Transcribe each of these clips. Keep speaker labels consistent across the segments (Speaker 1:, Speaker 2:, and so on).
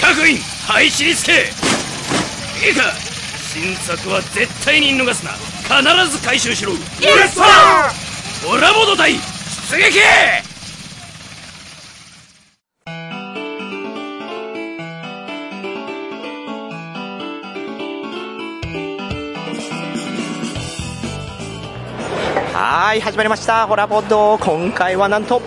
Speaker 1: 各員配置につけいいか新作は絶対に逃すな必ず回収しろイエスサーオラモド隊出撃
Speaker 2: はい始まりましたホラボッド今回はなんと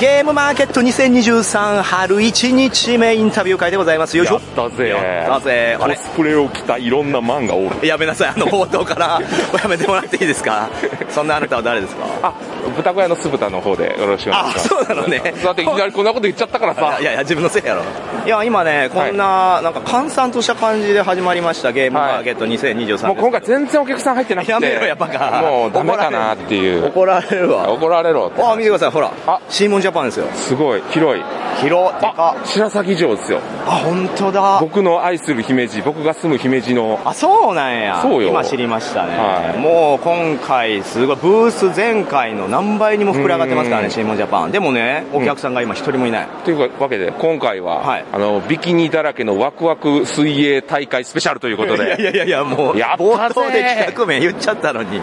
Speaker 2: ゲームマーケット2023春1日目インタビュー会でございますよいし
Speaker 3: や
Speaker 2: ょ
Speaker 3: ったぜ
Speaker 2: やったぜあ
Speaker 3: コ
Speaker 2: れ
Speaker 3: スプレを着たいろんなマンがおる
Speaker 2: やめなさいあの冒頭から おやめてもらっていいですかそんなあなたは誰ですか
Speaker 3: あ豚小屋の酢豚の方でよろしくお願いします
Speaker 2: あそうなのね
Speaker 3: だっていきなりこんなこと言っちゃったからさ
Speaker 2: いやいや自分のせいやろいや今ねこんな、なんか閑散とした感じで始まりましたゲームマーケット2023です、
Speaker 3: もう今回全然お客さん入ってなくて
Speaker 2: やめろやバカ
Speaker 3: もうダメかなっていう
Speaker 2: 怒られるわ
Speaker 3: 怒られろって
Speaker 2: あ見てくださいほら
Speaker 3: あ
Speaker 2: シーモンジャパンですよ
Speaker 3: すごい広い
Speaker 2: 広っで
Speaker 3: あ
Speaker 2: か
Speaker 3: 白崎城ですよ
Speaker 2: あ本当だ
Speaker 3: 僕の愛する姫路僕が住む姫路の
Speaker 2: あそうなんや
Speaker 3: そうよ
Speaker 2: 今知りましたね、
Speaker 3: はい
Speaker 2: もう今回すごいブース前回の何倍にも膨れ上がってますから
Speaker 3: う
Speaker 2: ね
Speaker 3: ん
Speaker 2: シーモンジャパンでもねお客さんが今一人もいない、
Speaker 3: というわけで今回は、
Speaker 2: はい
Speaker 3: あのビキニだらけのワクワク水泳大会スペシャルということ
Speaker 2: いやい
Speaker 3: で
Speaker 2: やいやいやもう
Speaker 3: やったぜ
Speaker 2: 冒頭で企画名言っちゃったのに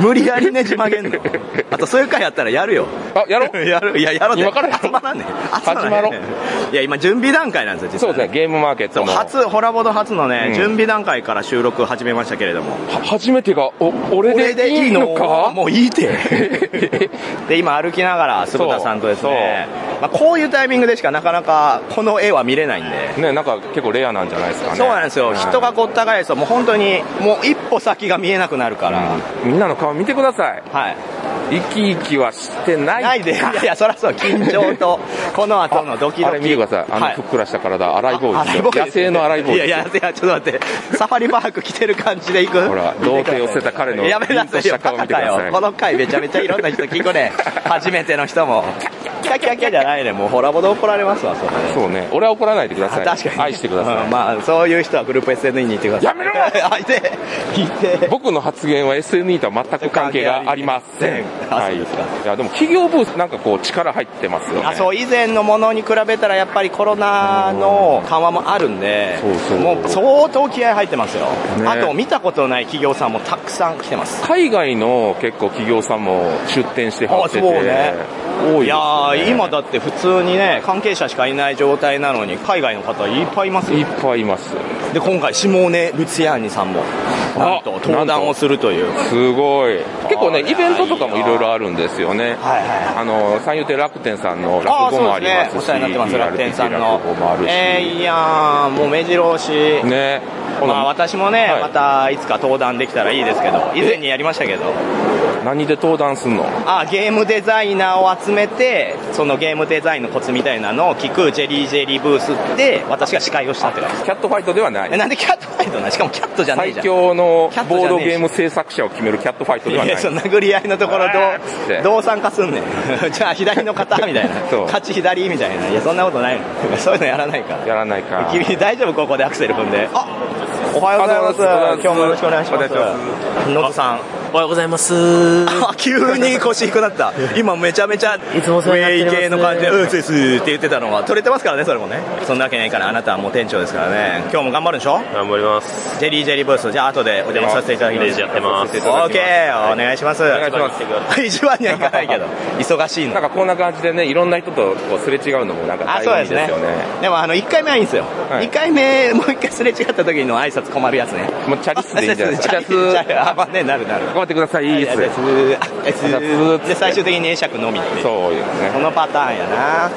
Speaker 2: 無理やりねじ曲げんのあとそういう回やったらやるよ
Speaker 3: あやろう
Speaker 2: やるいややろうぜ
Speaker 3: 今からやろう
Speaker 2: 集まらんねん集まらんねん
Speaker 3: 始まろ
Speaker 2: いや今準備段階なんですよ実
Speaker 3: そう
Speaker 2: は
Speaker 3: ですねゲームマーケッ
Speaker 2: そ
Speaker 3: ト
Speaker 2: う
Speaker 3: の
Speaker 2: 初ホラボド初のね、
Speaker 3: うん
Speaker 2: 準備段階から収録を始めましたけれども
Speaker 3: は初めてがお俺でいいのか
Speaker 2: もういいて で今歩きながら鈴田さんとですね、まあ、こういうタイミングでしかなかなかこの絵は見れないんで、
Speaker 3: ねなんか結構レアなんじゃないですかね
Speaker 2: そうなんですよ、
Speaker 3: はい
Speaker 2: 人がごった返すともう本当にもう一歩先が見えなくなるから、
Speaker 3: みんなの顔見てください
Speaker 2: はい
Speaker 3: 生き生きはしてない
Speaker 2: ないでいやいやそりゃそう緊張と この後のドキドキ
Speaker 3: あれ見てくださいあの
Speaker 2: はい
Speaker 3: ふっくらした体荒い坊主
Speaker 2: あ
Speaker 3: です
Speaker 2: 荒い
Speaker 3: よ
Speaker 2: 坊主
Speaker 3: 野生の荒い坊主
Speaker 2: いやいやいやちょっと待ってサファリパーク着てる感じで行く
Speaker 3: ほら童貞を捨てた彼の
Speaker 2: やめなさ
Speaker 3: 凛と
Speaker 2: いよ
Speaker 3: した顔
Speaker 2: バカ
Speaker 3: 見てく
Speaker 2: だ
Speaker 3: ださい
Speaker 2: よこの回めちゃめちゃいろんな人聞くね初めての人もキャッキャッキャッじゃないねもうホラボで怒られますわそれ
Speaker 3: そうね俺は怒らないでください
Speaker 2: 確かにね
Speaker 3: 愛してください、
Speaker 2: うんまあそういう人はグループ SNE に行ってください
Speaker 3: やめろ
Speaker 2: あいていて
Speaker 3: 僕の発言は SNE とは全く関係がありません
Speaker 2: 関係ありませ。んあ
Speaker 3: はい。
Speaker 2: そうですか
Speaker 3: いや、でも企業ブースなんかこう力入ってますよね。
Speaker 2: あそう以前のものに比べたらやっぱりコロナの緩和もあるんで
Speaker 3: そうそう
Speaker 2: もう相当気合入ってますよ、
Speaker 3: ね
Speaker 2: あと見たことない企業さんもたくさん来てます
Speaker 3: 海外の結構企業さんも出展してはってて、
Speaker 2: あそうね
Speaker 3: 多いですよね
Speaker 2: いやー、今だって普通にね、関係者しかいない状態なのに、海外の方いっぱいいますよ
Speaker 3: いっぱいいます。
Speaker 2: で、今回、シモーネ・ルツィアーニさんも、なんと
Speaker 3: なんと
Speaker 2: 登壇をするという。
Speaker 3: すごい。結構ね、
Speaker 2: あー
Speaker 3: イベントとかもいろいろあるんですよね。
Speaker 2: はいはいはい
Speaker 3: あの、三遊亭楽天さんの
Speaker 2: ああ
Speaker 3: 落
Speaker 2: そ
Speaker 3: 語もあ
Speaker 2: う
Speaker 3: り
Speaker 2: で
Speaker 3: ますす
Speaker 2: ね。
Speaker 3: し、
Speaker 2: お世話になってます、楽天さん
Speaker 3: PRP
Speaker 2: の
Speaker 3: 落語もあ。るし。
Speaker 2: えー、いやー、もう目白押し。
Speaker 3: ね。この
Speaker 2: まあ、私もね、
Speaker 3: はい
Speaker 2: またいつか登壇できたらいいですけど、以前にやりましたけど、
Speaker 3: 何で登壇すんの
Speaker 2: あゲームデザイナーを集めて、そのゲームデザインのコツみたいなのを聞くジェリージェリーブースで、私が司会をしたって感じ
Speaker 3: キャットファイトではない
Speaker 2: え。なんでキャットファイトなんしかもキャットじゃない
Speaker 3: 最
Speaker 2: じゃん。
Speaker 3: 強の
Speaker 2: キャットじ
Speaker 3: ボー
Speaker 2: ゃねえし
Speaker 3: ドゲーム制作者を決めるキャットファイト
Speaker 2: い
Speaker 3: ではな
Speaker 2: や、
Speaker 3: い。
Speaker 2: その殴り合いのところ
Speaker 3: あーっつって
Speaker 2: どう、どう参加すんねん。じゃあ左の方みたいな
Speaker 3: そう。
Speaker 2: 勝ち左みたいな。いや、そんなことないの。そういうのやらないから。
Speaker 3: やらないか。
Speaker 2: 君大丈夫ここでアクセル踏んで。あおはようございます
Speaker 3: おはようございます。
Speaker 2: 今日もよろしくお願いしま
Speaker 3: お願いし
Speaker 2: す。のぞさん。
Speaker 4: おはようございます。
Speaker 2: あ急に腰低くなった。今めちゃめちゃ、ウ
Speaker 4: いつもお世話になって
Speaker 2: ェ
Speaker 4: おり
Speaker 2: イ
Speaker 4: ます
Speaker 2: 系の感じで、うん、ついついって言ってたのは、取れてますからね、それもね。そんなわけないから、あなたはもう店長ですからね。今日も頑張るんでしょ
Speaker 5: 頑張ります。
Speaker 2: ジェリージェリーブース、じゃあ後でお邪魔させていただきます。
Speaker 5: レジやってます
Speaker 2: オーケー、お願いします。お。
Speaker 3: 願いします
Speaker 2: 一番には行かないけど、忙しい
Speaker 3: なん
Speaker 2: の。
Speaker 3: かこんな感じでね、いろんな人とこうすれ違うのもなんか大
Speaker 2: あ、そう
Speaker 3: 変
Speaker 2: で
Speaker 3: ですすよ
Speaker 2: ね
Speaker 3: ね。。
Speaker 2: でもあの、1回目はいいんですよ。
Speaker 3: はい
Speaker 2: 2回目、もう1回すれ違った時の挨拶困るやつね。
Speaker 3: もうチャリスでいいんじゃない ですか。チ
Speaker 2: チャ
Speaker 3: ャ
Speaker 2: リス
Speaker 3: リス。
Speaker 2: あ、まあね、なるなる。
Speaker 3: 頑張ってください。いいっす。
Speaker 2: あやつ
Speaker 3: やつ
Speaker 2: で、最終的に会釈のみっていう。
Speaker 3: そうですね
Speaker 2: こ。のパターンや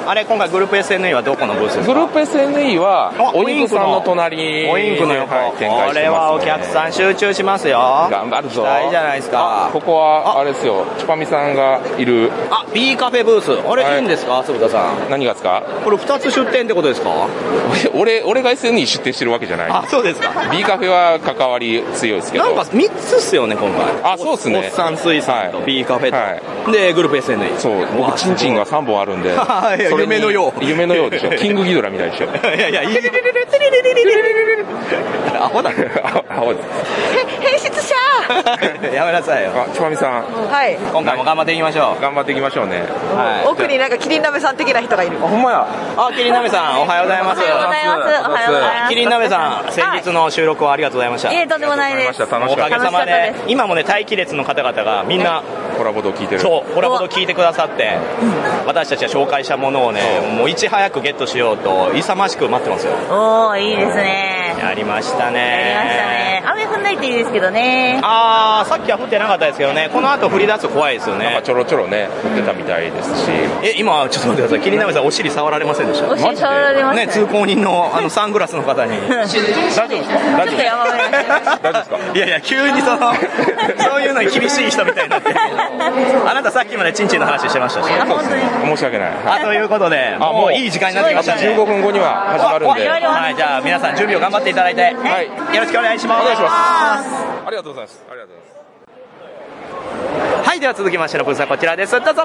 Speaker 2: な。あれ、今回グループ SNE はどこのブースです
Speaker 3: グル
Speaker 2: か
Speaker 3: ープ SNE は
Speaker 2: あ、
Speaker 3: お肉さんの隣
Speaker 2: オインクの横。
Speaker 3: はい展開してますね
Speaker 2: これはお客さん集中しますよ。
Speaker 3: 頑張るぞ。
Speaker 2: 期待じゃないですか
Speaker 3: あここは、あれですよ、チュパミさんがいる、
Speaker 2: あ、B カフェブース。あ
Speaker 3: は
Speaker 2: れ
Speaker 3: い
Speaker 2: いいんですか、鈴田さん。
Speaker 3: 何がですか
Speaker 2: これ2つ出店ってことですか
Speaker 3: 俺、俺が SNE 出展してるわけじゃない。
Speaker 2: あ、そうですか。
Speaker 3: B カフェは関わり強いですけど。
Speaker 2: なんか3つっすよね、今回。
Speaker 3: あそうっすね
Speaker 2: おっさん水産と
Speaker 3: はい
Speaker 2: B リーカフェと、
Speaker 3: は
Speaker 2: でグループ SNE
Speaker 3: そう、僕、チンチンが3本あるんで、
Speaker 2: はい
Speaker 3: それに
Speaker 2: 夢のよう
Speaker 3: 夢のようで しょ、キングギドラみたいでしょ、
Speaker 2: いやいやいい アホだね
Speaker 3: あ青です
Speaker 6: 変質者
Speaker 2: やめなさいよ
Speaker 3: あ、ちばみさん、
Speaker 6: はい、
Speaker 2: 今回も頑張っていきましょう
Speaker 3: 頑張っていきましょうね。
Speaker 2: はい
Speaker 6: 奥になんかキリン鍋さん的な人がいる
Speaker 2: あほんまやあキリン鍋さんおはようございます
Speaker 6: おはようございます
Speaker 3: おはようございます
Speaker 2: キリン鍋さん先日の収録をありがとうございました
Speaker 6: いえとんでもないです
Speaker 3: ありがとうございまし
Speaker 2: お
Speaker 3: た楽しか
Speaker 2: か
Speaker 3: った
Speaker 2: げさま
Speaker 6: 楽しか
Speaker 2: で
Speaker 6: った
Speaker 2: 今もね待機列の方々がみんな
Speaker 3: コラボと聞いてる。
Speaker 2: そうホラボド聞いてくださって私たちが紹介したものをねもういち早くゲットしようと勇ましく待ってますよ
Speaker 6: おーいいですね
Speaker 2: やりましたね
Speaker 6: やりましたね雨降んないといいですけどね
Speaker 2: ああさっきは降ってなかったですけどねこの後降り出すと怖いですよ
Speaker 3: なんか
Speaker 2: ね
Speaker 3: ちょろちょろね、売ってたみたいですし、
Speaker 2: え今ちょっと待ってくださいキリン鍋さんお尻触られませんでした
Speaker 6: お尻触られまし
Speaker 2: ね、
Speaker 6: た
Speaker 2: 通
Speaker 6: ね
Speaker 2: 行人のあのサングラスの方に。
Speaker 3: 大丈夫ですか大丈夫
Speaker 6: ちょっと
Speaker 3: です
Speaker 6: やばめました
Speaker 3: か大丈夫ですか
Speaker 2: いやいや、急に その、そういうのに厳しい人みたいになって。あなたさっきまでチンチンの話してましたし。
Speaker 6: あ本当に
Speaker 3: 申し訳ない。
Speaker 2: あ、ということで、
Speaker 3: あ
Speaker 2: も
Speaker 3: も
Speaker 2: う
Speaker 3: う
Speaker 2: いい時間になってきましたね。
Speaker 3: 15分後には始まるんで。
Speaker 6: ああ
Speaker 2: はい、じゃあ皆さん準備を頑張っていただいて、
Speaker 3: はい
Speaker 2: よろしくお願いします。。
Speaker 3: お願いしますありがとうございます。ありがとうございます。
Speaker 2: はい、では続きましてのブースはこちらです。どうぞ。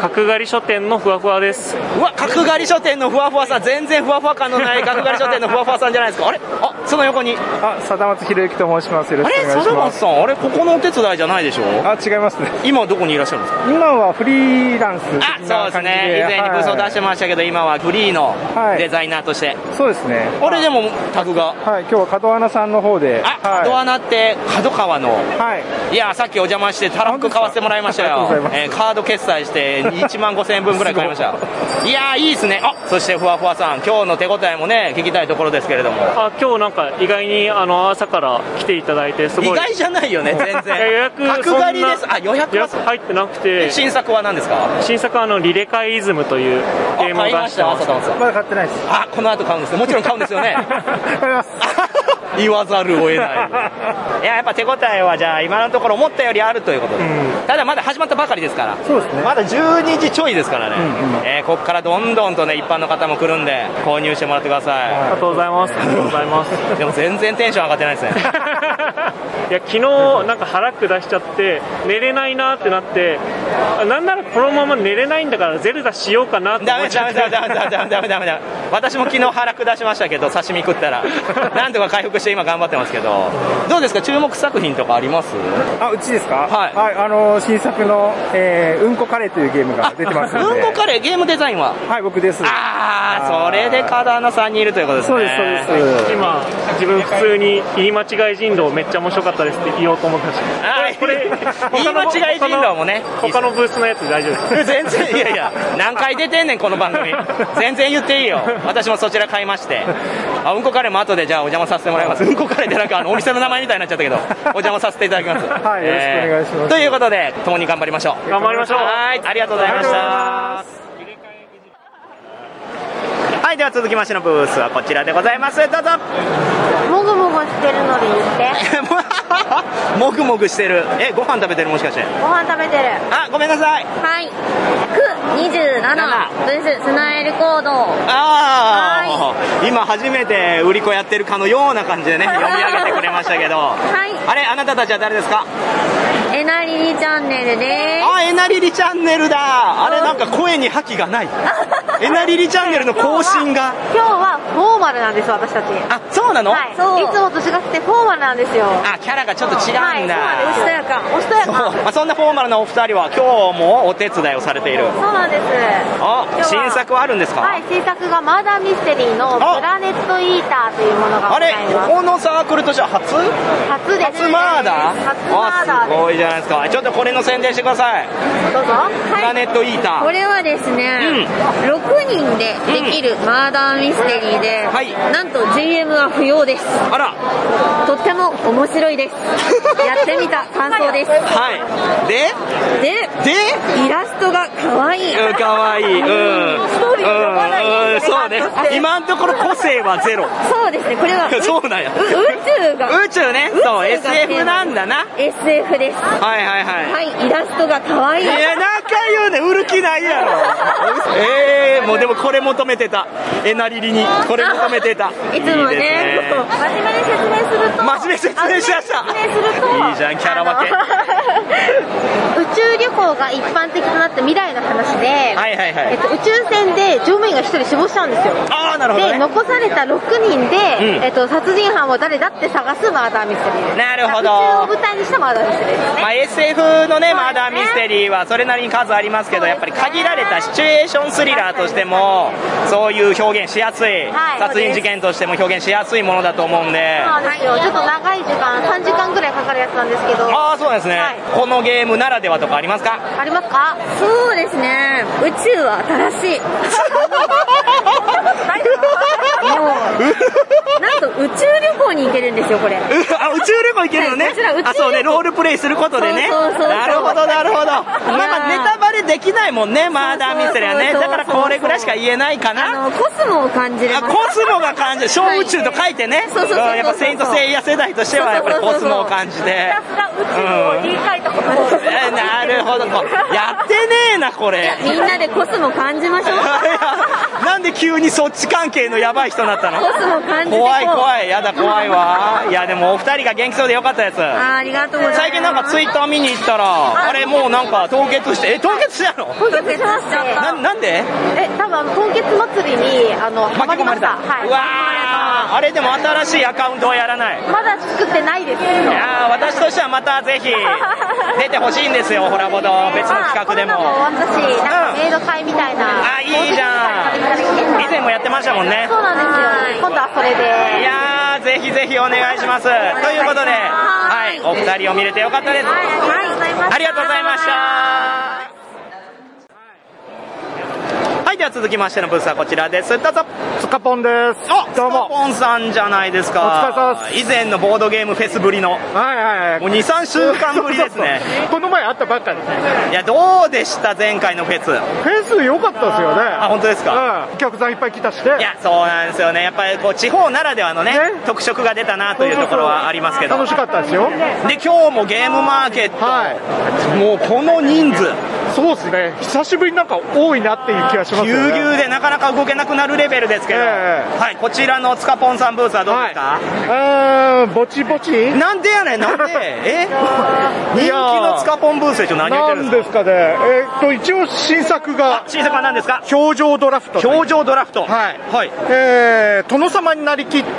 Speaker 5: 角刈り書店のふわふわです
Speaker 2: うわ、角刈り書店のふわふわさん、全然ふわふわ感 のない角刈り書店のふわふわさんじゃないですか。あれあ、その横に。
Speaker 1: あ、貞松博之と申します。よろ
Speaker 2: あ
Speaker 1: し
Speaker 2: れ
Speaker 1: くお願いし
Speaker 2: 貞
Speaker 1: ま
Speaker 2: 松
Speaker 1: す。
Speaker 2: さん、あれここのお手伝いじゃないでしょ
Speaker 1: あ、違いますね。
Speaker 2: 今どこにいらっしゃるんですか
Speaker 1: 今はフリーランス的な
Speaker 2: あ
Speaker 1: 感じで。
Speaker 2: そうですね以前にブースを出して
Speaker 1: ま
Speaker 2: ましたけど、今はフリーの
Speaker 1: はい
Speaker 2: デザイナーとして、
Speaker 1: す。そうですね。
Speaker 2: これでもタグが
Speaker 1: はい、今日は角穴さんの方で。
Speaker 2: あ、
Speaker 1: はい、
Speaker 2: ドアナって角川の
Speaker 1: はい。
Speaker 2: いやさっきお邪魔してたらふく買わせてもらいました
Speaker 1: あ
Speaker 2: よ
Speaker 1: りがとうござい
Speaker 2: えーカード決済して1万5000円分ぐらい買いま したいやーいいですねあそしてふわふわさん今日の手応えもね聞きたいところですけれども
Speaker 5: あ今日なんか意外にあの朝から来ていただいてす
Speaker 2: 意
Speaker 5: ごい
Speaker 2: 外じゃないよね
Speaker 5: い
Speaker 2: 全
Speaker 5: や 予
Speaker 2: 然
Speaker 5: 約
Speaker 2: 角刈りですあ予約
Speaker 5: 予
Speaker 2: は
Speaker 5: 約入ってなくて
Speaker 2: 新作は何ですか
Speaker 5: 新作はあのリレカイイズムという
Speaker 2: あ
Speaker 5: ゲームを
Speaker 2: 買
Speaker 5: 出
Speaker 2: いまし
Speaker 5: したてま
Speaker 2: 浅
Speaker 5: す
Speaker 2: 田さん
Speaker 1: まだ買ってないです。
Speaker 2: あこの後買うんですねもちろん買うんです よね
Speaker 1: 買います。
Speaker 2: 言わざるを得 ないいややっぱ手応えはじゃあ今のところ思ったよりあるということで、ただまだ始まったばかりですから
Speaker 1: そうですね
Speaker 2: まだ12時ちょいですからね、
Speaker 1: うんうん
Speaker 2: えーここからどんどんとね一般の方も来るんで購入してもらってくだ
Speaker 5: あ
Speaker 2: さ
Speaker 5: りがとうございますありがとうございます
Speaker 2: い でも全然テンション上がってないですね
Speaker 5: いや昨日なんか腹下しちゃって寝れないなってなってあなんならこのまま寝れないんだからゼルダしようかなって
Speaker 2: ダ
Speaker 5: 思っ
Speaker 2: メ
Speaker 5: ちゃ
Speaker 2: ダ
Speaker 5: って
Speaker 2: メダメダメダメダメダメダメダメ私も昨日腹下しましたけど刺身食ったらなんとか回復して今頑張ってますけどどうですか注目作品とかあります
Speaker 1: あ、うちですか
Speaker 2: はい
Speaker 1: あの新作の、えー、うんこカレーというゲームが出てますの
Speaker 2: う
Speaker 1: で。
Speaker 2: んこカレーゲームデザインは
Speaker 1: ー。はい、僕です。
Speaker 2: ああそれでカダーナさんにいるということですね
Speaker 1: そうです、そうです。
Speaker 5: 今自分普通に言い間違い人道めっちゃ面白かったですって言おうと思ってました
Speaker 2: はい
Speaker 5: これ
Speaker 2: 言い間違い人狼もね
Speaker 5: 他の他のブースのやつ大丈夫です
Speaker 2: 全然いやいや何回出てんねんこの番組全然言っていいよ私もそちら買いましてあうんこカレーも後でじゃあお邪魔させてもらいますうんこカレーってなんかあのお店の名前みたいになっちゃ ったけどお邪魔させていただきます
Speaker 1: はいよろしくお願いし
Speaker 2: えー
Speaker 1: ます
Speaker 2: ということで共に頑張りましょう
Speaker 5: 頑張りましょう
Speaker 2: はいありがとうございましたはいでは続きましてのブースはこちらでございますどうぞ
Speaker 7: もぐもぐしてるので言って。
Speaker 2: もぐもぐしてるえご飯食べてるもしかして
Speaker 7: ご飯食べてる。
Speaker 2: あごめんなさい
Speaker 7: はい。127。ブース、スナイルコード。
Speaker 2: ああ、今初めて売り子やってるかのような感じでね、読み上げてくれましたけど、
Speaker 7: はい
Speaker 2: あれ、あなたたちは誰ですか
Speaker 7: えなりりチャンネルで
Speaker 2: あ、えなりりチャンネルだ、あれ、なんか声に覇気がない、えなりりチャンネルの更新が、
Speaker 7: す。今日はフォーマルなんです、私たち。
Speaker 2: あそうなの、
Speaker 7: はい。そう。いつもと違ってフォーマルなんですよ。
Speaker 2: あキャラがちょっと違うんだ、
Speaker 7: はい、おしとやか。おしとや
Speaker 2: そう
Speaker 7: か。そう
Speaker 2: まあそんなフォーマルなお二人は、今日もお手伝いをされている、
Speaker 7: なんです。
Speaker 2: あ
Speaker 7: 今日は
Speaker 2: 新作はあるんですか、
Speaker 7: はい、新作がマーダーミステリーのプラネットイーターというものがご
Speaker 2: あ
Speaker 7: ざ
Speaker 2: れ
Speaker 7: い、
Speaker 2: こ
Speaker 7: ます。
Speaker 2: このサークルとしては初
Speaker 7: 初です。
Speaker 2: 初マーダー
Speaker 7: 初マーダ
Speaker 2: あ
Speaker 7: ー
Speaker 2: す
Speaker 7: で
Speaker 2: ごいじゃないですかちょっとこれの宣伝してください
Speaker 7: す。どうぞ。
Speaker 2: プ
Speaker 7: は
Speaker 2: ラネットイーター
Speaker 8: これはですね、6人でできるマーダーミステリーで、
Speaker 2: はい
Speaker 8: なんと GM は不要です
Speaker 2: あら
Speaker 8: とっても面白いです やってみた感想です
Speaker 2: はいで
Speaker 8: で
Speaker 2: で
Speaker 8: イラストが可愛い
Speaker 2: うん、かわいい。うん。
Speaker 8: ストーリーがまだいい
Speaker 2: うんうんそうね
Speaker 8: ちゃんとし。て
Speaker 2: 今のところ個性はゼロ。
Speaker 8: そうですねこれはう
Speaker 2: そうなんや。
Speaker 8: う宇宙が
Speaker 2: 宇宙ね。
Speaker 8: 宇宙
Speaker 2: そう、
Speaker 8: がテーマ
Speaker 2: SF なんだな。
Speaker 8: SF です
Speaker 2: はいはいは
Speaker 8: はいイラストが可愛
Speaker 2: い。
Speaker 8: い
Speaker 2: いや、仲よね。売る気ないや ろ。ええもうでもこれ求めてた。えなりりに。これ求めてた。
Speaker 8: いつもね
Speaker 2: いいです
Speaker 7: 真面目に説明すると
Speaker 2: 真面目に説明しました
Speaker 7: 真面目に説明すると
Speaker 2: いいじゃんキャラ分け
Speaker 7: あの宇宙旅行が一般的となった未来の話で、
Speaker 2: はいはいはい
Speaker 7: えっと、宇宙船で乗務員が1人死亡しちゃうんですよ。
Speaker 2: ああなるほどね
Speaker 7: で、残された6人
Speaker 2: う
Speaker 7: で、
Speaker 2: ん
Speaker 7: えっと、殺人犯は誰だって探すマーダーミステリーです。
Speaker 2: なるほど
Speaker 7: 宇宙を舞台にしたマーダーミステリーですね。
Speaker 2: まあ、SF のね、
Speaker 7: そうですね
Speaker 2: マーダーミステリーはそれなりに数ありますけど、やっぱり限られたシチュエーションスリラーとしても、そういう表現しやすい、
Speaker 7: はい
Speaker 2: 殺人事件としても表現しやすいものだと思うんで、
Speaker 7: そうなんですよ。ちょっと長い時間、3時間ぐらいかかるやつなんですけど。
Speaker 2: ああ、そうなんですね、
Speaker 7: はい
Speaker 2: このゲームならではとかありますか
Speaker 7: ありますか
Speaker 9: そうですね。宇宙は 新しい。なんと宇宙旅行に行けるんです よ、これ。
Speaker 2: うあ宇宙旅行行けるのね、
Speaker 9: はいこちら宇宙旅行
Speaker 2: あそうねロールプレイすることでね
Speaker 9: そうそうそうそう
Speaker 2: なるほどなるほどまあまあネ
Speaker 9: やー
Speaker 2: タバレできないもんねマーダーミステリーはね
Speaker 9: そう
Speaker 2: だ
Speaker 9: そうそう
Speaker 2: か
Speaker 9: そう
Speaker 2: らこれぐらいしか言えないかな
Speaker 9: あの、コスモを感じる。
Speaker 2: あコスモが感じる小宇宙と書いてね、
Speaker 9: いそうそうそうそう
Speaker 2: うんやっぱセイントセイヤ世代としてはやっぱりコスモを感じて
Speaker 10: ひたすら宇宙を言い換えたことを
Speaker 2: えなる ほどこうやってねえなこれ
Speaker 9: みんなでコスモ感じましょう。
Speaker 2: なんで急にそっち関係のやばい人になったの
Speaker 9: コスモ感じてこう
Speaker 2: 怖い怖いやだ怖いわいやでもお二人が元気そうでよかったです
Speaker 9: あーありがとうございます。
Speaker 2: 最近なんかツイッター見に行ったらあれもうなんか凍結してえ凍結したの
Speaker 7: 凍結しまして
Speaker 2: ななんで
Speaker 7: え、多分、凍結祭りに、あの、ハマ
Speaker 2: 巻き込
Speaker 7: り
Speaker 2: ま
Speaker 7: ま
Speaker 2: れ。
Speaker 7: したた。はいう
Speaker 2: わーあれでも新しいアカウントはやらない
Speaker 7: まだ作ってないです。
Speaker 2: いやー私としてはまたぜひ出てほしいんですよホラボド別の企画でも
Speaker 7: まあコロナも終わったし、なんかメイド会みたいな。
Speaker 2: あいいじゃん以前もやってましたもんね
Speaker 7: そうなんですよ。今度はそれで。
Speaker 2: いやーぜひぜひお願いしますということではいお二人を見れてよかったです
Speaker 7: はい、ありがとうございました
Speaker 2: ありがとうございました はいでは続きましてのブースはこちらですどうぞ
Speaker 11: スカポンです
Speaker 2: あ
Speaker 11: どう
Speaker 2: スカ
Speaker 11: も
Speaker 2: ポンさんじゃないです
Speaker 11: お
Speaker 2: か
Speaker 11: 疲れ様
Speaker 2: 以前のボードゲームフェスぶりの
Speaker 11: はいはい
Speaker 2: も
Speaker 11: は
Speaker 2: う
Speaker 11: い
Speaker 2: 23週間ぶりですね
Speaker 11: そうそうこの前会ったばっかり
Speaker 2: いやどうでした前回のフェス
Speaker 11: フェス良かったですよね
Speaker 2: あ本当ですか
Speaker 11: うんお客さんいっぱい来たし
Speaker 2: い
Speaker 11: ね
Speaker 2: やそうなんですよねやっぱりこう地方ならではのね
Speaker 11: ね
Speaker 2: 特色が出たなと
Speaker 11: そう
Speaker 2: い
Speaker 11: そううそう
Speaker 2: ところはありますけど
Speaker 11: 楽しかったですよ
Speaker 2: で今日もゲームマーケット、
Speaker 11: は
Speaker 2: もうこの人数
Speaker 11: いそうですね久しぶりになんか多いなっていう気がします
Speaker 2: ぎ
Speaker 11: よ
Speaker 2: ゅう
Speaker 11: ね
Speaker 2: ぎゅうでなかなか動けなくなるレベルですけど、
Speaker 11: ええ
Speaker 2: はい、こちらのつかぽんさんブースはどうですか、
Speaker 11: はい、うーんぼちぼち
Speaker 2: なんでやねんなんでえ人気のつかぽんブースでちょっと何やってるん
Speaker 11: なん
Speaker 2: ですか
Speaker 11: ですかねえーっと一応新作が
Speaker 2: 新作は何ですか
Speaker 11: 表情ドラフトという
Speaker 2: 表情ドラフト
Speaker 11: はい
Speaker 2: はい、
Speaker 11: えー、殿様になりきって、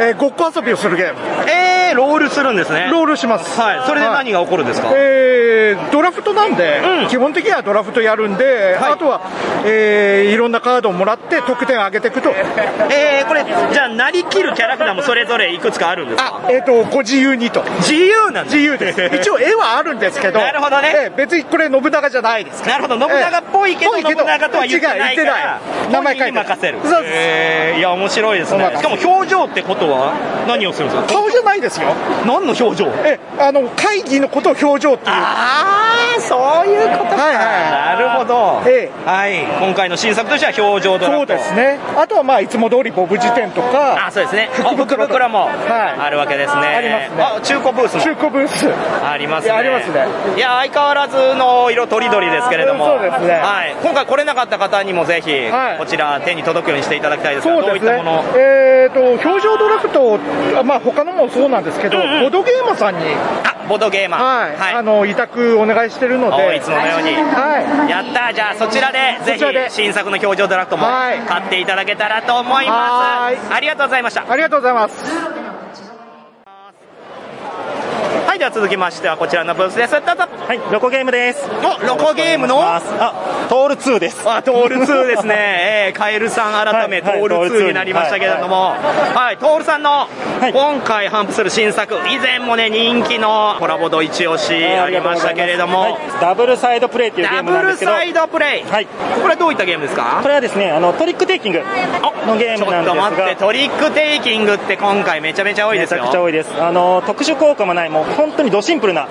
Speaker 11: えーごっこ遊びをするゲーム
Speaker 2: えー、ロールするんですね
Speaker 11: ロールします
Speaker 2: はいそれで何が起こるんですか、
Speaker 11: えードラフトなんで、
Speaker 2: うん
Speaker 11: 基本的にはドラフトやるんで、
Speaker 2: はい
Speaker 11: あとは、えーいろんなカードをもらって得点を上げていくと
Speaker 2: えー、これじゃあなりきるキャラクターもそれぞれいくつかあるんですか
Speaker 11: あ、えー、とご自由にと
Speaker 2: 自由なんです
Speaker 11: 自由 です一応絵はあるんですけど
Speaker 2: なるほどね
Speaker 11: えー別にこれ信長じゃないです
Speaker 2: なるほど信長っぽいけど
Speaker 11: ええぽいけ
Speaker 2: 信
Speaker 11: ど
Speaker 2: 長とは言ってないから
Speaker 11: 違う言ってない名前書いて
Speaker 2: 本人に任せる
Speaker 11: そうです
Speaker 2: えーいや面白いです
Speaker 11: お
Speaker 2: ね
Speaker 11: 任せ
Speaker 2: しかも表情ってことは何をするんですか
Speaker 11: 顔じゃないですよ
Speaker 2: 何の表情
Speaker 11: えーあの会議のことを表情っていう
Speaker 2: ああそういうことか、
Speaker 11: はいはい
Speaker 2: なるほど、
Speaker 11: え
Speaker 2: はい今回の新作としては表情ドラ
Speaker 11: そ
Speaker 2: フ
Speaker 11: う
Speaker 2: ト
Speaker 11: ですねあとはまあいつも通りボブ辞典とか
Speaker 2: あそうですねあ
Speaker 11: 福
Speaker 2: 福
Speaker 11: 袋と
Speaker 2: 袋も
Speaker 11: はい
Speaker 2: あるわけですね、
Speaker 11: ありますね
Speaker 2: あ中古ブースも
Speaker 11: 中古ブース
Speaker 2: あります
Speaker 11: い
Speaker 2: ね
Speaker 11: やありますね
Speaker 2: いや相変わらずの色とりどりですけれども
Speaker 11: うんそうですね
Speaker 2: はい、今回来れなかった方にもぜひ、
Speaker 11: はい
Speaker 2: こちら手に届くようにしていただきたいですが
Speaker 11: そう
Speaker 2: どうい
Speaker 11: で
Speaker 2: っ
Speaker 11: す
Speaker 2: た
Speaker 11: ね
Speaker 2: ものを、
Speaker 11: えー、と表情ドラフト、あまあ他のもそうなんですけど、ボ
Speaker 2: んうん
Speaker 11: ードゲーマーさんに、
Speaker 2: あボードゲーマー
Speaker 11: はいあの委託お願いしてるの
Speaker 2: お
Speaker 11: で、
Speaker 2: いつものように
Speaker 11: は
Speaker 2: やったじゃあそちらでぜ
Speaker 11: そちらで
Speaker 2: ひ新作の表情ドラフトも
Speaker 11: はい
Speaker 2: 買っていただけたらと思いま
Speaker 11: は
Speaker 2: すありがとうございました
Speaker 11: い、ありがとうございます。
Speaker 2: はいでは続きましてはこちらのブースですどうぞ
Speaker 12: はい、ロコゲームです。
Speaker 2: おロコゲームの
Speaker 12: あ、トール2です。
Speaker 2: あトール2ですね、えー、 カエルさん改め、
Speaker 12: はいはい
Speaker 2: トール2になりましたけれども、はい、トールさんの、
Speaker 12: い
Speaker 2: 今回頒布する新作、以前もね、人気のコラボド一押しありましたけれども、
Speaker 12: はいダブルサイドプレイっていうゲー
Speaker 2: ダ
Speaker 12: ム
Speaker 2: ブ
Speaker 12: なんで
Speaker 2: ル
Speaker 12: すけど、
Speaker 2: サイドプレイ、
Speaker 12: はい
Speaker 2: これはどういったゲームですか
Speaker 12: これはですね、あのトリックテイキングのゲームなん
Speaker 2: ちょっと待って、
Speaker 12: ですが。
Speaker 2: トリックテイキングって今回めちゃめちゃ多いで
Speaker 12: め
Speaker 2: す
Speaker 12: ち
Speaker 2: よ
Speaker 12: ゃ。くちゃ多いですあの特殊効果もないもう本当にドシンプルな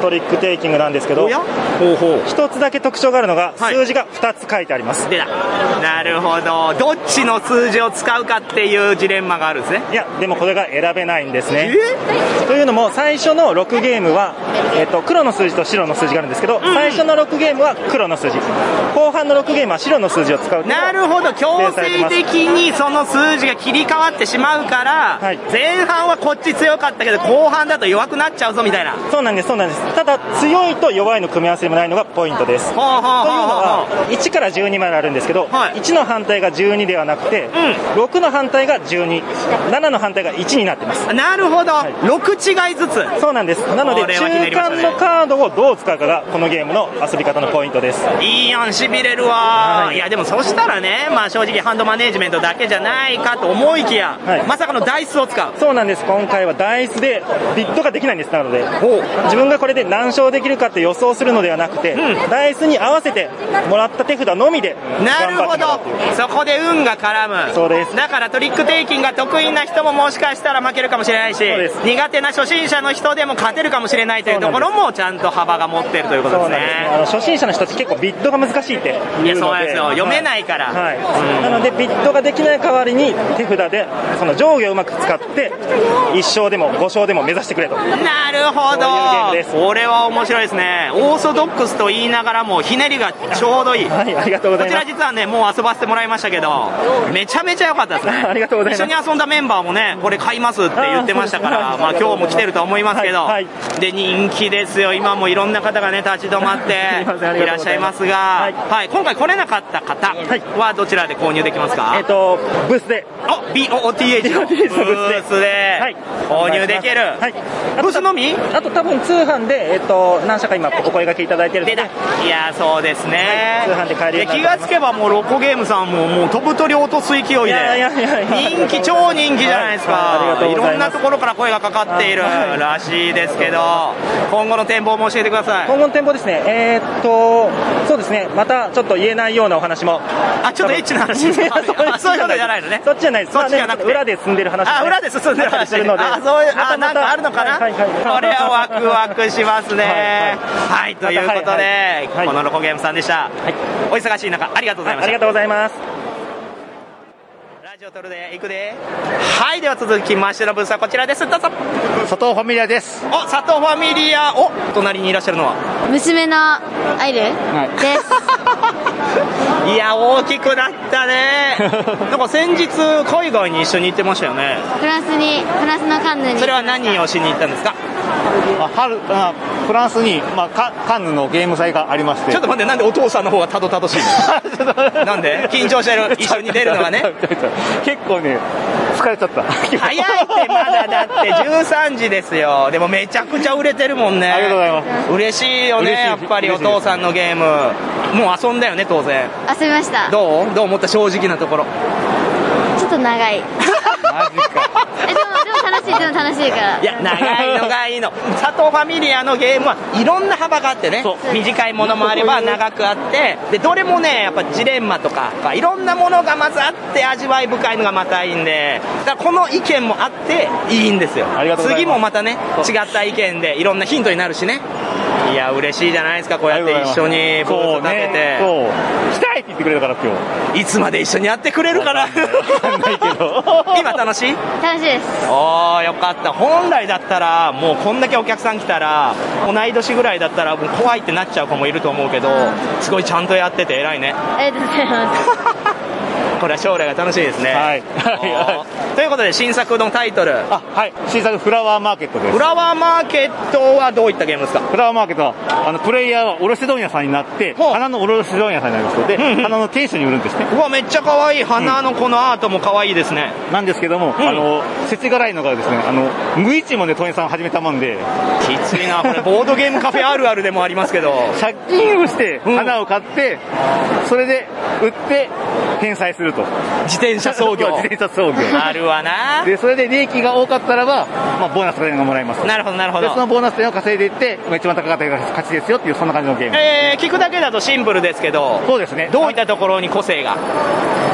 Speaker 12: トリックテイキングなんですけど
Speaker 2: おやほうほう。
Speaker 12: 一つだけ特徴があるのが、
Speaker 2: はい
Speaker 12: 数字が2つ書いてあります
Speaker 2: でだ。なるほど。どっちの数字を使うかっていうジレンマがあるんですね。
Speaker 12: いやでもこれが選べないんですねというのも最初の6ゲームは、えっと黒の数字と白の数字があるんですけど、最初の6ゲームは黒の数字後半の6ゲームは白の数字を使うというのが
Speaker 2: なるほど強制的にその数字が切り替わってしまうから、
Speaker 12: はい
Speaker 2: 前半はこっち強かったけど後半だと弱くなっちゃうぞみたいな。
Speaker 12: そうなんです、そうなんです。ただ、強いと弱いの組み合わせでもないのがポイントです。というのは、1から12まであるんですけど、1の反対が12ではなくて、6の反対が12、7の反対が1になってます。
Speaker 2: なるほど、6違いずつ。
Speaker 12: そうなんです。なので、
Speaker 2: これはひね
Speaker 12: 中
Speaker 2: りましたね
Speaker 12: 間のカードをどう使うかが、このゲームの遊び方のポイントです。
Speaker 2: いいやん、しびれるわ、い、や、でもそしたらね、まあ、正直、ハンドマネージメントだけじゃないかと思いきや、まさかのダイスを使う。
Speaker 12: そうなんです今回はダイスでビットができないんですなので自分がこれで何勝できるかって予想するのではなくて、ダイスに合わせてもらった手札のみで
Speaker 2: なるほ
Speaker 12: 頑張ってもら
Speaker 2: ど、
Speaker 12: う
Speaker 2: そこで運が絡む、そうですだからトリックテイキングが得意な人ももしかしたら負けるかもしれないし、苦手な初心者の人でも勝てるかもしれないというところも、ちゃんと幅が持ってるということですね。
Speaker 12: あの初心者の人たち結構ビットが難しいって言うので
Speaker 2: いやそうなんですよ読めないから
Speaker 12: はいなのでビットができない代わりに手札でその上下をうまく使って1勝でも5勝でも目指してくれと
Speaker 2: なるほどこれは面白いですねオーソドックスと言いながらもひねりがちょうどいいはい
Speaker 12: ありがとうございます
Speaker 2: こちら実はねもう遊ばせてもらいましたけどめちゃめちゃ良かったですねありがとうございます一緒に遊んだメンバーもねこれ買いますって言ってましたからまあ今日も来てると思いますけど、で人気ですよ今もいろんな方がね立ち止ま っていらっしゃいますがはい、今回来れなかった方はどちらで購入できますか、
Speaker 12: えっとブースで
Speaker 2: あ BOOTH のブースで購入できる、
Speaker 12: はい、ブースの
Speaker 2: み
Speaker 12: あと多分通販で、えっと、何社か今お声掛けいただいてるので
Speaker 2: いやそうですね、
Speaker 12: はい通販で買えるように
Speaker 2: 気
Speaker 12: なると思
Speaker 2: がつけばもうロコゲームさんももう飛ぶ鳥落とす勢いで
Speaker 12: いやいやいやいや
Speaker 2: 人気超人気 じゃないですか、
Speaker 12: はいありがとう
Speaker 2: い
Speaker 12: ございます
Speaker 2: ろんなところから声がかかっているらしいですけど、今後の展望も教えてください
Speaker 12: 今後の展望ですね、えーっと、そうですね、またちょっと言えないようなお話も、
Speaker 2: あちょっとエッチな 話ですかあそういうことじゃないのね
Speaker 12: そっちじゃないです、
Speaker 2: そっちじゃなくて
Speaker 12: まあね裏で進んでる話もね、
Speaker 2: あ裏で進んでる
Speaker 12: あったり
Speaker 2: 話
Speaker 12: するので、
Speaker 2: あそういうあなんかあるのかな、これはワクワクしますねはい、ということで、このロコゲームさんでした、お忙しい中ありがとうございました
Speaker 12: ありがとうございます。
Speaker 2: ラジオ撮るで行くではいでは続きましてのブースはこちらですどうぞ
Speaker 13: 佐藤ファミリアです
Speaker 2: お佐藤ファミリアお隣にいらっしゃるのは
Speaker 14: 娘のアイルです。
Speaker 2: いや大きくなった ねなんか先日海外に一緒に行ってましたよね
Speaker 14: フランスに、フランスのカンヌに。
Speaker 2: それは何をしに行ったんですか
Speaker 15: あ春あフランスに、まあ、カカンヌのゲーム祭がありまして
Speaker 2: ちょっと待ってなんでお父さんの方がたどたどしいのなんで緊張してる一緒に出るのがね
Speaker 15: 結構ね疲れちゃった
Speaker 2: 早いってまだだ って13時ですよでもめちゃくちゃ売れてるもんねありがとうございます嬉しいよね
Speaker 15: 嬉しい
Speaker 2: やっぱりお父さんのゲームもう遊んだよね当然
Speaker 14: 遊びました。ち
Speaker 2: どうどう思った正直なところ
Speaker 14: ょっと長い。え、でも、でも楽しい、でも楽しいから。
Speaker 2: いや長いのがいいの佐藤ファミリアのゲームはいろんな幅があってね短いものもあれば長くあってでどれもねやっぱジレンマとかいろんなものがまずあって味わい深いのがまたいいんでだからこの意見もあっていいんですよ
Speaker 15: がとうございます
Speaker 2: 次もまたね違った意見でいろんなヒントになるしねいや嬉しいじゃないですかこうやって一緒にブース立てて
Speaker 15: そうねそう来たいって言ってくれたから今
Speaker 2: いつまで一緒にやってくれるかな今楽しい
Speaker 14: 楽しいです。
Speaker 2: ああよかった本来だったらもうこんだけお客さん来たら同い年ぐらいだったらもう怖いってなっちゃう子もいると思うけどすごいちゃんとやってて偉いね
Speaker 14: ありがとうございます。
Speaker 2: これは将来が楽しいですねはい、ということで新作のタイトルあ
Speaker 15: はい新作フラワーマーケットです
Speaker 2: フラワーマーケットはどういったゲームですか
Speaker 15: フラワーマーケットはあのプレイヤーは卸問屋さんになって花の卸問屋さんになりますで花の店主に売るんですね
Speaker 2: うわめっちゃ可愛い花のこのアートも可愛いですね、
Speaker 15: なんですけども、あのせちがらいのがですねあの無一文で問屋さんを始めたもんで
Speaker 2: きついなこれボードゲームカフェあるあるでもありますけど
Speaker 15: 借金をして花を買って、それで売って返済すると
Speaker 2: 自転車操業
Speaker 15: 自転車操業
Speaker 2: あるわな
Speaker 15: でそれで利益が多かったらば、まあ、ボーナス点がもらえます
Speaker 2: なるほどなるほど
Speaker 15: でそのボーナス点を稼いでいって、まあ、一番高かった人が勝ちですよっていうそんな感じのゲーム、
Speaker 2: えー、聞くだけだとシンプルですけど
Speaker 15: そうですね
Speaker 2: どういったところに個性が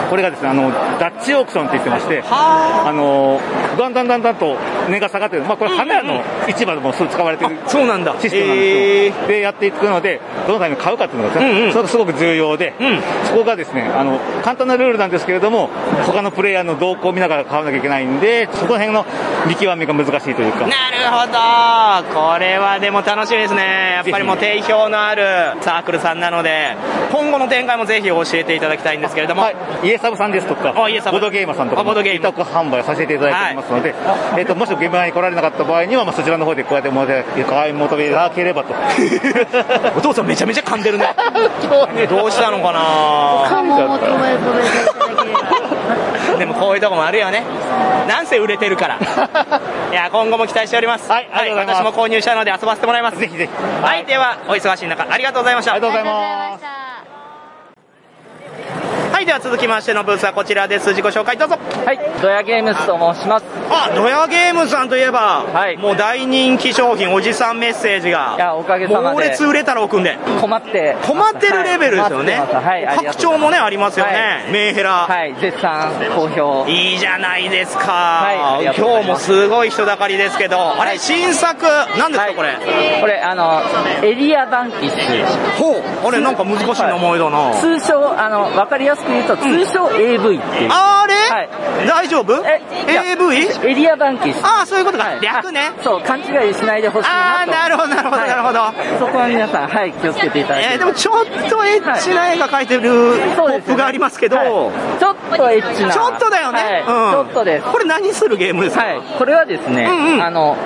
Speaker 15: これがですねあのダッチオークションって言ってましてあのだんだんだんだんと値が下がってる、まあ、これ花屋の市場でもそれ使われてる
Speaker 2: そうなんだ
Speaker 15: システムなんですよ、でやっていくのでどのタイミングで買うかっていうのが、それがすごく重要で、そこがですねあの簡単なルールなんですけれども他のプレイヤーの動向を見ながら買わなきゃいけないんでそこら辺の見極めが難しいというか
Speaker 2: なるほどこれはでも楽しみですねやっぱりもう定評のあるサークルさんなので今後の展開もぜひ教えていただきたいんですけれども、
Speaker 15: イエスサブさんですとか、ボードゲーマーさんとか、委託販売をさせていただいておりますので、えっと、もし現場に来られなかった場合には、まあ、そちらの方でこうやってお買い求めいただければ と。
Speaker 2: お父さんめちゃめちゃ噛んで るね。どうしたのかなでもこういうとこもあるよね。なんせ売れてるから。いや、今後も期待しております。はい、私も購入したので遊ばせてもらいます。ぜひぜひ。はい、では、お忙しい中、ありがとうございました。ありがとうございます。はい、では続きましてのブースはこちらです。自己紹介どうぞ。はい、ドヤゲームズと申します。あ、ドヤゲームズさんといえば、もう大人気商品、おじさんメッセージが。いや、おか
Speaker 16: げさまで
Speaker 2: 猛烈売れたら奥んで。
Speaker 16: 困って
Speaker 2: 困ってるレベルですよね。
Speaker 16: 困ってますはいありがとう
Speaker 2: 拡
Speaker 16: ございます
Speaker 2: 張もね、ありますよね。メンヘラ。
Speaker 16: はい、絶賛好評。
Speaker 2: いいじゃないですか。
Speaker 16: はいありがとうござ
Speaker 2: 今
Speaker 16: い
Speaker 2: 日も
Speaker 16: ます
Speaker 2: すごい人だかりですけど、あれ、新作、なんですか、これ。
Speaker 16: これ、あの、エリア団キス。
Speaker 2: ほう、あれ、なんか難しい名前だな。
Speaker 16: 通称、あの、わかりやすく言うと、通称 AV っていう。
Speaker 2: あれ
Speaker 16: はい。
Speaker 2: 大丈夫
Speaker 16: え、
Speaker 2: AV?
Speaker 16: エリア団キス。
Speaker 2: ああ、そういうことか。略ね。
Speaker 16: そう、勘違いしないでほしいなと。
Speaker 2: あーなるほどなるほど
Speaker 16: はい
Speaker 2: なるほど
Speaker 16: そこは皆さん、はい、気をつけていただいて。
Speaker 2: えーでもちょっとエッチな絵が描いてるポップがありますけど、
Speaker 16: ちょっとエッチな
Speaker 2: ちょっとだよね。
Speaker 16: はい
Speaker 2: うん
Speaker 16: ちょっとです
Speaker 2: これ何するゲームですか、
Speaker 16: はい、これはですね、
Speaker 2: うんうん
Speaker 16: あの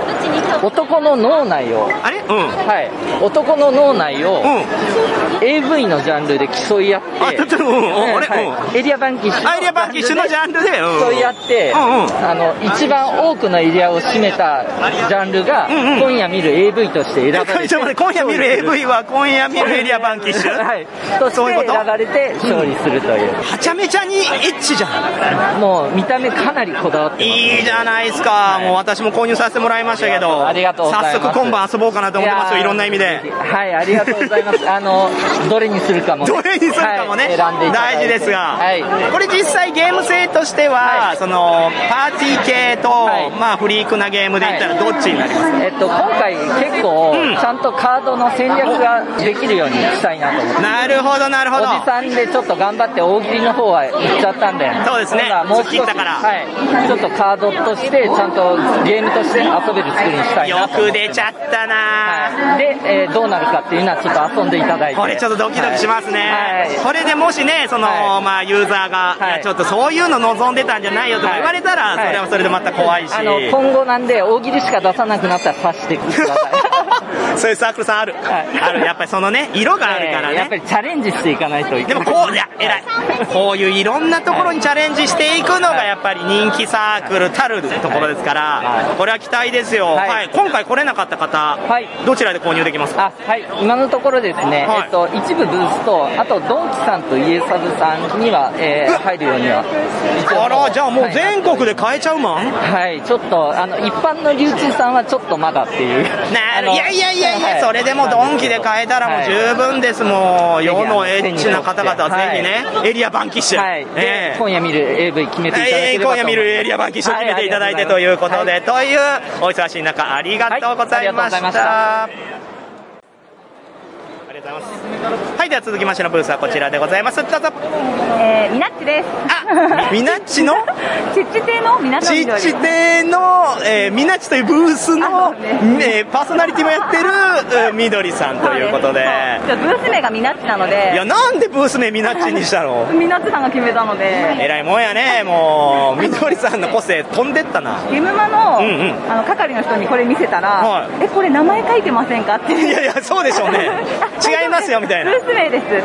Speaker 16: 男の脳内を
Speaker 2: あれ、うん
Speaker 16: はい、男の脳内を、AV のジャンルで競い合って
Speaker 2: あちょっとうんうんあれ
Speaker 16: はいエリアバンキッシュの
Speaker 2: あエリアバンキッシュのジャンルでうん
Speaker 16: 競い合って、
Speaker 2: うんうん
Speaker 16: あの一番多くのエリアを占めたジャンルが、
Speaker 2: うんうん
Speaker 16: 今夜見る AV として選ばれて
Speaker 2: ちょっと待って今夜見る AV は今夜見るエリアバンキッシュ
Speaker 16: はいと
Speaker 2: そういう
Speaker 16: し
Speaker 2: こ
Speaker 16: て
Speaker 2: と
Speaker 16: 選ばれて勝利するという、
Speaker 2: はちゃめちゃにエッチじゃ
Speaker 16: んもう見た目かなりこだわってます
Speaker 2: いいじゃないですか、もう私も購入させてもらいましたけど
Speaker 16: ありがとうございます
Speaker 2: 早速今晩遊ぼうかなと思ってますよ
Speaker 16: やー
Speaker 2: いろんな意味で
Speaker 16: はい、ありがとうござい ます。あの、どれにするかも、
Speaker 2: どれにするかもね、
Speaker 16: はい選んでいただい
Speaker 2: 大
Speaker 16: て
Speaker 2: 事ですが、
Speaker 16: はい。
Speaker 2: これ実際ゲーム性としては、そのパーティー系と、まあ、フリークなゲームでいったらどっちになりますか、
Speaker 16: えっと、今回結構、ちゃんとカードの戦略ができるようにしたいなと思って。
Speaker 2: なるほどなるほど
Speaker 16: おじさんでちょっと頑張って大喜利の方は行っちゃったんで。
Speaker 2: そうですね
Speaker 16: だもう少し、
Speaker 2: 突っ切ったから
Speaker 16: はい。ちょっとカードとして、ちゃんとゲームとして遊べる作りにしたいな
Speaker 2: よ
Speaker 16: と思
Speaker 2: く
Speaker 16: って。
Speaker 2: 出ちゃったな、
Speaker 16: で、えーどうなるかっていうのはちょっと遊んでいただいて。
Speaker 2: これちょっとドキドキしますね、これでもしねその、まあ、ユーザーが、いやちょっとそういうの望んでたんじゃないよとか言われたら、
Speaker 16: はい
Speaker 2: それはそれでまた怖いし、
Speaker 16: あの今後なんで大喜利しか出さなくなったら刺してください
Speaker 2: そういうサークルさんある、あるやっぱりそのね色があるからね、
Speaker 16: やっぱりチャレンジしていかないといけ
Speaker 2: で
Speaker 16: ない
Speaker 2: もこう、いや、偉い。こういういろんなところにチャレンジしていくのがやっぱり人気サークルたるところですから、これは期待ですよ。
Speaker 16: はい
Speaker 2: はい。今回来れなかった方、どちらで購入できますか
Speaker 16: あはい今のところですね、
Speaker 2: はい
Speaker 16: えっと、一部ブースとあとドンキさんとイエサブさんには、えー入るようには
Speaker 2: あら、じゃあもう全国で買えちゃうもん
Speaker 16: はいちょっとあの一般の流通さんはちょっとまだっていう
Speaker 2: な
Speaker 16: あ
Speaker 2: る
Speaker 16: の
Speaker 2: いやいやいやい
Speaker 16: は
Speaker 2: や、それでもドンキで買えたらもう十分です、もう。世のエッチな方々はぜひね、エリアバンキッシュ。
Speaker 16: はいで
Speaker 2: ええ
Speaker 16: 今夜見る AV 決めていただ
Speaker 2: え
Speaker 16: け
Speaker 2: ー
Speaker 16: ればと
Speaker 2: 今
Speaker 16: 思います
Speaker 2: 夜見るエリアバンキッシュを決めていただいてということで、というお忙しい中ありがとうございました。
Speaker 16: はいありがとうございました
Speaker 2: ありがとうございます。はい、では続きましてのブースはこちらでございます。どうぞ。
Speaker 6: えー、みなっちです。あ
Speaker 2: みなっ ちの
Speaker 6: ちっち亭のみなっち
Speaker 2: ちっち亭の、えー、みなっちというブースの、えーパーソナリティも やってる、えーみどりさんということで。
Speaker 6: ブース名がみなっちなので。
Speaker 2: いや、なんでブース名みなっちにした の
Speaker 6: みなっちさんが決めたので。
Speaker 2: えらいもんやね、もう。みどりさんの個性飛んでったな。
Speaker 6: ゲムマの、
Speaker 2: うんうん
Speaker 6: あの、係の人にこれ見せたら、え、これ名前書いてませんかっ て。
Speaker 2: いやいや、そうでしょうね。違いますよ、みたいな。
Speaker 6: ブース名で すって。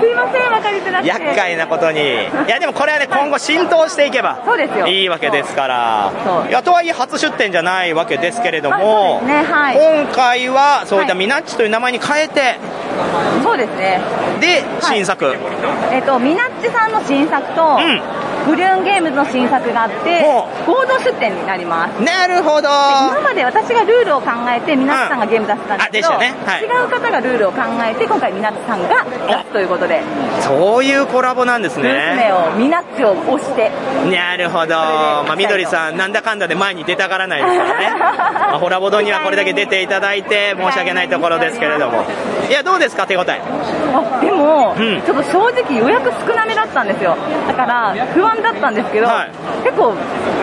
Speaker 6: すいません、わかりづらくて。
Speaker 2: 厄介なことに。いや、でもこれはね、今後浸透して いけば。
Speaker 6: そうですよ
Speaker 2: いいわけですから。いや、とはいえ初出店じゃないわけですけれども、
Speaker 6: ね、はい。
Speaker 2: 今回はそういったミナッチという名前に変えて、
Speaker 6: そうですね。
Speaker 2: で、新作。
Speaker 6: えっと、ミナッチさんの新作と、フリューンゲームズの新作があって、合同出展になります。
Speaker 2: なるほど
Speaker 6: 今まで私がルールを考えて、ミナッチさんがゲーム出したんですけど、
Speaker 2: うんあでしたねはい
Speaker 6: 違う方がルールを考えて、今回ミナッチさんが出すということで、
Speaker 2: そういうコラボなんです
Speaker 6: ブース名
Speaker 2: ね。
Speaker 6: を、ミナッチを押して、
Speaker 2: なるほど。まあ、みどりさん、なんだかんだで前に出たがらないですからね。まあホラボドにはこれだけ出ていただいて、申し訳ないところですけれども。いや、どうですか、手応え。
Speaker 6: あでも、
Speaker 2: うん
Speaker 6: ちょっと正直予約少なめだったんですよだから不安だったんですけど、結構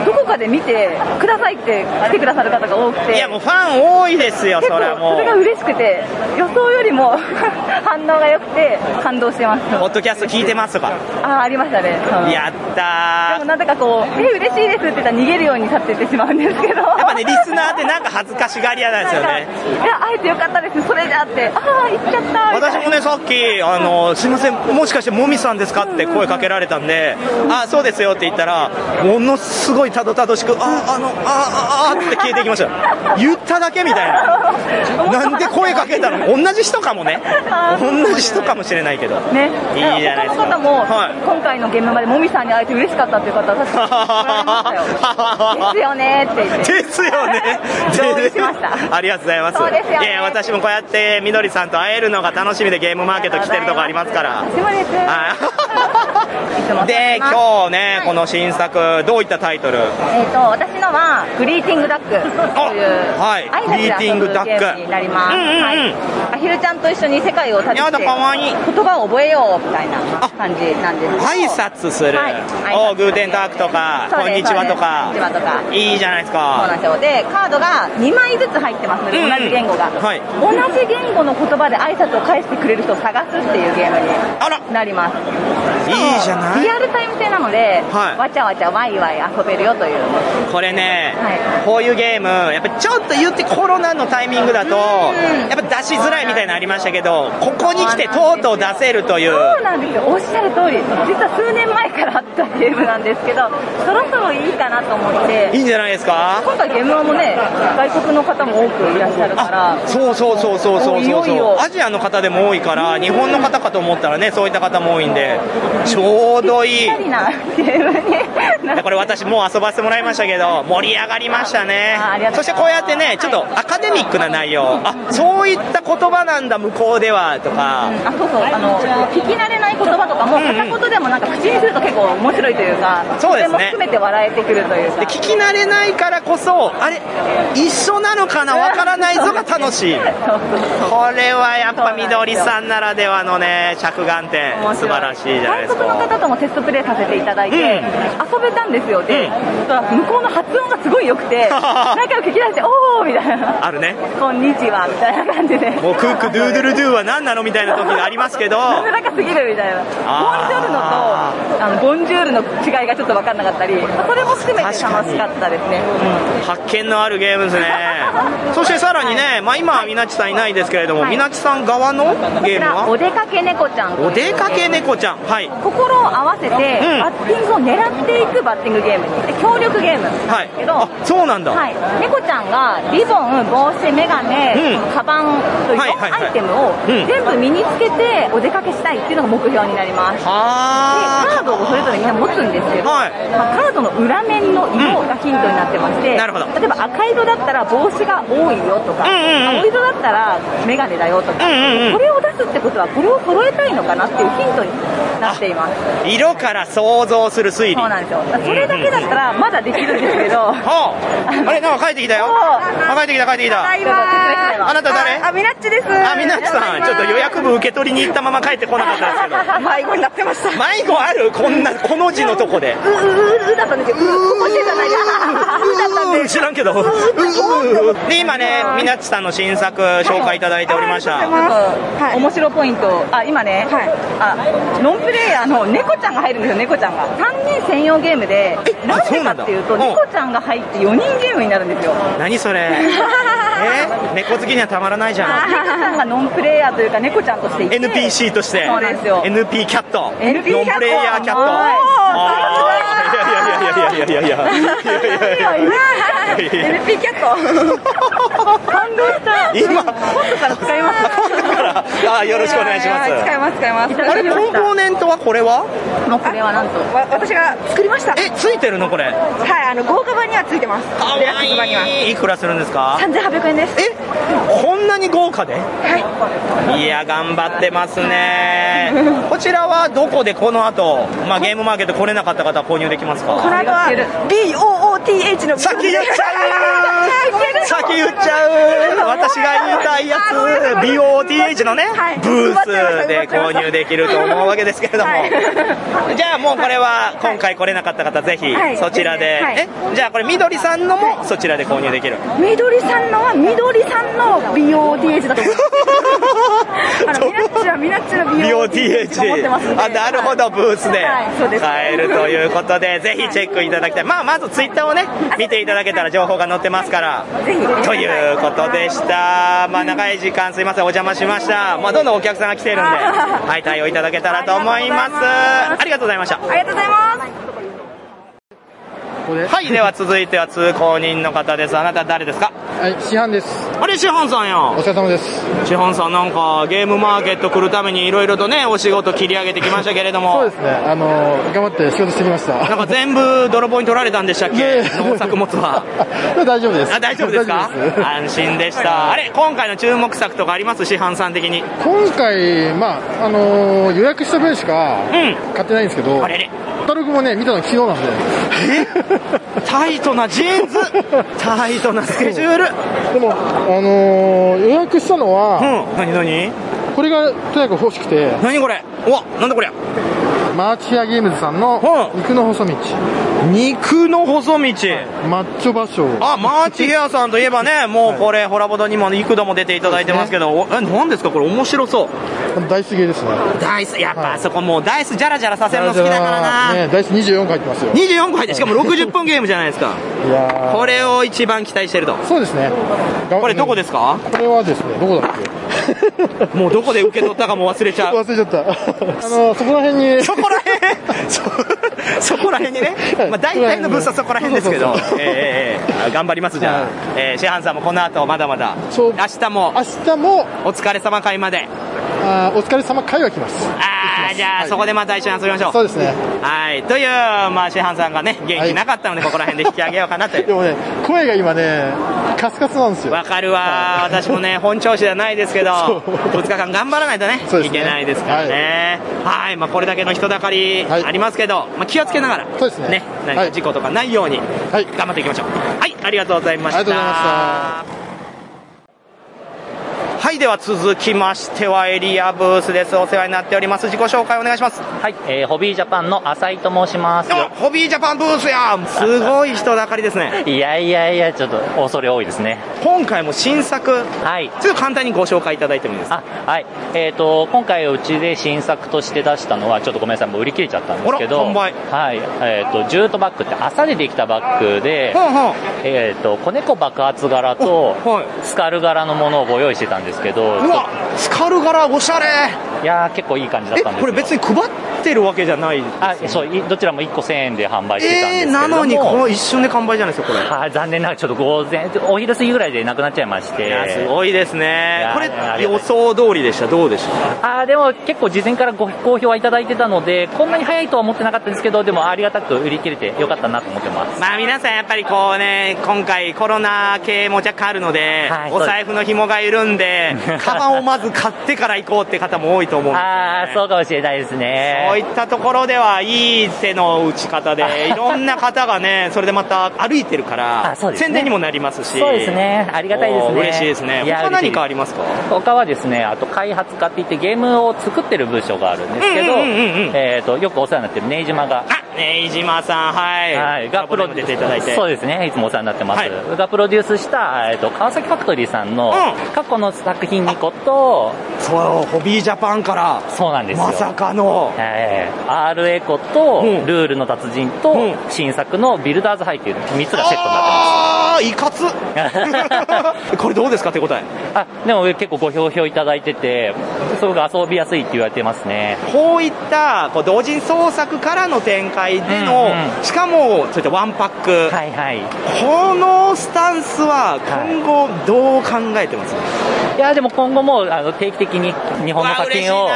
Speaker 6: どこかで見てくださいって来てくださる方が多くて
Speaker 2: いや、もうファン多いですよ、
Speaker 6: 結
Speaker 2: そ
Speaker 6: 構
Speaker 2: れはも
Speaker 6: それが
Speaker 2: う。
Speaker 6: 嬉しくて予想よりも 反応が良くて感動してます
Speaker 2: ポッドキャスト聞いてますとか。
Speaker 6: ああありましたねはい
Speaker 2: やった
Speaker 6: でもなんだかこう「え嬉しいです」って言ったら逃げるように立ってってしまうんですけど
Speaker 2: ー。やっぱね、リスナーってなんか恥ずかしがり屋なんですよね。
Speaker 6: いや会えてよかったですそれじゃあってああ行っちゃったみたいな
Speaker 2: 私もね、さっき、あの、すいません、もしかしてもみさんですかって声かけられたんで、あ、そうですよって言ったら、ものすごいたどたどしく、あ、あの、あ、あ、あって消えていきましたよ。言っただけみたいな。なんで声かけたの同じ人かもね。同じ人かもしれないけど。
Speaker 6: ね、
Speaker 2: いいじゃないですか。
Speaker 6: 他の方も、今回の現場でもみさんに会えて嬉しかったってい う方は確かにおられましたよ。ですよねって言って。
Speaker 2: ですよね。 ありがとうございます。
Speaker 6: そうですよね
Speaker 2: いやいや、私もこうやってみどりさんと会えるのが楽しみでゲームマーケット来てるとこありますから。
Speaker 6: 私もです。
Speaker 2: はい。で、今日ね、この新作、どういったタイトル
Speaker 6: えっ、と、私のは、グリーティングダックという、
Speaker 2: はい
Speaker 6: 挨拶で遊ぶゲームになります。
Speaker 2: グリーティングダックうんうん
Speaker 6: はい。アヒルちゃんと一緒に世界を旅し
Speaker 2: や
Speaker 6: て、
Speaker 2: だかわいい
Speaker 6: 言葉を覚えようみたいな感じなんですけど。
Speaker 2: 挨拶する。
Speaker 6: はい
Speaker 2: おーグーテンダークとか、
Speaker 6: そう
Speaker 2: こん
Speaker 6: で
Speaker 2: に
Speaker 6: す
Speaker 2: ちはとか
Speaker 6: こんにちはとか。
Speaker 2: いいじゃないです
Speaker 6: そうなん
Speaker 2: か
Speaker 6: で。すよでカードが2枚ずつ入ってますので、
Speaker 2: うんうん
Speaker 6: 同じ言語が、
Speaker 2: はい
Speaker 6: 同じ言語の言葉で挨拶を返してくれる人を探すっていうゲームになります
Speaker 2: いいじゃない
Speaker 6: リアルタイム制なので、
Speaker 2: はい
Speaker 6: わちゃわちゃワイワイ遊べるよという
Speaker 2: これね、こういうゲーム、やっぱちょっと言ってコロナのタイミングだと、やっぱ出しづらいみたいなのありましたけど、ここに来てとうとう出せるという。
Speaker 6: そうなんですよおっしゃる通り実は数年前からあったゲームなんですけどそろそろいいかなと思って
Speaker 2: いいんじゃないですか
Speaker 6: 今回ゲームもね外国の方も多くいらっしゃるから
Speaker 2: そうそうそうそうそう
Speaker 6: い
Speaker 2: そう
Speaker 6: よい
Speaker 2: そう
Speaker 6: よ
Speaker 2: アジアの方でも多いから日本の方かと思ったらねそういった方も多いんでちょうどいい
Speaker 6: ぴったりなゲームになっ
Speaker 2: これ私もう遊ばせてもらいましたけど盛り上がりましたねそしてこうやってねちょっとアカデミックな内容あそういった言葉なんだ向こうではとか
Speaker 6: あそうそうあの聞き慣れない言葉とかも片言でもなんか口にすると結構面白いというか
Speaker 2: そうですね
Speaker 6: れも含めて笑えてくるというか
Speaker 2: で聞き慣れないからこそあれ一緒なのかなわからないぞが楽しいこれはやっぱみどりさんならではのね着眼点素晴らしいじゃないですか
Speaker 6: 外国の方ともテストプレイさせていただいて、
Speaker 2: うん
Speaker 6: 遊べたんですよで、向こうの発音がすごい良く て何回も聞き出して「おー」みたいな
Speaker 2: あるね
Speaker 6: 「こんにちは」みたいな感じで「
Speaker 2: もうクックドゥードゥルドゥーは何なのみたいな時がありますけ ど
Speaker 6: 滑らかすぎる」みたいな「ボンジョルノ」
Speaker 2: あ
Speaker 6: と「あのボンジュール」の違いがちょっと分かんなかったりそれも含めて楽しかったですね
Speaker 2: ー発見のあるゲームです ねそしてさらにね、まあ、今はみなちさんいないですけれども、みなちさん側の
Speaker 6: こ
Speaker 2: ゲー
Speaker 6: ち
Speaker 2: ム
Speaker 6: らお
Speaker 2: は
Speaker 6: 出かけ猫ちゃんという
Speaker 2: お出かけ猫ちゃんはい
Speaker 6: 心を合わせて、
Speaker 2: うん
Speaker 6: バッティングを狙っていくバッティングゲームにで協力ゲームなん
Speaker 2: はい
Speaker 6: ですけど、
Speaker 2: あそうなんだ、
Speaker 6: はい、猫ちゃんがリボン、帽子、眼鏡、
Speaker 2: うん
Speaker 6: カバンという
Speaker 2: はいはいはい
Speaker 6: アイテムを
Speaker 2: うん
Speaker 6: 全部身につけてお出かけしたいっていうのが目標になります。でカードをそれぞれみんな持つんですけど、まあカードの裏面の色がヒントになってまして、
Speaker 2: なるほど
Speaker 6: 例えば赤色だったら帽子が多いよとか、青色だったら眼鏡だよとか、これを出すってことはこれを揃えたいのかなっていうヒントになっています。
Speaker 2: 色から想像する推理
Speaker 6: そうなんですよ。それだけだったらまだできるんですけど。
Speaker 2: はああれなんか帰ってきたよあ帰ってきた帰ってきたあなた誰
Speaker 17: あ、みなっちです。
Speaker 2: あみなちさんちょっと予約部受け取りに行ったまま帰ってこなかったんですけど
Speaker 17: 迷子になってました。
Speaker 2: 迷子あるこんなこの字のとこで
Speaker 17: う、う、う、うだったんですよ。う、ここしてじゃない。うだったんで。
Speaker 2: 知らんけどで今ねみなちさんの新作紹介いただいておりました
Speaker 6: はい、面白ポイント、あ今ね、あ、ノンプレイヤーの猫ちゃんが入るんですよ、猫ちゃんが。3人専用ゲームで、なんでかっていうと、猫ちゃんが入って4人ゲームになるんですよ。
Speaker 2: 何それえ猫好きにはたまらないじゃん
Speaker 6: 猫ちゃんがノンプレイヤーというか、猫ちゃんとしていて、
Speaker 2: NPC として
Speaker 6: そうなんですよ
Speaker 2: NP キャット
Speaker 6: NP キャット
Speaker 2: ノンプレイヤーキャット
Speaker 6: はい
Speaker 2: あーいやいやいやいやいやいやいやいやいやいやいやいや
Speaker 17: LP キャット。感動した。
Speaker 2: 今
Speaker 17: 今度から使います。
Speaker 2: あーよろしくお願いします
Speaker 17: 使います、使います。
Speaker 2: あれコンポーネントはこれは
Speaker 6: もうこれはなんと。
Speaker 17: わ私が作りました。
Speaker 2: え、ついてるのこれ
Speaker 17: はい、あの豪華版にはついてます。
Speaker 2: か
Speaker 17: レアキッズ版には。
Speaker 2: いくらするんですか
Speaker 17: 三千八百円です。え、
Speaker 2: こんなに豪華でいや頑張ってますねこちらはどこでこの後、まあゲームマーケット来れなかった方は購入できますか
Speaker 17: この後は BOOTH の
Speaker 2: 先言っちゃう
Speaker 17: う
Speaker 2: 先言っちゃう私が言いたいやつ BOTH 市のね、ブースで購入できると思うわけですけれども、じゃあもうこれは今回来れなかった方、ぜひ
Speaker 6: はい
Speaker 2: そちらで、
Speaker 6: はい
Speaker 2: えじゃあこれ、みどりさんのもそちらで購入できる。
Speaker 6: みどりさんのはみどりさんの BODH だと思うあのミナッチはミナッチの BODH と思ってますん
Speaker 2: BOTH
Speaker 6: で
Speaker 2: あなるほどブースで
Speaker 6: はいそうです
Speaker 2: 買えるということでぜひチェックいただきたいまあまずツイッターをね見ていただけたら情報が載ってますから
Speaker 6: ぜひ
Speaker 2: ということでしたまあ長い時間すいませんお邪魔しましたまあどんどんお客さんが来てるんではい対応いただけたらと思いますありがとうございました
Speaker 6: ありがとうございます
Speaker 2: はいでは続いては通行人の方ですあなた誰ですか
Speaker 18: はい、市販です。
Speaker 2: あれ、市販さんやん。お
Speaker 18: 疲れ様です。
Speaker 2: 志本さんなんかゲームマーケット来るためにいろいろとねお仕事切り上げてきましたけれども
Speaker 18: そうですね、あのー頑張って仕事してきました。
Speaker 2: なんか全部泥棒に取られたんでしたっけ、農作物は。
Speaker 18: 大丈夫です。
Speaker 2: あ大丈夫ですか
Speaker 18: 大丈夫です
Speaker 2: 安心でした。あれ、今回の注目作とかあります市販さん的に。
Speaker 18: 今回、まあ、あのー予約した分しか買ってないんですけど、カタログもね、見たの昨日なんで。
Speaker 2: タイトなジーン ズタイトなスケジュール
Speaker 18: でも、あのー予約したのは、
Speaker 2: うん、何何
Speaker 18: これがとにかく欲しくて。
Speaker 2: 何これうわ、なんだこれ
Speaker 18: マーチアゲームズさんの肉の細道。
Speaker 2: 肉の細道、
Speaker 18: マッチョ芭蕉。
Speaker 2: あ、マーチヘアさんといえばね、もうこれ、ホラボドにも幾度も出ていただいてますけど、おえ、何ですかこれ面白そう。
Speaker 18: ダイスゲーですね。
Speaker 2: ダイス、やっぱあそこもうダイスジャラジャラさせるの好きだからな。
Speaker 18: ね、ダイス24回入ってますよ。
Speaker 2: 24個入って、しかも60分ゲームじゃないですか。
Speaker 18: いや
Speaker 2: これを一番期待してると。
Speaker 18: ーそうですね。
Speaker 2: これどこですか
Speaker 18: これはですね、どこだっけ
Speaker 2: もうどこで受け取ったかも忘れちゃう。
Speaker 18: 忘れち ゃった。あの、そこら辺に。
Speaker 2: そこら 辺そ、そこら辺にね。まあ大体のブ ースはそこら辺ですけど
Speaker 18: そうそうそ。う
Speaker 2: えーえーえー頑張ります、じゃあ。えー、シェハンさんもこの後まだまだ。明日も。明
Speaker 18: 日も。
Speaker 2: お疲れ様会まで。
Speaker 18: あーお疲れ様会は来ます。
Speaker 2: あーじゃあそこでまた一緒に遊びましょう。
Speaker 18: そうですね。
Speaker 2: はい。という、まあシェハンさんがね、元気なかったので、ここら辺で引き上げようかなという。
Speaker 18: でもね、声が今ね、カスカスなんですよ。
Speaker 2: わかるわ、私も ね、本調子ではないですけど、2日間頑張らないとね、いけないですからね、はい、まあ、これだけの人だかりありますけど、まあ、気をつけながら、そうですね何か事故とかないように、頑張っていきましょう。はい、ありがとうございました。
Speaker 18: ありがとうございま
Speaker 2: はい、では続きましてはエリアブースです。お世話になっております。自己紹介お願いします。
Speaker 19: はい、えーホビージャパンの浅井と申します。
Speaker 2: ホビージャパンブースやすごい人だかりですね。
Speaker 19: いやいやいや、ちょっと恐れ多いですね。
Speaker 2: 今回も新作、ちょっと簡単にご紹介いただいてもいいですか
Speaker 19: はい、えっ、と、今回うちで新作として出したのは、ちょっとごめんなさい、もう売り切れちゃったんですけど、はい、えっ、と、ジュートバッグって朝でできたバッグで、えっ、と、子猫爆発柄と、スカル柄のものをご用意してたんですけど、
Speaker 2: うわスカル柄おしゃれ
Speaker 19: いやー結構いい感じだったんです
Speaker 2: これ別に配ってるわけじゃない
Speaker 19: あそういどちらも1個1000円で販売してたんですけれ
Speaker 2: えー、
Speaker 19: ども
Speaker 2: なのにこの一瞬で完売じゃないですかこれ
Speaker 19: はい残念ながらちょっと午前お昼過ぎぐらいでなくなっちゃいまして
Speaker 2: いやすごいですねこれ
Speaker 19: 予
Speaker 2: 想通りでしたどうでした
Speaker 19: あーでも結構事前からご好評はいただいてたのでこんなに早いとは思ってなかったんですけどでもありがたく売り切れてよかったなと思ってます
Speaker 2: まあ皆さんやっぱりこうね今回コロナ系も若干あるので、
Speaker 19: い
Speaker 2: お財布の紐が緩んでカバンをまず買ってから行こうって方も多いと思うんですよね
Speaker 19: ああそうかもしれないですね
Speaker 2: そういったところではいい手の打ち 方で、いろんな方がね、それでまた歩いてるから、
Speaker 19: そうですね
Speaker 2: 宣伝にもなりますし、
Speaker 19: そうですねありがたいですね
Speaker 2: お嬉しいですね。
Speaker 19: いや
Speaker 2: 他
Speaker 19: 嬉し
Speaker 2: 何
Speaker 19: い
Speaker 2: かありますか
Speaker 19: 他はですねあと開発家って言ってゲームを作ってる部署があるんですけど、
Speaker 2: うんうんうん
Speaker 19: えー、とよくお世話になってるネイジマが
Speaker 2: ね、飯島さん、はい。
Speaker 19: がプロ
Speaker 2: 出ていただいて。
Speaker 19: そうですね、いつもお世話になってます。がプロデュースした、えっと、川崎ファクトリーさんの過去の作品2個と、
Speaker 2: そう、ホビージャパンから、
Speaker 19: そうなんですよ。
Speaker 2: まさかの、
Speaker 19: えー、R エコと、ルールの達人と、新作のビルダーズハイっていう3つがセットに
Speaker 2: なってます。あー、いかつ これどうですか手応え。
Speaker 19: あ、でも結構ご好評いただいてて、すごく遊びやすいって言われてますね。
Speaker 2: こういったこう同人創作からの展開での、しかもそういったワンパック、このスタンスは今後どう考えてます、
Speaker 19: いやでも今後もあの定期的に日本の作品を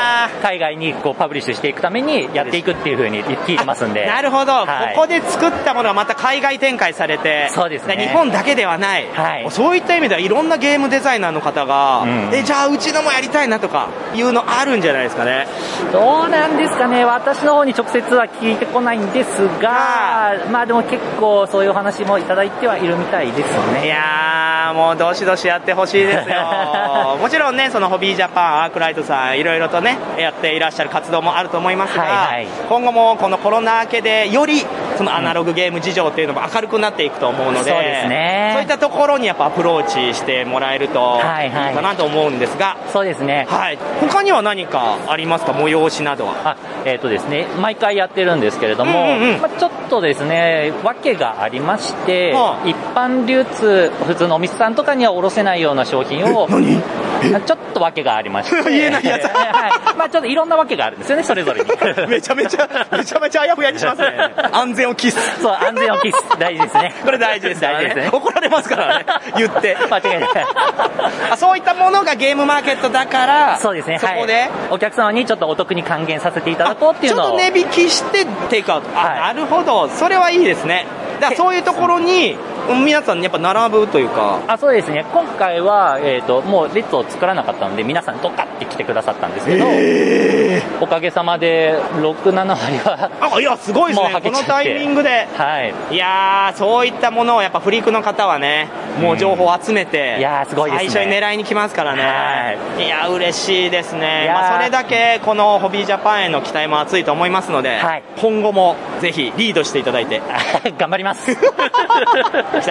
Speaker 19: 海外にこうパブリッシュしていくためにやっていくっていうふうに聞いてますんで。
Speaker 2: なるほど、
Speaker 19: はい
Speaker 2: ここで作ったものはまた海外展開されて、
Speaker 19: そうですね
Speaker 2: 日本だけではない,、そういった意味ではいろんなゲームデザイナーの方が、えじゃあうちのもやりたいなとかいうのあるんじゃないですかね。
Speaker 19: どうなんですかね、私の方に直接は聞いてこないんですが、まあでも結構そういうお話もいただいてはいるみたいですね。
Speaker 2: いややーもうどしどしやってほしいですよもちろんねそのホビージャパンアークライトさんいろいろとねやっていらっしゃる活動もあると思いますが、今後もこのコロナ明けでよりそのアナログゲーム事情っていうのも明るくなっていくと思うので,、
Speaker 20: そうですね
Speaker 2: そういったところにやっぱアプローチしてもらえるといいかなと思うんですが、
Speaker 20: そうですね、
Speaker 2: はい、他には何かありますか催しなどは
Speaker 19: あえっ、とですね毎回やってるんですけれども、
Speaker 2: うんうんうん
Speaker 19: まあ、ちょっとですね訳がありまして、一般流通普通のお店さんとかには卸せないような商品をちょっと訳がありまして 言えないやつ、 はい、まあちょっといろんな訳があるんですよねそれぞれに
Speaker 2: めちゃめちゃめちゃめちゃあやふやにしますね安全を期す
Speaker 19: そう安全を期す大事ですね
Speaker 2: これ大事ですからね
Speaker 19: 大事ですね
Speaker 2: 怒られますからね 言って
Speaker 19: 間違いない
Speaker 2: あそういったものがゲームマーケットだから
Speaker 19: そうですね
Speaker 2: そこで、
Speaker 19: はい、お客様にちょっとお得に還元させていただこうってい
Speaker 2: ち
Speaker 19: う
Speaker 2: ょっ
Speaker 19: の
Speaker 2: と
Speaker 19: を
Speaker 2: 値引きしてテイクアウト、あなるほどそれはいいですねだからそういうところに皆さんやっぱ並ぶというか
Speaker 19: あそうですね今回は、えー、ともう列を作らなかったので皆さんドカって来てくださったんですけど、おかげさまで67割は
Speaker 2: あいやすごいですね
Speaker 19: もうはけちゃって
Speaker 2: このタイミングで
Speaker 19: はい
Speaker 2: いやーそういったものをやっぱフリークの方はねもう情報を集めて、
Speaker 19: いやーすごいですね
Speaker 2: 最初に狙いに来ますからね、い、やー嬉しいですね、
Speaker 19: やー
Speaker 2: まあ、それだけこのホビージャパンへの期待も厚いと思いますので、今後もぜひリードしていただいて
Speaker 19: 頑張ります 期
Speaker 2: 待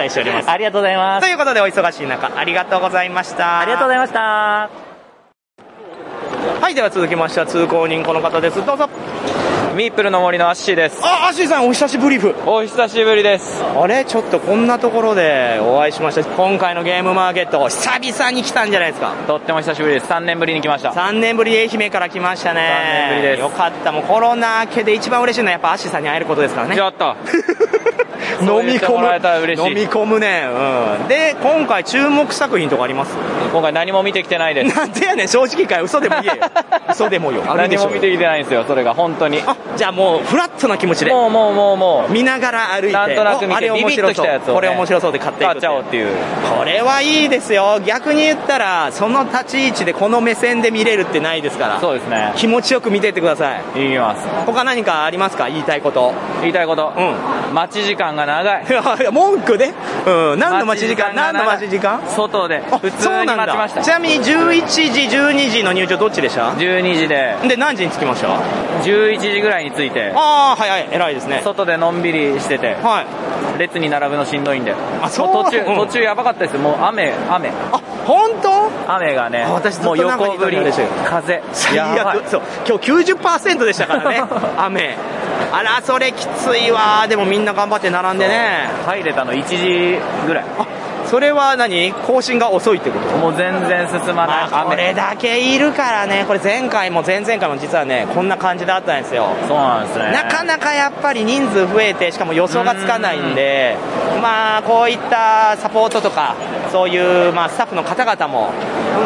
Speaker 2: しております
Speaker 19: ありがとうございます
Speaker 2: ということでお忙しい中ありがとうございましたありがとうご
Speaker 19: ざいました
Speaker 2: はいでは続きましては通行人この方ですどうぞ
Speaker 21: ミープルの森のアッシーです。
Speaker 2: あアッシーさんお久しぶりふ
Speaker 21: お久しぶりです
Speaker 2: あれちょっとこんなところでお会いしました今回のゲームマーケット久々に来たんじゃないですか
Speaker 21: とっても久しぶりです。3年ぶりに来ました。
Speaker 2: 3年ぶり愛媛から来ましたね
Speaker 21: 3年ぶりです
Speaker 2: よかったもうコロナ明けで一番嬉しいのはやっぱアッシーさんに会えることですからね
Speaker 21: やった。
Speaker 2: 飲み
Speaker 21: 言って
Speaker 2: 込
Speaker 21: も
Speaker 2: む
Speaker 21: らえたら嬉しい
Speaker 2: 飲み込むねうん で今回注目作品とかあります
Speaker 21: 今回何も見てきてないです。
Speaker 2: なんでやねん正直かよ嘘でも言 えよ嘘でもよある
Speaker 21: 何
Speaker 2: でしょ
Speaker 21: も見てきてないんですよ、それが、本当に。
Speaker 2: じゃあもう、フラットな気持ちで。
Speaker 21: もうもうもうもう。
Speaker 2: 見ながら歩いて
Speaker 21: なんとなく見
Speaker 2: おあ
Speaker 21: て、
Speaker 2: れ
Speaker 21: ビ
Speaker 2: 面
Speaker 21: ビッ
Speaker 2: 白
Speaker 21: と
Speaker 2: そ
Speaker 21: き
Speaker 2: う
Speaker 21: たやつを、ね。
Speaker 2: これ面白そうで買っていく
Speaker 21: 買っちゃおうっていう。
Speaker 2: これはいいですよ逆に言ったらその立ち位置でこの目線で見れるってないですから
Speaker 21: そうですね
Speaker 2: 気持ちよく見てってください
Speaker 21: いきます
Speaker 2: 他何かありますか言いたいこと
Speaker 21: 言いたいこと
Speaker 2: うん
Speaker 21: 待ち時間が長い
Speaker 2: 文句で、うん、何の待ち時間何の待ち時間
Speaker 21: 外で。普通
Speaker 2: そう
Speaker 21: に
Speaker 2: なん
Speaker 21: 待ちま
Speaker 2: だ
Speaker 21: した。
Speaker 2: ちなみに11時12時の入場どっちでした
Speaker 21: 12時で。
Speaker 2: で何時に着きました
Speaker 21: 11時ぐらいに着いて。
Speaker 2: ああ早い偉いですね
Speaker 21: 外でのんびりしてて。列に並ぶのしんどいんで。あ、
Speaker 2: そう
Speaker 21: 途中、
Speaker 2: うん
Speaker 21: 途中やばかったです。もう雨、雨。あ、
Speaker 2: 本当
Speaker 21: 雨がね、
Speaker 2: 私ずっと
Speaker 21: もう
Speaker 2: なんか
Speaker 21: 横降り、
Speaker 2: 聞いてる
Speaker 21: 風。
Speaker 2: 最
Speaker 21: やばい
Speaker 2: 悪そう今日90%でしたから ね雨あらそれきついわでもみんな頑張って並んでね
Speaker 21: 入れたの1時ぐらい
Speaker 2: それは何更新が遅いってこと
Speaker 21: もう全然進まない
Speaker 2: これだけいるからねこれ前回も前々回も実はねこんな感じだったんですよ
Speaker 21: そうなんですね
Speaker 2: なかなかやっぱり人数増えてしかも予想がつかないんでまあこういったサポートとかそういうまあスタッフの方々も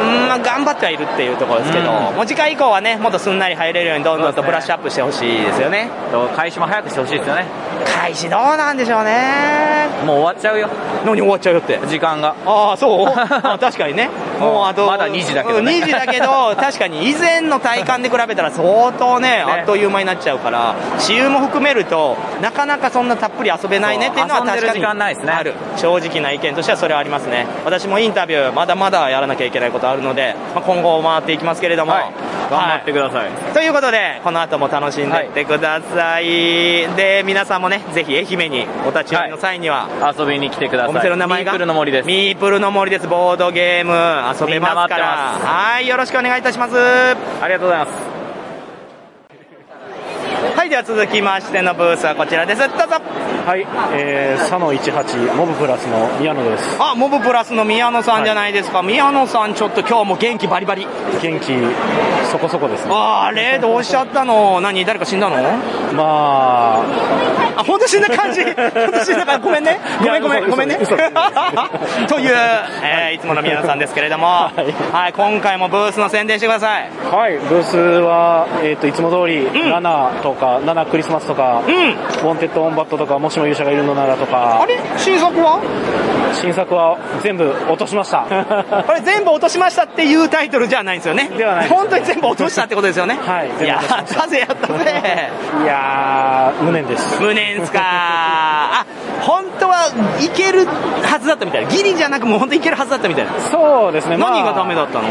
Speaker 2: うんまあ頑張ってはいるっていうところですけど
Speaker 21: うん
Speaker 2: もう次回以降はねもっとすんなり入れるようにどんどんとブラッシュアップしてほしいですよね
Speaker 21: と開始も早くしてほしいですよね
Speaker 2: 開始どうなんでしょうね
Speaker 21: もう終わっちゃうよ
Speaker 2: 何終わっちゃうよって
Speaker 21: 時間が
Speaker 2: ああ そうあ確かにねもうあと
Speaker 21: まだ2時だけど、ね、
Speaker 2: 2時だけ ど確かに以前の体感で比べたら相当ねあっという間になっちゃうから私有も含めるとなかなかそんなたっぷり遊べないねっていうのは
Speaker 21: そう遊んで
Speaker 2: 確
Speaker 21: る
Speaker 2: かに
Speaker 21: 時間ないですね
Speaker 2: ある正直な意見としてはそれはありますね私もインタビューまだまだやらなきゃいけないことあるので、まあ、今後回っていきますけれども、
Speaker 21: 頑張ってください、
Speaker 2: ということでこの後も楽しんでいってください、で皆さんもねぜひ愛媛にお立ち寄りの際には、
Speaker 21: 遊びに来てください
Speaker 2: お店の名前が
Speaker 21: ミープルの森です
Speaker 2: ミープルの森ですボードゲーム遊べますから
Speaker 21: みんな待ってます
Speaker 2: はいよろしくお願いいたしますあ
Speaker 21: りがとうございます
Speaker 2: はいでは続きましてのブースはこちらですどうぞ
Speaker 16: はい、えー、佐野18、モブプラスの宮野です。
Speaker 2: あモブプラスの宮野さんじゃないですか、宮野さんちょっと今日も元気バリバリ
Speaker 16: 元気そこそこですね。
Speaker 2: ああれどうしちゃったの何誰か死んだの
Speaker 16: ま
Speaker 2: あ本当死んだ 感じ本当死んだ感じごめんねごめんごめ
Speaker 16: い
Speaker 2: ん
Speaker 16: や
Speaker 2: ごめんね
Speaker 16: 嘘嘘
Speaker 2: という、えーいつもの宮野さんですけれ ども、はい、今回もブースの宣伝してください
Speaker 16: あ、はい、ブースは、えっ、と、いつも通り、ラナとか、ラナクリスマスとか、ウォンテッド・オンバットとか、もしも勇者がいるのならとか、
Speaker 2: 新作は
Speaker 16: 新作は全部落としま した。
Speaker 2: これ全部落としましたっていうタイトルじゃないんですよね。ではない。本当に全部落としたってことですよね。はい。いやったぜやったぜ。
Speaker 16: いやー、無念です。
Speaker 2: 無念っすか。あ、本当はいけるはずだったみたいな。ギリじゃなくもう本当いけるはずだったみたいな。
Speaker 5: そうですね、まあ
Speaker 2: 何がダメだったの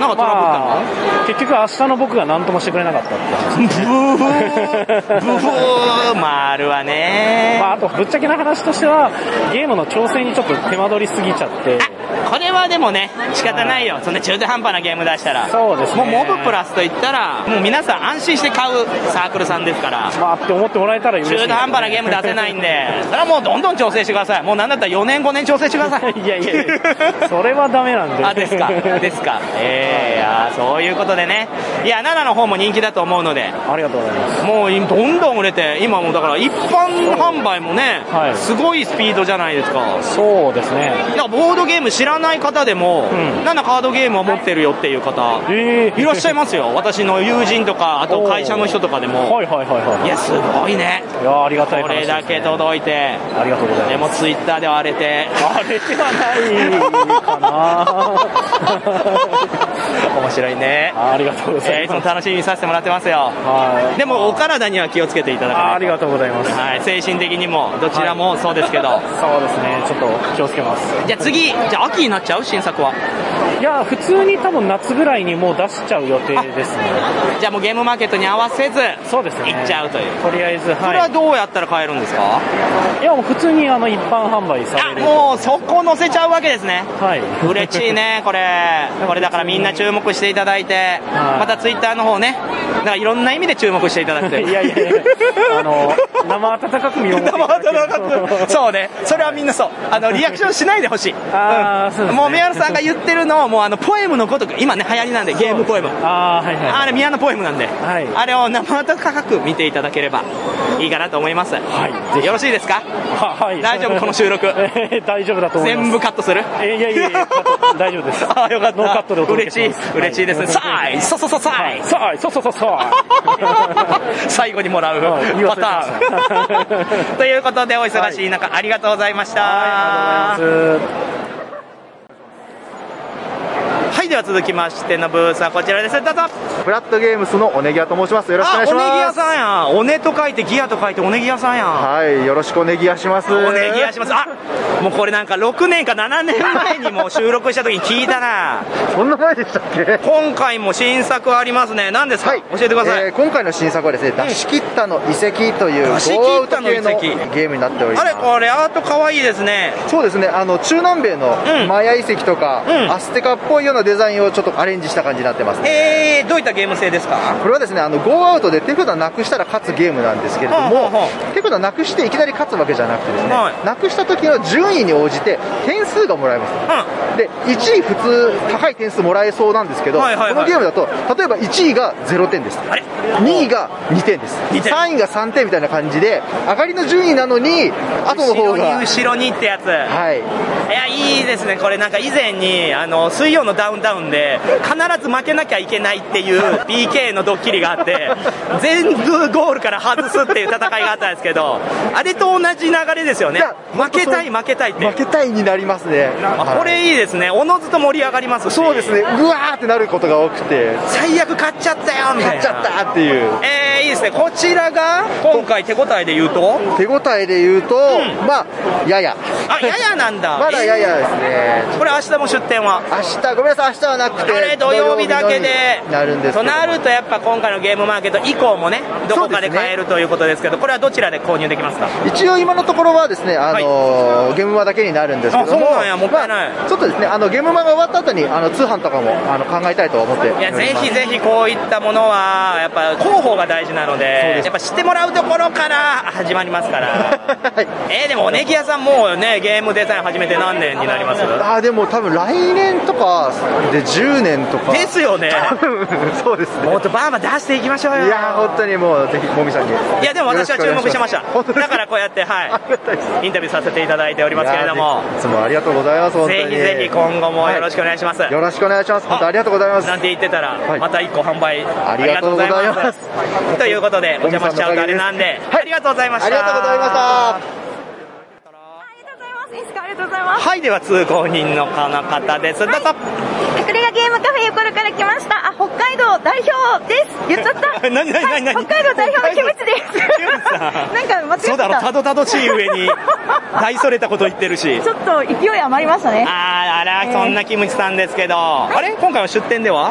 Speaker 2: なん
Speaker 5: ま
Speaker 2: かトラ
Speaker 5: あ、結局明日の僕が何ともしてくれなかったって話ですね
Speaker 2: ブーまああるわね
Speaker 5: まああとぶっちゃけな話としてはゲームの調整にちょっと手間取りすぎちゃって
Speaker 2: これはでもね、仕方ないよ。そんな中途半端なゲーム出したら。
Speaker 5: そうですね
Speaker 2: もうモブプラスと言ったら、もう皆さん安心して買うサークルさんですから。
Speaker 5: まあって思ってもらえたら嬉しいです
Speaker 2: 中
Speaker 5: ね
Speaker 2: 途半端なゲーム出せないんで、それはもうどんどん調整してください。もうなんだったら4年5年調整してください。
Speaker 5: いやいやいやそれはダメなんで
Speaker 2: あ、ですか。ですか。ええいやーそういうことでね。いや、7の方も人気だと思うので。あ
Speaker 5: りがとうございます。
Speaker 2: もう今どんどん売れて、今もうだから一般販売もね、すごいスピードじゃないですか。
Speaker 5: そうですね。
Speaker 2: いや、ボードゲーム知らない方でも、7カードゲームを持ってるよっていう方、いらっしゃいますよ。私の友人とか、あと会社の人とかでも。
Speaker 5: はいはいはいはい
Speaker 2: いや、すごいね。
Speaker 5: いやありがたい
Speaker 2: こ
Speaker 5: 話で
Speaker 2: れ
Speaker 5: すね
Speaker 2: だけ届いて。
Speaker 5: ありがとうございます
Speaker 2: でもツイッターでは荒れて。
Speaker 5: 荒れてはないか
Speaker 2: な面白いね。
Speaker 5: ありがとうございます
Speaker 2: えーいつも楽しみにさせてもらってますよ。
Speaker 5: はい
Speaker 2: でも、お体には気をつけていただかないと
Speaker 5: ありがとうございます
Speaker 2: はい、精神的にも、どちらもそうですけど。
Speaker 5: そうですね、ちょっと気をつけます。
Speaker 2: じゃあ次、じゃあ秋になっちゃう新作は。
Speaker 5: いや普通に多分夏ぐらいにもう出しちゃう予定ですね
Speaker 2: じゃあもうゲームマーケットに合わせず、
Speaker 5: そうですね
Speaker 2: 行っちゃうという。
Speaker 5: とりあえずはい
Speaker 2: これはどうやったら買えるんですか
Speaker 5: いやもう普通にあの一般販売される
Speaker 2: もうそこ載せちゃうわけですね。
Speaker 5: はい
Speaker 2: 嬉しいね、これ。これだからみんな注目していただいて、
Speaker 5: はい
Speaker 2: またツイッターの方ね、だからいろんな意味で注目していただくという。
Speaker 5: いやいやいやあの生温かく見守ってい ただけると
Speaker 2: そうね、それはみんなそう。あの、リアクションしないでほしい。
Speaker 5: あーそうですね
Speaker 2: もう宮野さんが言ってるのを、もうあの、ポエムのごとく、今ね、流行りなんで、ゲームポエム。
Speaker 5: ああ、はいはい。
Speaker 2: あれ、宮野ポエムなんで、あれを生温かく見ていただければいいかなと思います。はい。よろしいですか
Speaker 5: はい
Speaker 2: 大丈夫、この収 録。
Speaker 5: 大丈夫だと思います
Speaker 2: 全部カットする
Speaker 5: いやいやいやいやカット大丈夫です
Speaker 2: ああ、よかった。
Speaker 5: ノーカットでお届けし
Speaker 2: 嬉
Speaker 5: ま
Speaker 2: し
Speaker 5: す
Speaker 2: い、嬉しいですね。さあい、そそそさあい。
Speaker 5: さあい、そそそさ
Speaker 2: あい。最後にもらうパターン。 ということで、お忙しい中、ありがとうございました。はい、では続きましてのブースはこちらです。どうぞ。
Speaker 22: フラットゲームスのおねぎやと申します。よろしくお願いしま
Speaker 2: あお
Speaker 22: す。
Speaker 2: ねぎ屋さんやん。おねと書いてギアと書いておねぎ屋さんやん。
Speaker 22: はい、よろしくおねぎやします。
Speaker 2: お願いします。あもうこれなんか6年か7年前にもう収録した時に聞いた な。
Speaker 22: そんな前でしたっけ
Speaker 2: 今回も新作ありますね。何ですか、教えてください。
Speaker 22: えー今回の新作はですね、出し切ったの遺跡という、
Speaker 2: 出し切ったの遺跡
Speaker 22: ゴーアウト系のゲームになっておりま
Speaker 2: あ
Speaker 22: す。
Speaker 2: れ、これアート可愛いですね。
Speaker 22: そうですね、あの、中南米のマヤ遺跡とか、
Speaker 2: うん
Speaker 22: アステカっぽいようなデザインをちょっとアレンジした感じになってますね。
Speaker 2: えー、どういったゲーム性ですか
Speaker 22: これはですね、あの、ゴーアウトで手札なくしたら勝つゲームなんですけれども、手札なくしていきなり勝つわけじゃなくてですね、なくした時の順位に応じて点数がもらえます。で、1位普通高い点数もらえそうなんですけど、
Speaker 2: はいはいはい
Speaker 22: このゲームだと、例えば1位が0点です。2位が2点です。3位が3点みたいな感じで、上がりの順位なのに、後の方
Speaker 2: 後ろに
Speaker 22: が。
Speaker 2: 後ろにってやつ。
Speaker 22: はい。
Speaker 2: いや、いいですね。これなんか以前に、あの、水曜のダウンタウンで、必ず負けなきゃいけないっていう BK のドッキリがあって、全部ゴールから外すっていう戦いがあったんですけど、あれと同じ流れですよね。負けたい負けたいって。負
Speaker 22: けたいになりますね。
Speaker 2: あこれいいですね。おのずと盛り上がりますし。そうです
Speaker 22: ね。うわーってなることが多くて、
Speaker 2: 最悪買っちゃったよみたいな。
Speaker 22: 勝っちゃったっていう。
Speaker 2: えー、いいですね。こちらが、今回手応えで言うと
Speaker 22: 手応えで言うと、まあ、やや。
Speaker 2: あ、ややなんだ。
Speaker 22: まだややですね。
Speaker 2: これ明日も出店は
Speaker 22: 明日、ごめんなさい、明日はなくて。
Speaker 2: あれ土曜日だけで
Speaker 22: 土曜日のみになるんです
Speaker 2: と
Speaker 22: けど。
Speaker 2: なるとやっぱ今回のゲームマーケット以降もねどこかで買えるということですけどこれはどちらで購入できますか
Speaker 22: 一応今のところはですね、あのーゲームマだけになるんですけ
Speaker 2: あそ
Speaker 22: ど
Speaker 2: う
Speaker 22: も、
Speaker 2: なんやもったいない
Speaker 22: ちょっとですね、あのゲームマが終わった後にあの通販とかもあの考えたいと思っておりま
Speaker 2: い
Speaker 22: す。
Speaker 2: やぜひぜひこういったものはやっぱ広報が大事なのでやっぱ知ってもらうところから始まります から、えーでもおねぎ屋さんもうねゲームデザイン始めて何年になります
Speaker 22: あーでも多分来年とかで10年とか
Speaker 2: ですよね
Speaker 22: そうですね
Speaker 2: もっとバーバー出していきましょうよ
Speaker 22: いやー本当にもうぜひもみさんに
Speaker 2: いやでも私は注目してましただからこうやってはいインタビューさせていただいておりますけれども
Speaker 22: いやーぜひいつもありがとうございます本当に
Speaker 2: ぜひぜひ今後もよろしくお願いします、
Speaker 22: よろしくお願いします本当ありがとうございます
Speaker 2: なんて言ってたら、また1個販売あ
Speaker 22: りがとうございます
Speaker 2: りがとうございますということでお邪魔しちゃうとあれなんで、ありがとうございました
Speaker 22: ありがとうございました
Speaker 6: ありがとうございます。いつかありがとうございます。います。
Speaker 2: はい、では通行人のこの方です。どうぞ。
Speaker 6: 隠れ家ゲームカフェ横から来ました。あ、北海道代表です。言っちゃ った。
Speaker 2: 何何何何
Speaker 6: はい北海道代表のキムチです。 なんか間違えた。
Speaker 2: そうだろ、たどたどしい上 に、大それたこと言ってるし。
Speaker 6: ちょっと勢い余りましたね。
Speaker 2: ああら、
Speaker 6: えー
Speaker 2: そんなキムチさんですけど、あれ今回は出店では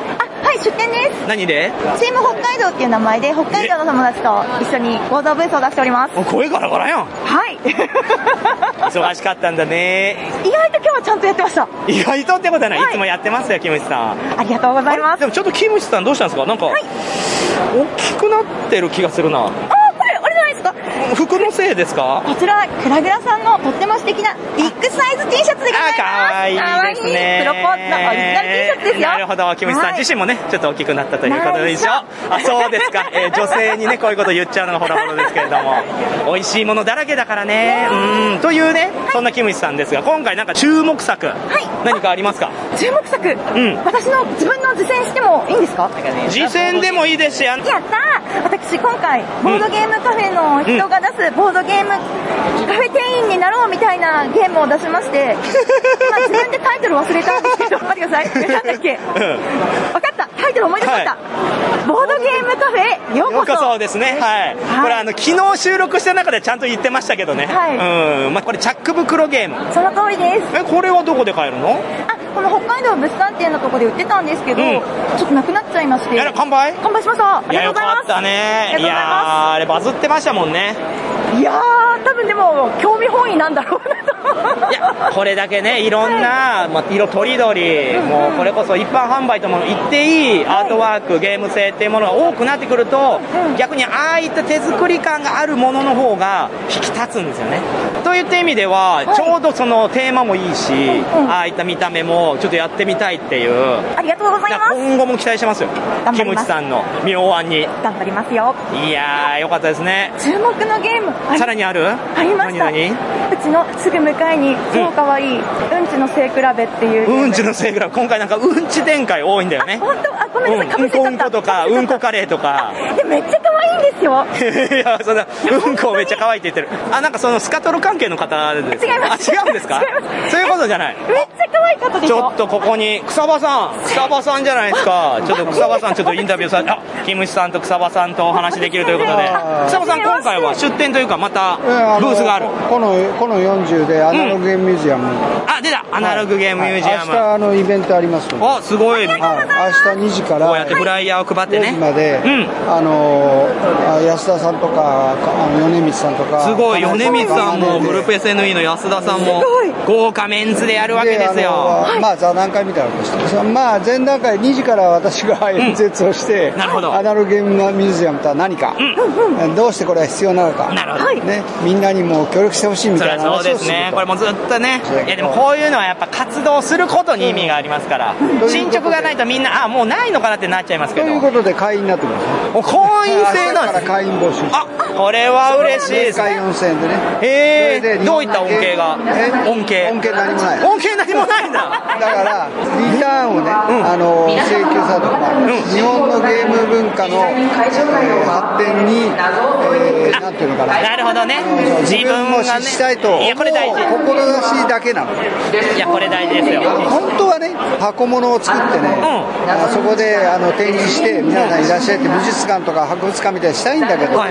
Speaker 6: はい、出店です。
Speaker 2: 何で
Speaker 6: チーム北海道っていう名前で、北海道の友達と一緒に合同ブースを出しております。
Speaker 2: お声ガラガラやん。
Speaker 6: はい。
Speaker 2: 忙しかったんだね。
Speaker 6: 意外と今日はちゃんとやってました。
Speaker 2: 意外とってことはない、いつもやってますよ、キムチさん。
Speaker 6: ありがとうございます。
Speaker 2: でもちょっとキムチさんどうしたんですかなんか、大きくなってる気がするな。
Speaker 6: あ、これ、あれじゃないですか。
Speaker 2: 服のせいですか
Speaker 6: こちら、クラグラさんのとっても素敵なビッグサイズ T シャツでございます。
Speaker 2: かわいいですね。
Speaker 6: プロポーズのオリジナル T シャツですよ。
Speaker 2: なるほど、キムチさん自身もね、ちょっと大きくなったということでしょ。あ、そうですか。えー女性にね、こういうこと言っちゃうのがほらものですけれども、美味しいものだらけだからね。うん、というね、そんなキムチさんですが、今回なんか注目作、何かありますか
Speaker 6: 注目作、私の自分の自薦してもいいんですか
Speaker 2: 自薦でもいいですし、あの
Speaker 6: やったー私今回、ボードゲームカフェの人が出すボードゲームカフェ店員になろうみたいなゲームを出し まして、今自分でタイトル忘れたんですけど、待ってください。なんだっけわかったタイトル思い出しました、ボードゲームカフェへよ
Speaker 2: よ
Speaker 6: うこ
Speaker 2: うこ
Speaker 6: そ
Speaker 2: そですね、はい、これあの昨日収録した中でちゃんと言ってましたけどね、、
Speaker 6: はい
Speaker 2: うん、まあ、これチャック袋ゲーム、
Speaker 6: その通りです
Speaker 2: え、これはどこで買えるの？
Speaker 6: あこの北海道物産展のとこで売ってたんですけど、
Speaker 2: うん
Speaker 6: ちょっとなくなっちゃいまして
Speaker 2: 完売
Speaker 6: 完売しましたあ
Speaker 2: い
Speaker 6: り
Speaker 2: やよ
Speaker 6: がとうござい
Speaker 2: か
Speaker 6: ま
Speaker 2: っ
Speaker 6: す
Speaker 2: たね、いやーあれバズってましたもんね。
Speaker 6: いやー多分でも興味本位なんだろうなと
Speaker 2: これだけね、いろんな、まあ、色とりどり、もうこれこそ一般販売とも言っていいアートワーク、ゲーム性っていうものが多くなってくると、逆にああいった手作り感があるものの方が引き立つんですよね。といった意味では、ちょうどそのテーマもいいし、ああいった見た目もちょっとやってみたいっていう、
Speaker 6: ありがとうございます
Speaker 2: 今後も期待してますよ。キムチさんの妙案に。
Speaker 6: 頑張りますよ
Speaker 2: いやー、よかったですね。
Speaker 6: 注目のゲームあり
Speaker 2: さらにある
Speaker 6: ありました
Speaker 2: 何々
Speaker 6: うちのすぐ向かいに超かわいい、うん、ちの背比べっていうゲーム
Speaker 2: うんちのせいぐらい今回なんかうんち展開多いんだよね
Speaker 6: 本当あごめんなさい
Speaker 2: うんこうんことかうんこカレーとか
Speaker 6: でめっちゃ可愛いんです
Speaker 2: い
Speaker 6: よ
Speaker 2: やそんなうんこめっちゃ可愛いって言ってるあなんかそのスカトロ関係の方です
Speaker 6: 違います
Speaker 2: あ違うんですか
Speaker 6: 違います
Speaker 2: そういうことじゃない
Speaker 6: めっちゃ可愛かったでし
Speaker 2: ち
Speaker 6: ょ
Speaker 2: ょっとここに草場さん草場さんじゃないですかちょっと草場さんちょっとインタビューさあキムチさんと草場さんとお話できるということで
Speaker 23: あ
Speaker 2: 草場さん今回は出店というかまたブ
Speaker 23: えあの
Speaker 2: ースがある
Speaker 23: このこの40でアナログゲームミュージアム、
Speaker 2: あ出たアナログゲームミュージアム
Speaker 23: 明日あのイベントありますので
Speaker 2: あすごいこ
Speaker 23: はい明日2時から
Speaker 2: うやってフライヤーを配って
Speaker 23: 4時
Speaker 2: ね
Speaker 23: まで、あのあ安田さんとかか米光さんとか
Speaker 2: すごい、
Speaker 23: 金
Speaker 2: 米
Speaker 23: 井
Speaker 2: 光さん
Speaker 23: とか
Speaker 2: も、グループ SNE の安田さんも、豪華メンズでやるわけです
Speaker 23: であの
Speaker 2: よ。
Speaker 23: まあ座談会みたいなことしてますまあ前段階2時から私が演説をして、アナログゲームミュージアムとは何か、どうしてこれは必要なのかね、みんなにも協力してほしいみ
Speaker 2: そり
Speaker 23: たい
Speaker 2: ゃ
Speaker 23: な話
Speaker 2: そ
Speaker 23: を
Speaker 2: う
Speaker 23: する
Speaker 2: で
Speaker 23: と
Speaker 2: すね。これもずっとね
Speaker 23: そうだけ。ど
Speaker 2: いやでもこういうのはやっぱ活動することに意味がありますから、進捗がないとみんな、あ、もうないのかなってなっちゃいますけ
Speaker 23: と
Speaker 2: ど
Speaker 23: いう。ことで会員になってください
Speaker 2: 会員制なんですね
Speaker 23: 明日から会員募集あ
Speaker 2: これは嬉しいですね
Speaker 23: 会員4000円でね
Speaker 2: へ
Speaker 23: それ
Speaker 2: え、
Speaker 23: で
Speaker 2: どういった恩恵が
Speaker 23: え
Speaker 2: 恩恵。
Speaker 23: 恩恵何もない
Speaker 2: 恩恵何もないんだ
Speaker 23: だからリターンをね、あの請求されたまあ日本のゲーム文化の、えー発展に、えーなんていうのかな
Speaker 2: なるほどね。自分
Speaker 23: も
Speaker 2: が
Speaker 23: し
Speaker 2: ね。
Speaker 23: したいと
Speaker 2: い
Speaker 23: 思う
Speaker 2: や、これ大事。
Speaker 23: 志だけなの
Speaker 2: いや、これ大事ですよ。
Speaker 23: 本当はね箱物を作ってね、あそこであの展示して皆さんいらっしゃいって美術館とか博物館みたいにしたいんだけど、あ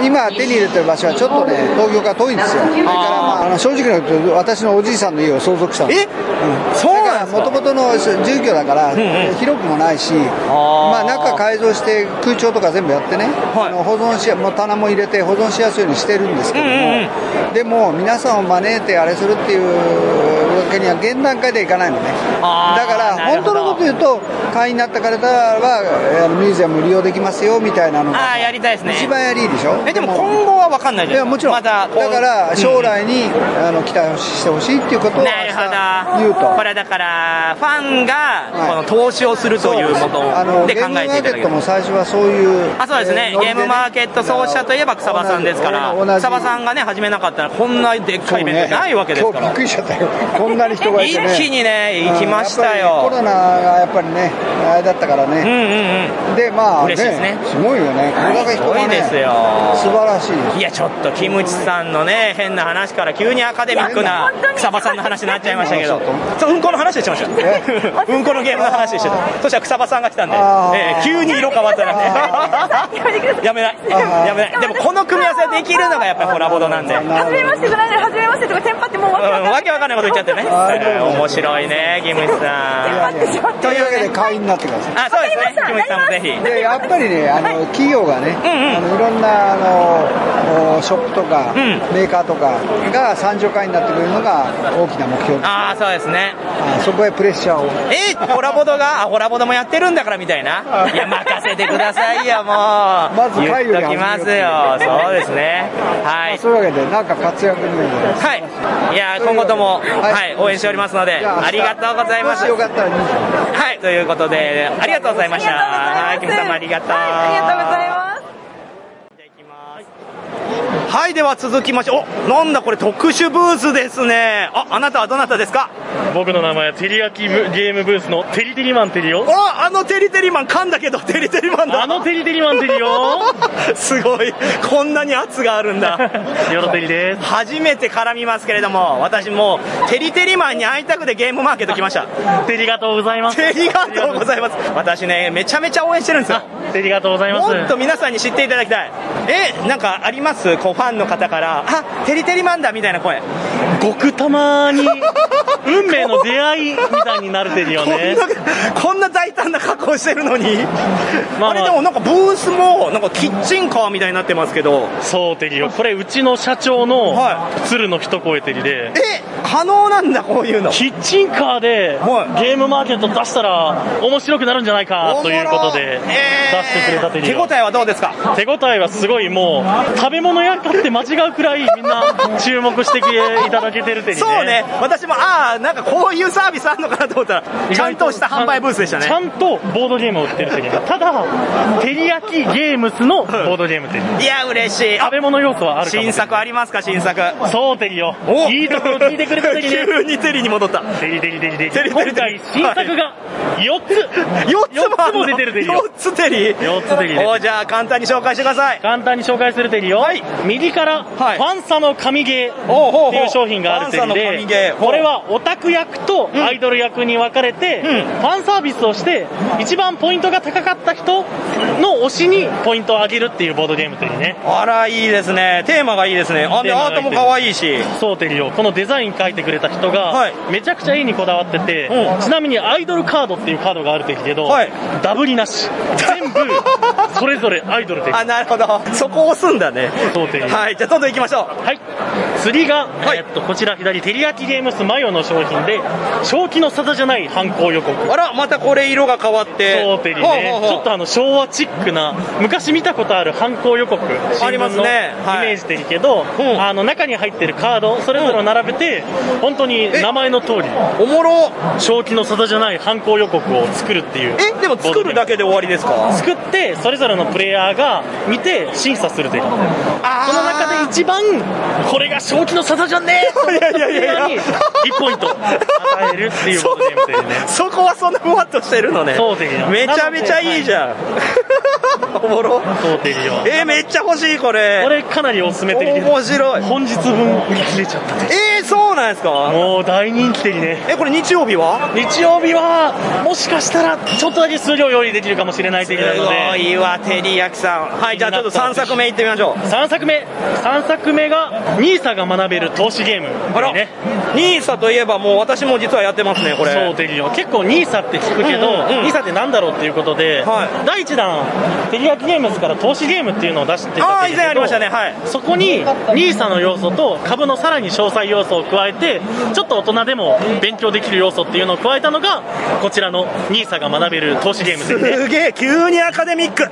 Speaker 23: の今手に入れてる場所はちょっとね東京から遠いんですよそれから、まあ、あの正直なこと言うと私のおじいさんの家を相続したのえ、うん、そうなんですかもともとの住居だから、広くもないしまあ、中改造して空調とか全部やってね、あの保存しやもう棚も入れて保存しやすいようにしてるんですけども、でも皆さんを招いてあれするっていうわけには現段階でいかないのねだから本当のこと言うと会員になった方はあのミュージアム利用できますよみたいなのが
Speaker 2: ああ、やりたいですね。
Speaker 23: 一番やりいいでしょ
Speaker 2: え、でも今後は分かんないじゃん。いや、もちろん。まだ、
Speaker 23: だから将来に、あの期待をしてほしいっていうことを明日
Speaker 2: なるほど
Speaker 23: 言うと
Speaker 2: これだかから、ファンが、この投資をするということで考えていただけ
Speaker 23: ゲームマーケ
Speaker 2: れ
Speaker 23: ット
Speaker 2: ば
Speaker 23: も最初はそういう
Speaker 2: あそうですね、ゲームマーケット創始者といえば草場さんですから、
Speaker 23: 同じ
Speaker 2: 草場さんがね、始めなかったら、こんなでっかいイベントないわけですから、
Speaker 23: 今日びっくりしちゃったよこんなに人がいてね
Speaker 2: 一気にね行きましたよ
Speaker 23: うんやっぱりコロナがやっぱりねあれだったからねでまあ
Speaker 2: 嬉しいですね
Speaker 23: すごいよねこれだけ
Speaker 2: す
Speaker 23: 人
Speaker 2: ご
Speaker 23: が
Speaker 2: い
Speaker 23: ね
Speaker 2: ですよ、
Speaker 23: 素晴らしい
Speaker 2: いや、ちょっと、キムチさんのね、変な話から、急にアカデミックな草場さんの話になっちゃいましたけど、そううんこの話をしてました、うんこのゲームの話をしてた、そしたら草場さんが来たんで、ええ急に色変わった なって、やめない、やめない、でもこの組み合わせできるのがやっぱりホラボドなんで。
Speaker 17: 初めましてじゃないのに初めましてとかテンパってもうわけわかんない
Speaker 2: わけわかんないこと言っちゃってね。面白いね、キムチさん。
Speaker 23: というわけで会員になってください
Speaker 2: あ、そうですね。キムチさんもぜ ひ。
Speaker 23: でやっぱりねあの企業がね、あのいろんなあのショップとか、メーカーとかが参上会員になってくれるのが大きな目標
Speaker 2: ああ、そうですね。
Speaker 23: そこへプレッシャーを
Speaker 2: え、ホラボドが、あホラボドもやってるんだからみたいな。いや、任せてくださいよ、もう。ま
Speaker 23: ず
Speaker 2: 言
Speaker 23: 会議
Speaker 2: っ
Speaker 23: を
Speaker 2: と
Speaker 23: やめ
Speaker 2: き
Speaker 23: よう
Speaker 2: ますよ。そうですね。はい。
Speaker 23: そういうわけでなんか活躍になる
Speaker 2: はい。いや、今後とも、はい、応援しておりますので、ありがとうございます。
Speaker 23: よかったら
Speaker 2: はい、ということで、ありがとうございました。はい、キムチさんもありがとう。ありがとうございます。はい、では続きまして、お、なんだこれ特殊ブースですね。あ、あなたはどなたですか
Speaker 24: 僕の名前はテリヤキムゲームブースのテリテリマンテリよ
Speaker 2: あ、あのテリテリマン噛んだけど、テリテリマンだ。あの
Speaker 24: テリテリマンテリ よ
Speaker 2: すごい。 こんなに圧があるんだ。
Speaker 24: よろテリです。
Speaker 2: 初めて絡みますけれども、私もう、テリテリマンに会いたくてゲームマーケット来ました。
Speaker 24: テリがとうございます。
Speaker 2: テリがとうございます。私ね、めちゃめちゃ応援してるんですよ。
Speaker 24: テリがとうございます
Speaker 2: もっと皆さんに知っていただきたい。え、なんかありますこうファンの方から、あ、テリテリマンだみたいな声。
Speaker 24: ごくたま に、運命の出会いみたいになるテリよね。
Speaker 2: こんな大胆な格好してるのに、あ、れでもなんかブースもなんかキッチンカーみたいになってますけど
Speaker 24: そうテリよこれうちの社長の鶴の一声テリで
Speaker 2: え可能なんだこういうの
Speaker 24: キッチンカーでゲームマーケット出したら面白くなるんじゃないかということで出してくれたテリよ
Speaker 2: 手応えはどうですか
Speaker 24: 手応えはすごいもう食べ物屋かって間違うくらいみんな 注目していただけてるテリね
Speaker 2: そうね私もああなんかこういうサービスあるのかなと思ったらちゃんとした販売ブースでしたね
Speaker 24: ちゃんとボードゲームを売ってるテリただテリヤキゲームスのボードゲームテリ
Speaker 2: いや嬉しい
Speaker 24: 食べ物要素はあるかも
Speaker 2: 新作ありますか新作
Speaker 24: そうテリよ
Speaker 2: お
Speaker 24: いいところ聞いてくれたテリね
Speaker 2: 急にテリに戻った
Speaker 24: テリテリテリテリ
Speaker 2: テリ
Speaker 24: 今回新作が4つ
Speaker 2: 4
Speaker 24: つも出てるテリよ
Speaker 2: 4つテリ
Speaker 24: 4つテリ
Speaker 2: おじゃあ簡単に紹介してください
Speaker 24: 簡単に紹介するテリよ、右からファンサの神ゲーっていう商品があるテリ
Speaker 2: ファンサの
Speaker 24: で
Speaker 2: 神ゲーほう
Speaker 24: これはオタク役とアイドル役に分かれて、ファンサービスをして一番ポイントが高かった人の推しにポイントを上げるっていうボードゲームテリね
Speaker 2: あらいいですねテーマがいいですねあで
Speaker 24: テーマ
Speaker 2: ア
Speaker 24: が
Speaker 2: ートも可愛いし
Speaker 24: そうテリオこのデザイン描いてくれた人が、めちゃくちゃ絵にこだわってて、ちなみにアイドルカードっていうカードがあるんですけど、ダブりなし全 部それぞれアイドルです
Speaker 2: あなるほどそこを押すんだね
Speaker 24: そうテリオ
Speaker 2: はいじゃあどんどん行きましょう
Speaker 24: はい次が、えーっとこちら左テリヤキゲームスマヨの商品で正気の沙汰じゃない犯行予告
Speaker 2: あらまたこれ色が変わって
Speaker 24: そうテリね
Speaker 2: ほうほうほう
Speaker 24: ちょっとあの昭和チックな昔見たことある犯行予告
Speaker 2: ありますね
Speaker 24: 新聞のイメージテリけど、あの中に入ってるカードそれぞれを並べて、本当に名前の通り
Speaker 2: おもろ
Speaker 24: 正気の沙汰じゃない犯行予告を作るっていう
Speaker 2: えでも作るだけで終わりですか
Speaker 24: 作ってそれぞれのプレイヤーが見て審査するテリ
Speaker 2: そ
Speaker 24: の中で一番これが正気の沙汰じゃねえ と思ったプレイヤーに1ポイント与えるっていうボードゲームテリね
Speaker 2: そこはそんなふわっとしてるのね
Speaker 24: そうですよ
Speaker 2: めちゃめちゃいいじゃんおもろ
Speaker 24: そうですよ
Speaker 2: えーめっちゃ欲しいこれ
Speaker 24: これかなりおすすめ的で
Speaker 2: 面白い
Speaker 24: 本日分売り切れちゃった
Speaker 2: えー、そうなんですか
Speaker 24: もう大人気的ね
Speaker 2: えこれ日曜日は
Speaker 24: 日曜日はもしかしたらちょっとだけ数量用意できるかもしれない的なのです
Speaker 2: ごいわテリヤキさんはいじゃあちょっと3作目いってみましょう
Speaker 24: 3作目3作目が NISA が学べる投資ゲーム
Speaker 2: あら、ニーサといえばもう私も実はやってますねこれ
Speaker 24: そうできるよ結構 NISA って聞くけど、
Speaker 2: うんうんうん
Speaker 24: NISA ってなんだろうっていうことで、第1弾手開きゲームズから投資ゲームっていうのを出してた
Speaker 2: あ
Speaker 24: わ
Speaker 2: あ
Speaker 24: け
Speaker 2: 以
Speaker 24: ですけど
Speaker 2: 前ありましたねはい
Speaker 24: そこに NISA の要素と株のさらに詳細要素を加えてちょっと大人でも勉強できる要素っていうのを加えたのがこちらの NISA が学べる 投資ゲームズ です
Speaker 2: げえ急にアカデミック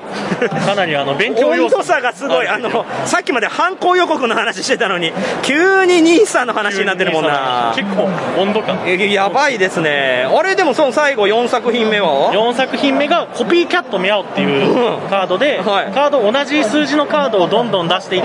Speaker 24: かなりあの勉強要
Speaker 2: 温
Speaker 24: 素
Speaker 2: 度差がすごい、あのさっきまで犯行予告の話してたのに、急に兄さんの話になってるもんな、
Speaker 24: 結構、温度感、
Speaker 2: やばいですね、あれ、でもその最後、4作品目は
Speaker 24: ?4 作品目がコピーキャットミャオっていうカードで、カード同じ数字のカードをどんどん出していっ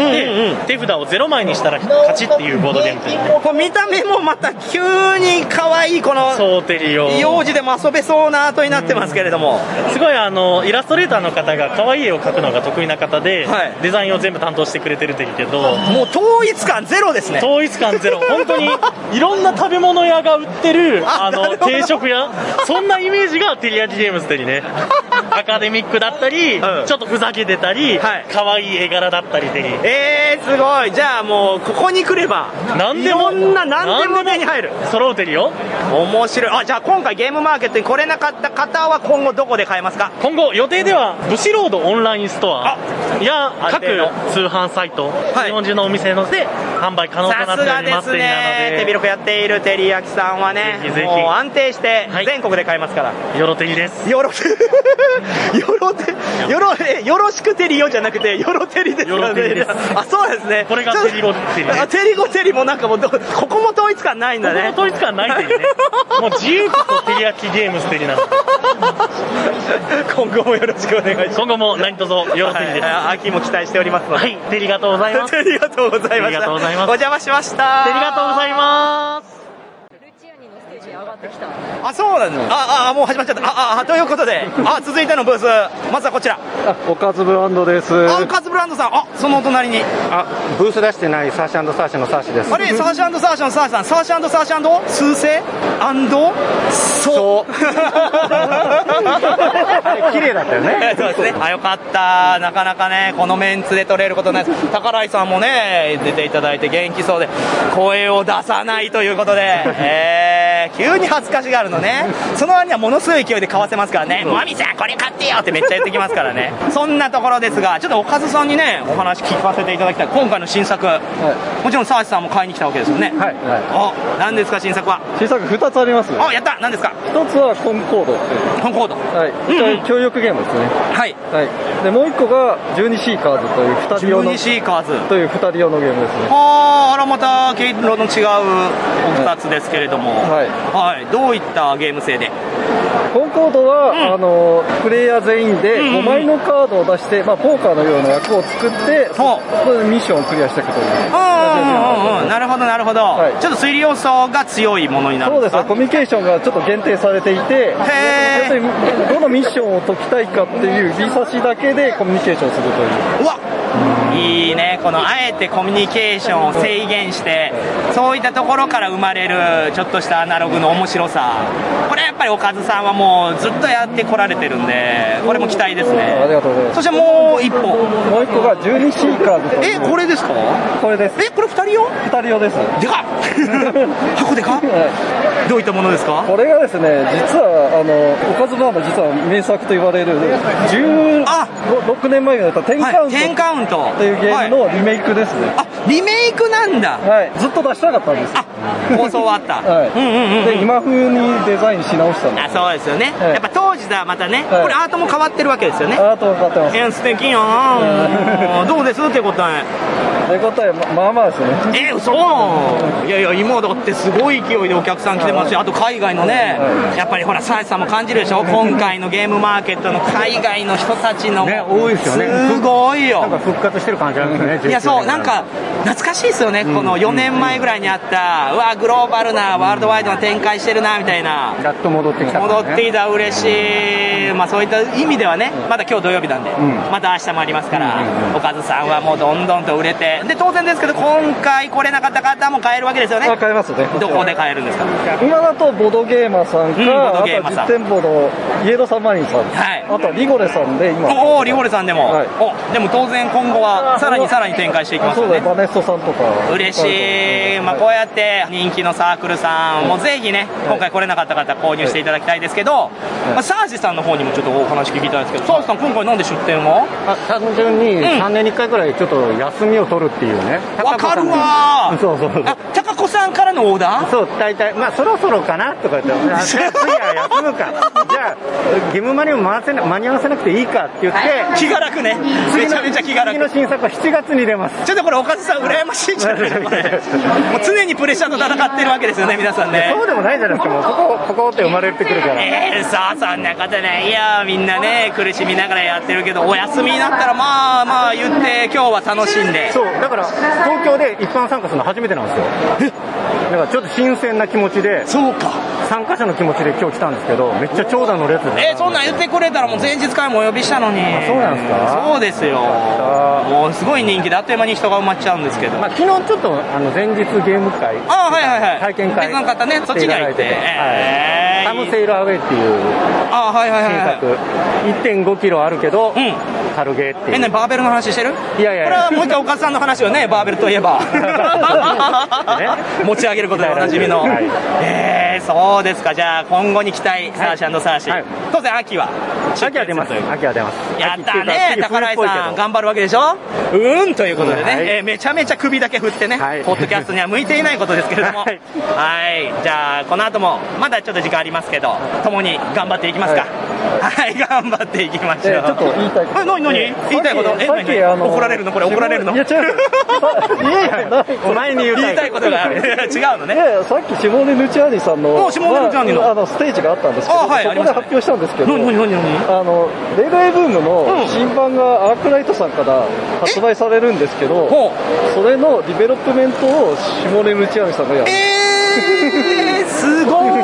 Speaker 24: て、手札を0枚にしたら勝ちっていうボードゲームです
Speaker 2: こう見た目もまた急に可愛いこの
Speaker 24: ソーテリオ
Speaker 2: 幼児でも遊べそうな後になってますけれども、
Speaker 24: すごいあのイラストレーターの方が可愛い絵を描くのが得意な方で、デザインを全部担当してくれてるといいけど
Speaker 2: もう統一感ゼロですね
Speaker 24: 統一感ゼロ本当にいろんな食べ物屋が売ってるあの定食屋そんなイメージがテリヤキゲームズてにね アカデミックだったり、ちょっとふざけてたり、可愛い絵柄だったりでに
Speaker 2: えー、すごい、じゃあもう、ここに来れば、
Speaker 24: 何でも
Speaker 2: いろんな何でも手に入る、
Speaker 24: 揃うてるよ、
Speaker 2: 面白い、あじゃあ今回、ゲームマーケットに来れなかった方は、今後、どこで買えますか
Speaker 24: 今後予定ではブシロードオンラインストアや
Speaker 2: 安
Speaker 24: 各
Speaker 2: 定の
Speaker 24: 通販サイト、日本中のお店ので販売可能とな
Speaker 2: さ
Speaker 24: って
Speaker 2: す
Speaker 24: お
Speaker 2: が
Speaker 24: り
Speaker 2: で
Speaker 24: ます
Speaker 2: すね、手
Speaker 24: ので
Speaker 2: 広くやっている照り焼きさんはね、
Speaker 24: ぜひぜひ
Speaker 2: もう安定して全国で買えますから、
Speaker 24: よろてりです
Speaker 2: よろよろてよろえよろしくテリよじゃなくてよろテリですよね
Speaker 24: よろてりです
Speaker 2: あそうなんですね
Speaker 24: これが
Speaker 2: ちょっと
Speaker 24: テリゴテリ
Speaker 2: あテリゴテリもなんかもうどここも統一感ないんだね
Speaker 24: ここも統一感ないんだよねもう自由こそ照り焼きゲームステリなので
Speaker 2: 今後もよろしくお願いします
Speaker 24: 今後も何卒よろてりです、
Speaker 2: はい、秋も期待しておりますので
Speaker 24: はいテリがとうござい ます
Speaker 2: テリがとうございまし
Speaker 24: テリ
Speaker 2: た
Speaker 24: がとうございます
Speaker 2: お邪魔しました
Speaker 24: テリがとうございます
Speaker 2: あそうなのああもう始まっちゃったああということであ続いてのブースまずはこちら
Speaker 1: おかずブランドです。
Speaker 2: あカズブランドさんあそのお隣に
Speaker 1: あ、ブース出してないサーシャサーシャのサーシです。
Speaker 2: あれ、サーシャサーシャのサーシャさん、サーシャサーシャ数勢アンドそう。 綺
Speaker 1: 麗だったよ ね。
Speaker 2: そうですね。あ、よかった。なかなかね、このメンツで取れることないです。宝井さんもね、出ていただいて元気そうで、声を出さないということで、えー、急に恥ずかしがるのね。その割にはものすごい勢いで買わせますからね。マミさん、これ買ってよってめっちゃ言ってきますからね。そんなところですが、ちょっとおかずさんにね、お話聞かせていただきたい。今回の新作、もちろんサーシさんも買いに来たわけですよね。はい。お、何ですか、新作は。
Speaker 1: 小さく2つありますね。
Speaker 2: あ、やった何ですか
Speaker 1: 一つはコンコードっていう
Speaker 2: コンコード
Speaker 1: はい、協力ゲームですね
Speaker 2: はい、
Speaker 1: でもう一個が12シーカーズという2人用の
Speaker 2: 12シーカーズ
Speaker 1: という2人用のゲームですね
Speaker 2: あーあらまた毛色の違うお二つですけれども、はいどういったゲーム性で
Speaker 1: コンコードは、あのプレイヤー全員で5枚のカードを出して、まあ、ポーカーのような役を作ってそそれでミッションをクリアしていくという
Speaker 2: うんうんうんなるほどなるほど、ちょっと推理要素が強いものになる
Speaker 1: そうですねコミュニケーションがちょっと限定されていて要するにどのミッションを解きたいかっていう指差しだけでコミュニケーションするとい
Speaker 2: う
Speaker 1: う
Speaker 2: わいいねこのあえてコミュニケーションを制限してそういったところから生まれるちょっとしたアナログの面白さこれやっぱりおかずさんはもうずっとやってこられてるんでこれも期待ですね
Speaker 1: ありがとうございます
Speaker 2: そしてもう一本も
Speaker 1: う一個が12シーカーズという
Speaker 2: えこれですか
Speaker 1: これです
Speaker 2: えこれ二人用
Speaker 1: 二人用です
Speaker 2: でか い箱でかいどういったものですか
Speaker 1: これがですね実はあのおかずバーの実は名作と言われる16年前にやった「10カウント」
Speaker 2: 10カウント
Speaker 1: というゲームのリメイクですね、
Speaker 2: あリメイクなんだ
Speaker 1: はいずっと出したかったんです
Speaker 2: 放送終わった、
Speaker 1: はい
Speaker 2: うんうんうん
Speaker 1: で今風にデザインし直したんで
Speaker 2: あそうですよね、やっぱ当時とはまたね、これアートも変わってるわけですよね
Speaker 1: アートも変わってます
Speaker 2: えー素敵やんどうです手応え
Speaker 1: 手応えままあまあですね
Speaker 2: えー、そういやいや今だってすごい勢いでお客さん来てますしあと海外のねやっぱりほらサイさんも感じるでしょ今回のゲームマーケットの海外の人たちの
Speaker 1: ね多いですよね
Speaker 2: すごいよ
Speaker 1: なんか復活してる感じあるんですね
Speaker 2: いやそうなんか懐かしいですよね、この4年前ぐらいにあった、うわ、グローバルな、ワールドワイドな展開してるなみたいな、
Speaker 1: やっと戻ってきた
Speaker 2: 戻ってきた、嬉しい、まあ、そういった意味ではね、まだ今日土曜日なんで、また明日もありますから、おかずさんはもうどんどんと売れて、はい、で当然ですけど、今回来れなかった方も買えるわけですよね、
Speaker 1: あ買えますね
Speaker 2: どこで買えるんですか、
Speaker 1: 今だとボドゲーマーさんか、
Speaker 2: うんボ
Speaker 1: あと
Speaker 2: ド
Speaker 1: は
Speaker 2: ゲーマーさん
Speaker 1: 実店舗のイエローサマリンさん、あとはリゴレさんで今
Speaker 2: おお、リゴレさんでも、おでも当然、今後はさらにさらに展開していきますよ
Speaker 1: そうだ
Speaker 2: ね
Speaker 1: よ。バネストさんとか
Speaker 2: 嬉しい、まあ、こうやって人気のサークルさんもぜひね、今回来れなかった方、購入していただきたいですけど、まあ、サージさんの方にもちょっとお話聞きたいんですけど、サージさん、今回、なんで出店を
Speaker 3: 単純に
Speaker 2: うん
Speaker 3: 3年に1回ぐらいちょっと休みを取るっていうね
Speaker 2: わかるわー
Speaker 3: そうそう
Speaker 2: 高子さんからのオーダー
Speaker 3: そう大体まあそろそろかなとか言ってあじゃあ次は休む かじゃあゲームマにも回せな間に合わせなくていいかって言って
Speaker 2: 気が楽ね、めちゃめちゃ気が楽。
Speaker 3: 次の新作は7月に出ます
Speaker 2: ちょっとこれ、岡津さん、羨ましいんじゃないですか、これもう常にプレッシャーと戦ってるわけですよね、 皆さんね。
Speaker 3: そうでもないじゃないですかもうここここって生まれてくるから
Speaker 2: えー、さあそんなことないよみんなね苦しみながらやってるけどお休みになったらまあまあ言って今日は楽しんで
Speaker 3: そうだから東京で一般参加するの初めてなんですよだからちょっと新鮮な気持ちで
Speaker 2: そうか
Speaker 3: 参加者の気持ちで今日来たんですけどめっちゃ長蛇の列で
Speaker 2: えーそんなん言ってくれたらもう前日からもお呼びしたのに
Speaker 3: そうなんですか
Speaker 2: そうですよもうすごい人気であっという間に人が埋まっちゃうんですけど、
Speaker 3: まあ、昨日ちょっとあの前日ゲーム会
Speaker 2: あはいはいはい
Speaker 3: 体験会
Speaker 2: 別の方ねそっちには行って
Speaker 3: いただいはいサムセイルアウェイっていう
Speaker 2: あはいはいはいはい
Speaker 3: 新作1 5キロあるけど、軽ゲーっていう
Speaker 2: えなにバーベルの話してる
Speaker 3: いやい
Speaker 2: これ
Speaker 3: や
Speaker 2: はもう一回岡田さんの話をねバーベルといえ ば持ち上げることでおなじみの
Speaker 3: はい
Speaker 2: えー、そうですかじゃあ今後に期待サーシャサーシ、当然秋は
Speaker 3: 秋は出ます秋は出ます
Speaker 2: やったね
Speaker 3: 秋っていうか
Speaker 2: 宝井
Speaker 3: 冬っぽい
Speaker 2: さ
Speaker 3: け
Speaker 2: ん
Speaker 3: ど
Speaker 2: 頑張るわけでしょうーんということでね、
Speaker 3: はい
Speaker 2: えーめちゃめちゃ首だけ振ってね、ポッドキャストには向いていないことです けれどもはいじゃあこの後もまだちょっと時間ありますけど共に頑張っていきますかはい、頑張っていきましょう、
Speaker 1: えーちょっと言いたいこと
Speaker 2: あ何何
Speaker 1: えー
Speaker 2: 言いたいこと
Speaker 1: さっき
Speaker 2: え
Speaker 1: さっき
Speaker 2: 何
Speaker 1: あの
Speaker 2: 怒られるのこれ怒られるの
Speaker 1: いや違ういやいや
Speaker 2: お前に言いたいことがある違うのね
Speaker 1: いやいやさっきシモーネ・ヌチアーニさんの
Speaker 2: おシモーネヌチアーニの
Speaker 1: まああのステージがあったんですけど
Speaker 2: あはい
Speaker 1: そ
Speaker 2: あ
Speaker 1: こ
Speaker 2: り
Speaker 1: で
Speaker 2: ました
Speaker 1: 発
Speaker 2: ね
Speaker 1: 表したんですけど
Speaker 2: 何何何
Speaker 1: あのレガエブームの新版がアークライトさんから発売されるんですけどそれのディベロップメントをシモーネ・ヌチアーニさんがやる
Speaker 2: えー、すごー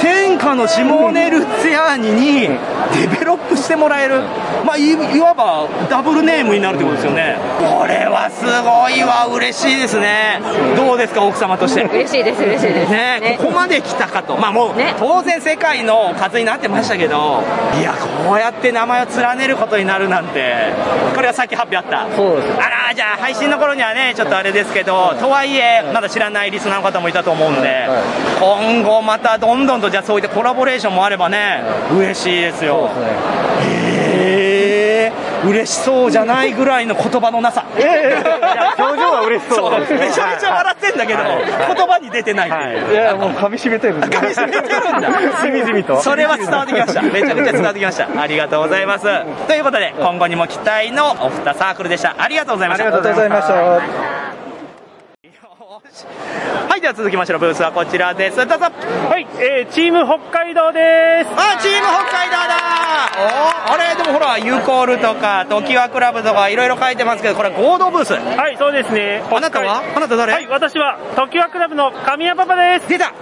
Speaker 2: 天下のシモーネ・ルツィアーニにデベロップしてもらえる、まあ、いいわばダブルネームになるってことですよねこれはすごいわ嬉しいですねどうですか奥様として
Speaker 25: 嬉しいです嬉しいです
Speaker 2: ね
Speaker 25: ね
Speaker 2: ここまで来たかとまあもう、当然世界の数になってましたけどいやこうやって名前を連ねることになるなんてこれはさっき発表あった
Speaker 1: そうです
Speaker 2: あらじゃあ配信の頃にはねちょっとあれですけどとはいえまだ知らないリスナーの方もいたと思うんで今後またどんどんとじゃあそういったコラボレーションもあればね嬉しいですよへえ嬉しそうじゃないぐ らいの言葉のなさ表情は嬉しそうめちゃめちゃ笑ってんだけど言葉に出てないっていう
Speaker 1: いやもう噛み締めてるんで
Speaker 2: 噛み締めてるんだ
Speaker 1: しみじみと
Speaker 2: それは伝わってきましためちゃめちゃ伝わってきましたありがとうございますということで今後にも期待のお二サークルでしたありがとうございました
Speaker 1: ありがとうございました
Speaker 2: はい、では続きましてのブースはこちらです。どうぞ。はい、
Speaker 5: えーチーム北海道です。
Speaker 2: あ、チーム北海道だ。おーあれでもほらユーコールとか常盤クラブとかいろいろ書いてますけど、これ合同ブース。
Speaker 5: はい、そうですね。
Speaker 2: あなたは？あなた誰？
Speaker 5: はい、私は、常盤クラブの神谷パパです。
Speaker 2: 出た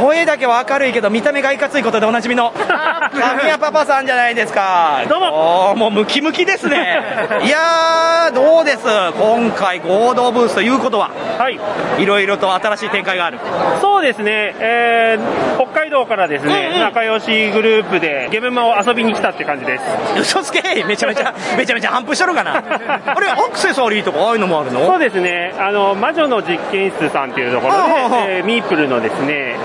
Speaker 2: 声だけは明るいけど見た目がいかついことでおなじみの 神谷パパさんじゃないですかどうももうムキムキですね いやーどうです今回合同ブースということははいいろいろと新しい展開がある
Speaker 5: そうですね、えー北海道からですね、仲良しグループでゲームマを遊びに来たって感じです。
Speaker 2: 嘘つけめちゃめちゃめちゃめちゃ反復しとるかなあれアクセサリーとかああいうのもあるの
Speaker 5: そうですね、あの、魔女の実験室さんっていうところで、
Speaker 2: はあはあ
Speaker 5: えーミープルのですね、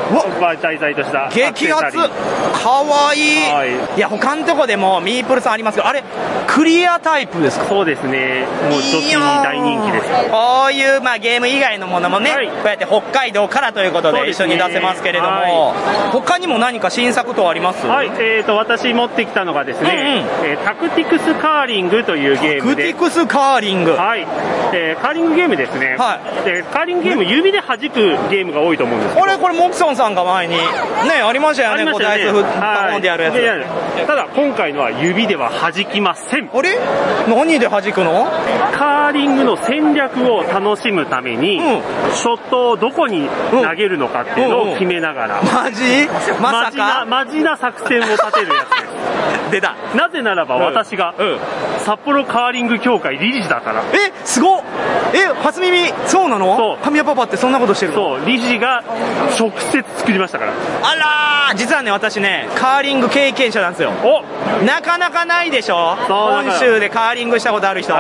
Speaker 5: バーチャイ材としたアクセサリー。
Speaker 2: 激アツかわいい、い、や他のとこでもミープルさんありますけどあれクリアタイプですか
Speaker 5: そうですねもう女子に大人気です
Speaker 2: こういう、まあ、ゲーム以外のものもね、こうやって北海道からということ
Speaker 5: そう
Speaker 2: で
Speaker 5: で
Speaker 2: 一
Speaker 5: す
Speaker 2: 緒
Speaker 5: ね
Speaker 2: に出せますけれども、
Speaker 5: は
Speaker 2: 他にも何か新作とはあります
Speaker 5: はい、えー、と私持ってきたのがですね、えータクティクスカーリングというゲームで
Speaker 2: タクティクスカーリング
Speaker 5: はい、えーカーリングゲームですね、でカーリングゲーム指で弾くゲームが多いと思うんですけど
Speaker 2: あれこれモクソンさんが前にねありましたよね
Speaker 5: ありましたね
Speaker 2: こうダイス振
Speaker 5: はい
Speaker 2: ったもんでやるやつ
Speaker 5: でやるただ今回のは指では弾きません
Speaker 2: あれ何で弾くの
Speaker 5: カーリングの戦略を楽しむために、ショットをどこに投げるのかっていうのを決めながら、
Speaker 2: マジま
Speaker 5: マ
Speaker 2: さか
Speaker 5: ジなマジな作戦を立てるやつです
Speaker 2: 出た
Speaker 5: なぜならば私が、札幌カーリング協会理事だから
Speaker 4: えすごっえ初耳そうなの神谷パパってそんなことしてるの
Speaker 5: そう理事が直接作りましたから
Speaker 2: あらー実はね私ねカーリング経験者なんですよなかなかないでしょ
Speaker 5: そう
Speaker 2: 本州でカーリングしたことある人、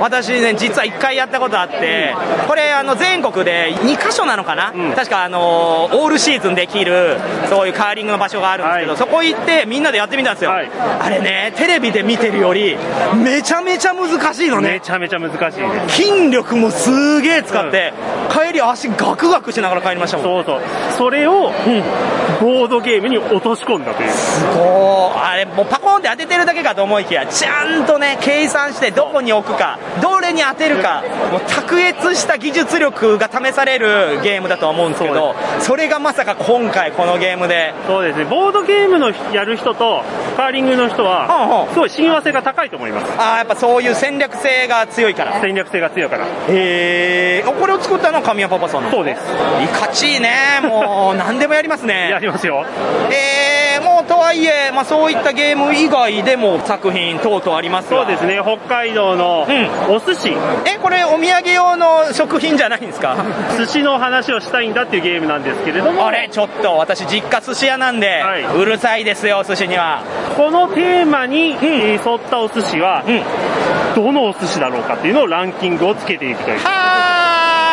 Speaker 2: 私ね実は1回やったことあってこれあの全国で2カ所なのかな、確かあのオールシーズンできるそういうカーリングの場所があるんですけど、そこ行ってみんなでやってみたんですよ、あれねテレビで見てるよりめちゃめちゃ難しいのね
Speaker 5: めちゃめちゃ難しいです
Speaker 2: 筋力もすげえ使って、帰り足ガクガクしながら帰りましたもん
Speaker 5: そうそうそれを、ボードゲームに落とし込んだという
Speaker 2: すごいあれもうパコンって当ててるだけかと思いきやちゃんとね計算してどこに置くかどれに当てるかもう卓越した技術力が試されるゲームだと思うんですけどそれがまさか今回このゲームで
Speaker 5: そうですねボードゲームのやる人とカーリングの人はすごい親和性が高いと思います
Speaker 2: ああやっぱそういう戦略性が強いから
Speaker 5: 戦略性が強いから
Speaker 2: へえこれを作ったのは神谷パパさんなの
Speaker 5: そうです
Speaker 2: いかちいねもう何でもやります ね
Speaker 5: やりますよ
Speaker 2: えー、もうとはいえ、まあ、そういったゲーム以外でも作品等々あります
Speaker 5: そうですね北海道のお寿司、
Speaker 2: えこれお土産用の食品じゃないんですか
Speaker 5: 寿司の話をしたいんだっていうゲームなんですけれども
Speaker 2: あれちょっと私実家寿司屋なんで、うるさいですよ寿司には
Speaker 5: このテーマにえー沿ったお寿司は、どのお寿司だろうかっていうのをランキングをつけていくという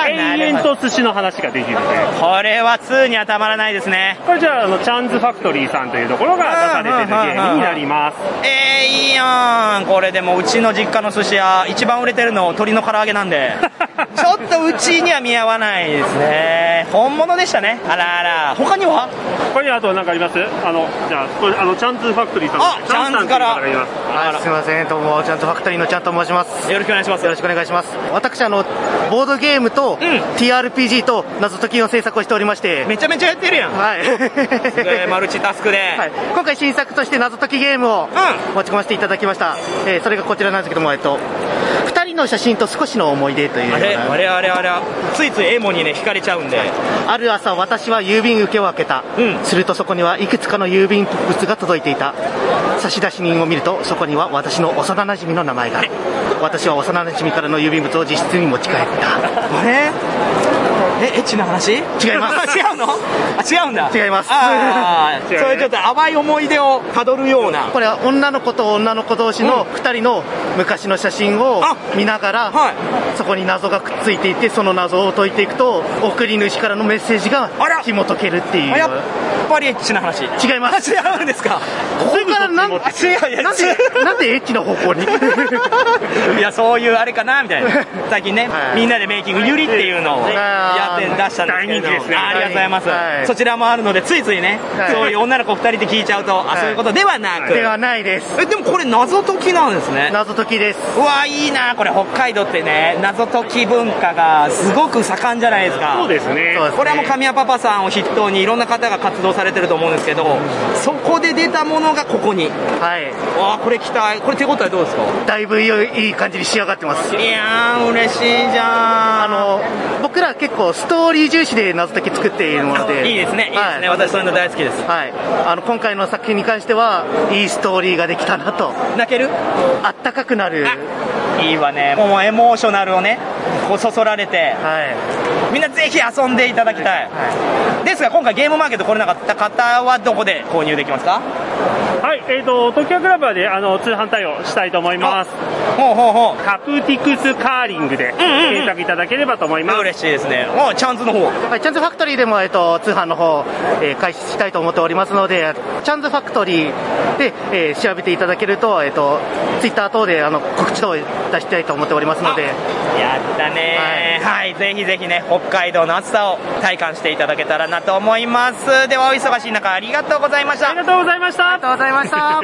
Speaker 5: 永遠 と寿司の話ができるという
Speaker 2: これは2にはたまらないですね
Speaker 5: これじゃああのチャンズファクトリーさんというところが出されてるゲームになります
Speaker 2: えー、いいやんこれでもうちの実家の寿司屋一番売れてるの鶏の唐揚げなんでちょっとうちには見合わないですね本物でしたねあらあら他には
Speaker 5: これにあと何かありますあのじゃあこれあのチャンズファクトリーさん
Speaker 2: あチャンズから
Speaker 5: チャンズさんという方がいます
Speaker 25: はい、すみません、どうも、ちゃんとファクトリーのちゃんと申します。
Speaker 2: よろしくお願いします。
Speaker 25: よろしくお願いします。私、あの、ボードゲームと、TRPG と謎解きの制作をしておりまして。
Speaker 2: めちゃめちゃやってるやん
Speaker 25: はい。
Speaker 2: すごいマルチタスクで、
Speaker 25: 今回新作として謎解きゲームを持ち込ませていただきました。えーそれがこちらなんですけども、えっと、二人の写真と少しの思い出というよ
Speaker 2: あ
Speaker 25: うな
Speaker 2: れあれあれあれついついエモにね惹かれちゃうんで
Speaker 25: ある朝私は郵便受けを開けた、するとそこにはいくつかの郵便物が届いていた差出人を見るとそこには私の幼なじみの名前が私は幼なじみからの郵便物を自室に持ち帰った
Speaker 2: あれえエッチな話違い
Speaker 25: ま す
Speaker 2: 違うのあ違うんだ
Speaker 25: 違います
Speaker 2: あーそれちょっと淡い思い出をたどるような
Speaker 25: これは女の子と女の子同士の2人の昔の写真を見ながら、そこに謎がくっついていてその謎を解いていくと送り主からのメッセージが紐解けるっていう
Speaker 2: あやっぱりエッチな話
Speaker 25: 違いま す
Speaker 2: 違うんですか
Speaker 25: ここからなんなん
Speaker 2: いやいや
Speaker 25: でなんでエッチな方 向に
Speaker 2: いやそういうあれかなみたい な最近ね、みんなでメイキングゆりっていうのを
Speaker 25: はい
Speaker 2: やって出したんですけど
Speaker 25: 大人気ですね
Speaker 2: あありがとうございます、
Speaker 25: はい
Speaker 2: そちらもあるのでついついね、
Speaker 25: はい
Speaker 2: そういう女の子2人で聞いちゃうと、
Speaker 25: はい
Speaker 2: あそういうことではなく
Speaker 25: ではないです
Speaker 2: えでもこれ謎解きなんですね
Speaker 25: 謎解きです
Speaker 2: うわいいなこれ北海道ってね謎解き文化がすごく盛んじゃないですか
Speaker 5: そうですねそうですね
Speaker 2: これはもう神谷パパさんを筆頭にいろんな方が活動されてると思うんですけどそこで出たものがここに
Speaker 25: はい
Speaker 2: わあこれ期待これ手応えどうですか
Speaker 25: だいぶいいいい感じに仕上がってます
Speaker 2: いやー嬉しいじゃん
Speaker 25: あの僕ら結構ストーリー重視で謎解き作っているの で
Speaker 2: いいですねいいですね、私そういうの大好きです
Speaker 25: はいあの今回の作品に関してはいいストーリーができたなと
Speaker 2: 泣ける
Speaker 25: あったかくなる
Speaker 2: いいわねもうエモーショナルをねこうそそられて、みんなぜひ遊んでいただきたい、ですが今回ゲームマーケット来れなかった方はどこで購入できますか
Speaker 5: はい、えっ、ー、と、東京クラブで、あの、通販対応したいと思います。
Speaker 2: ほうほうほ
Speaker 5: う。カプティクスカーリングで、検索いただければと思います。
Speaker 2: 嬉しいですね。もう、チャンズの方。
Speaker 25: はい、チャンズファクトリーでも、えっと、通販の方、えー開始したいと思っておりますので、チャンズファクトリーで、えー調べていただけると、えっと、ツイッター等で、あの、告知等を出したいと思っておりますので、
Speaker 2: やったねはい、ぜひぜひね北海道の暑さを体感していただけたらなと思いますではお忙しい中ありがとうございましたありが
Speaker 5: とうございました
Speaker 2: ありがとうございました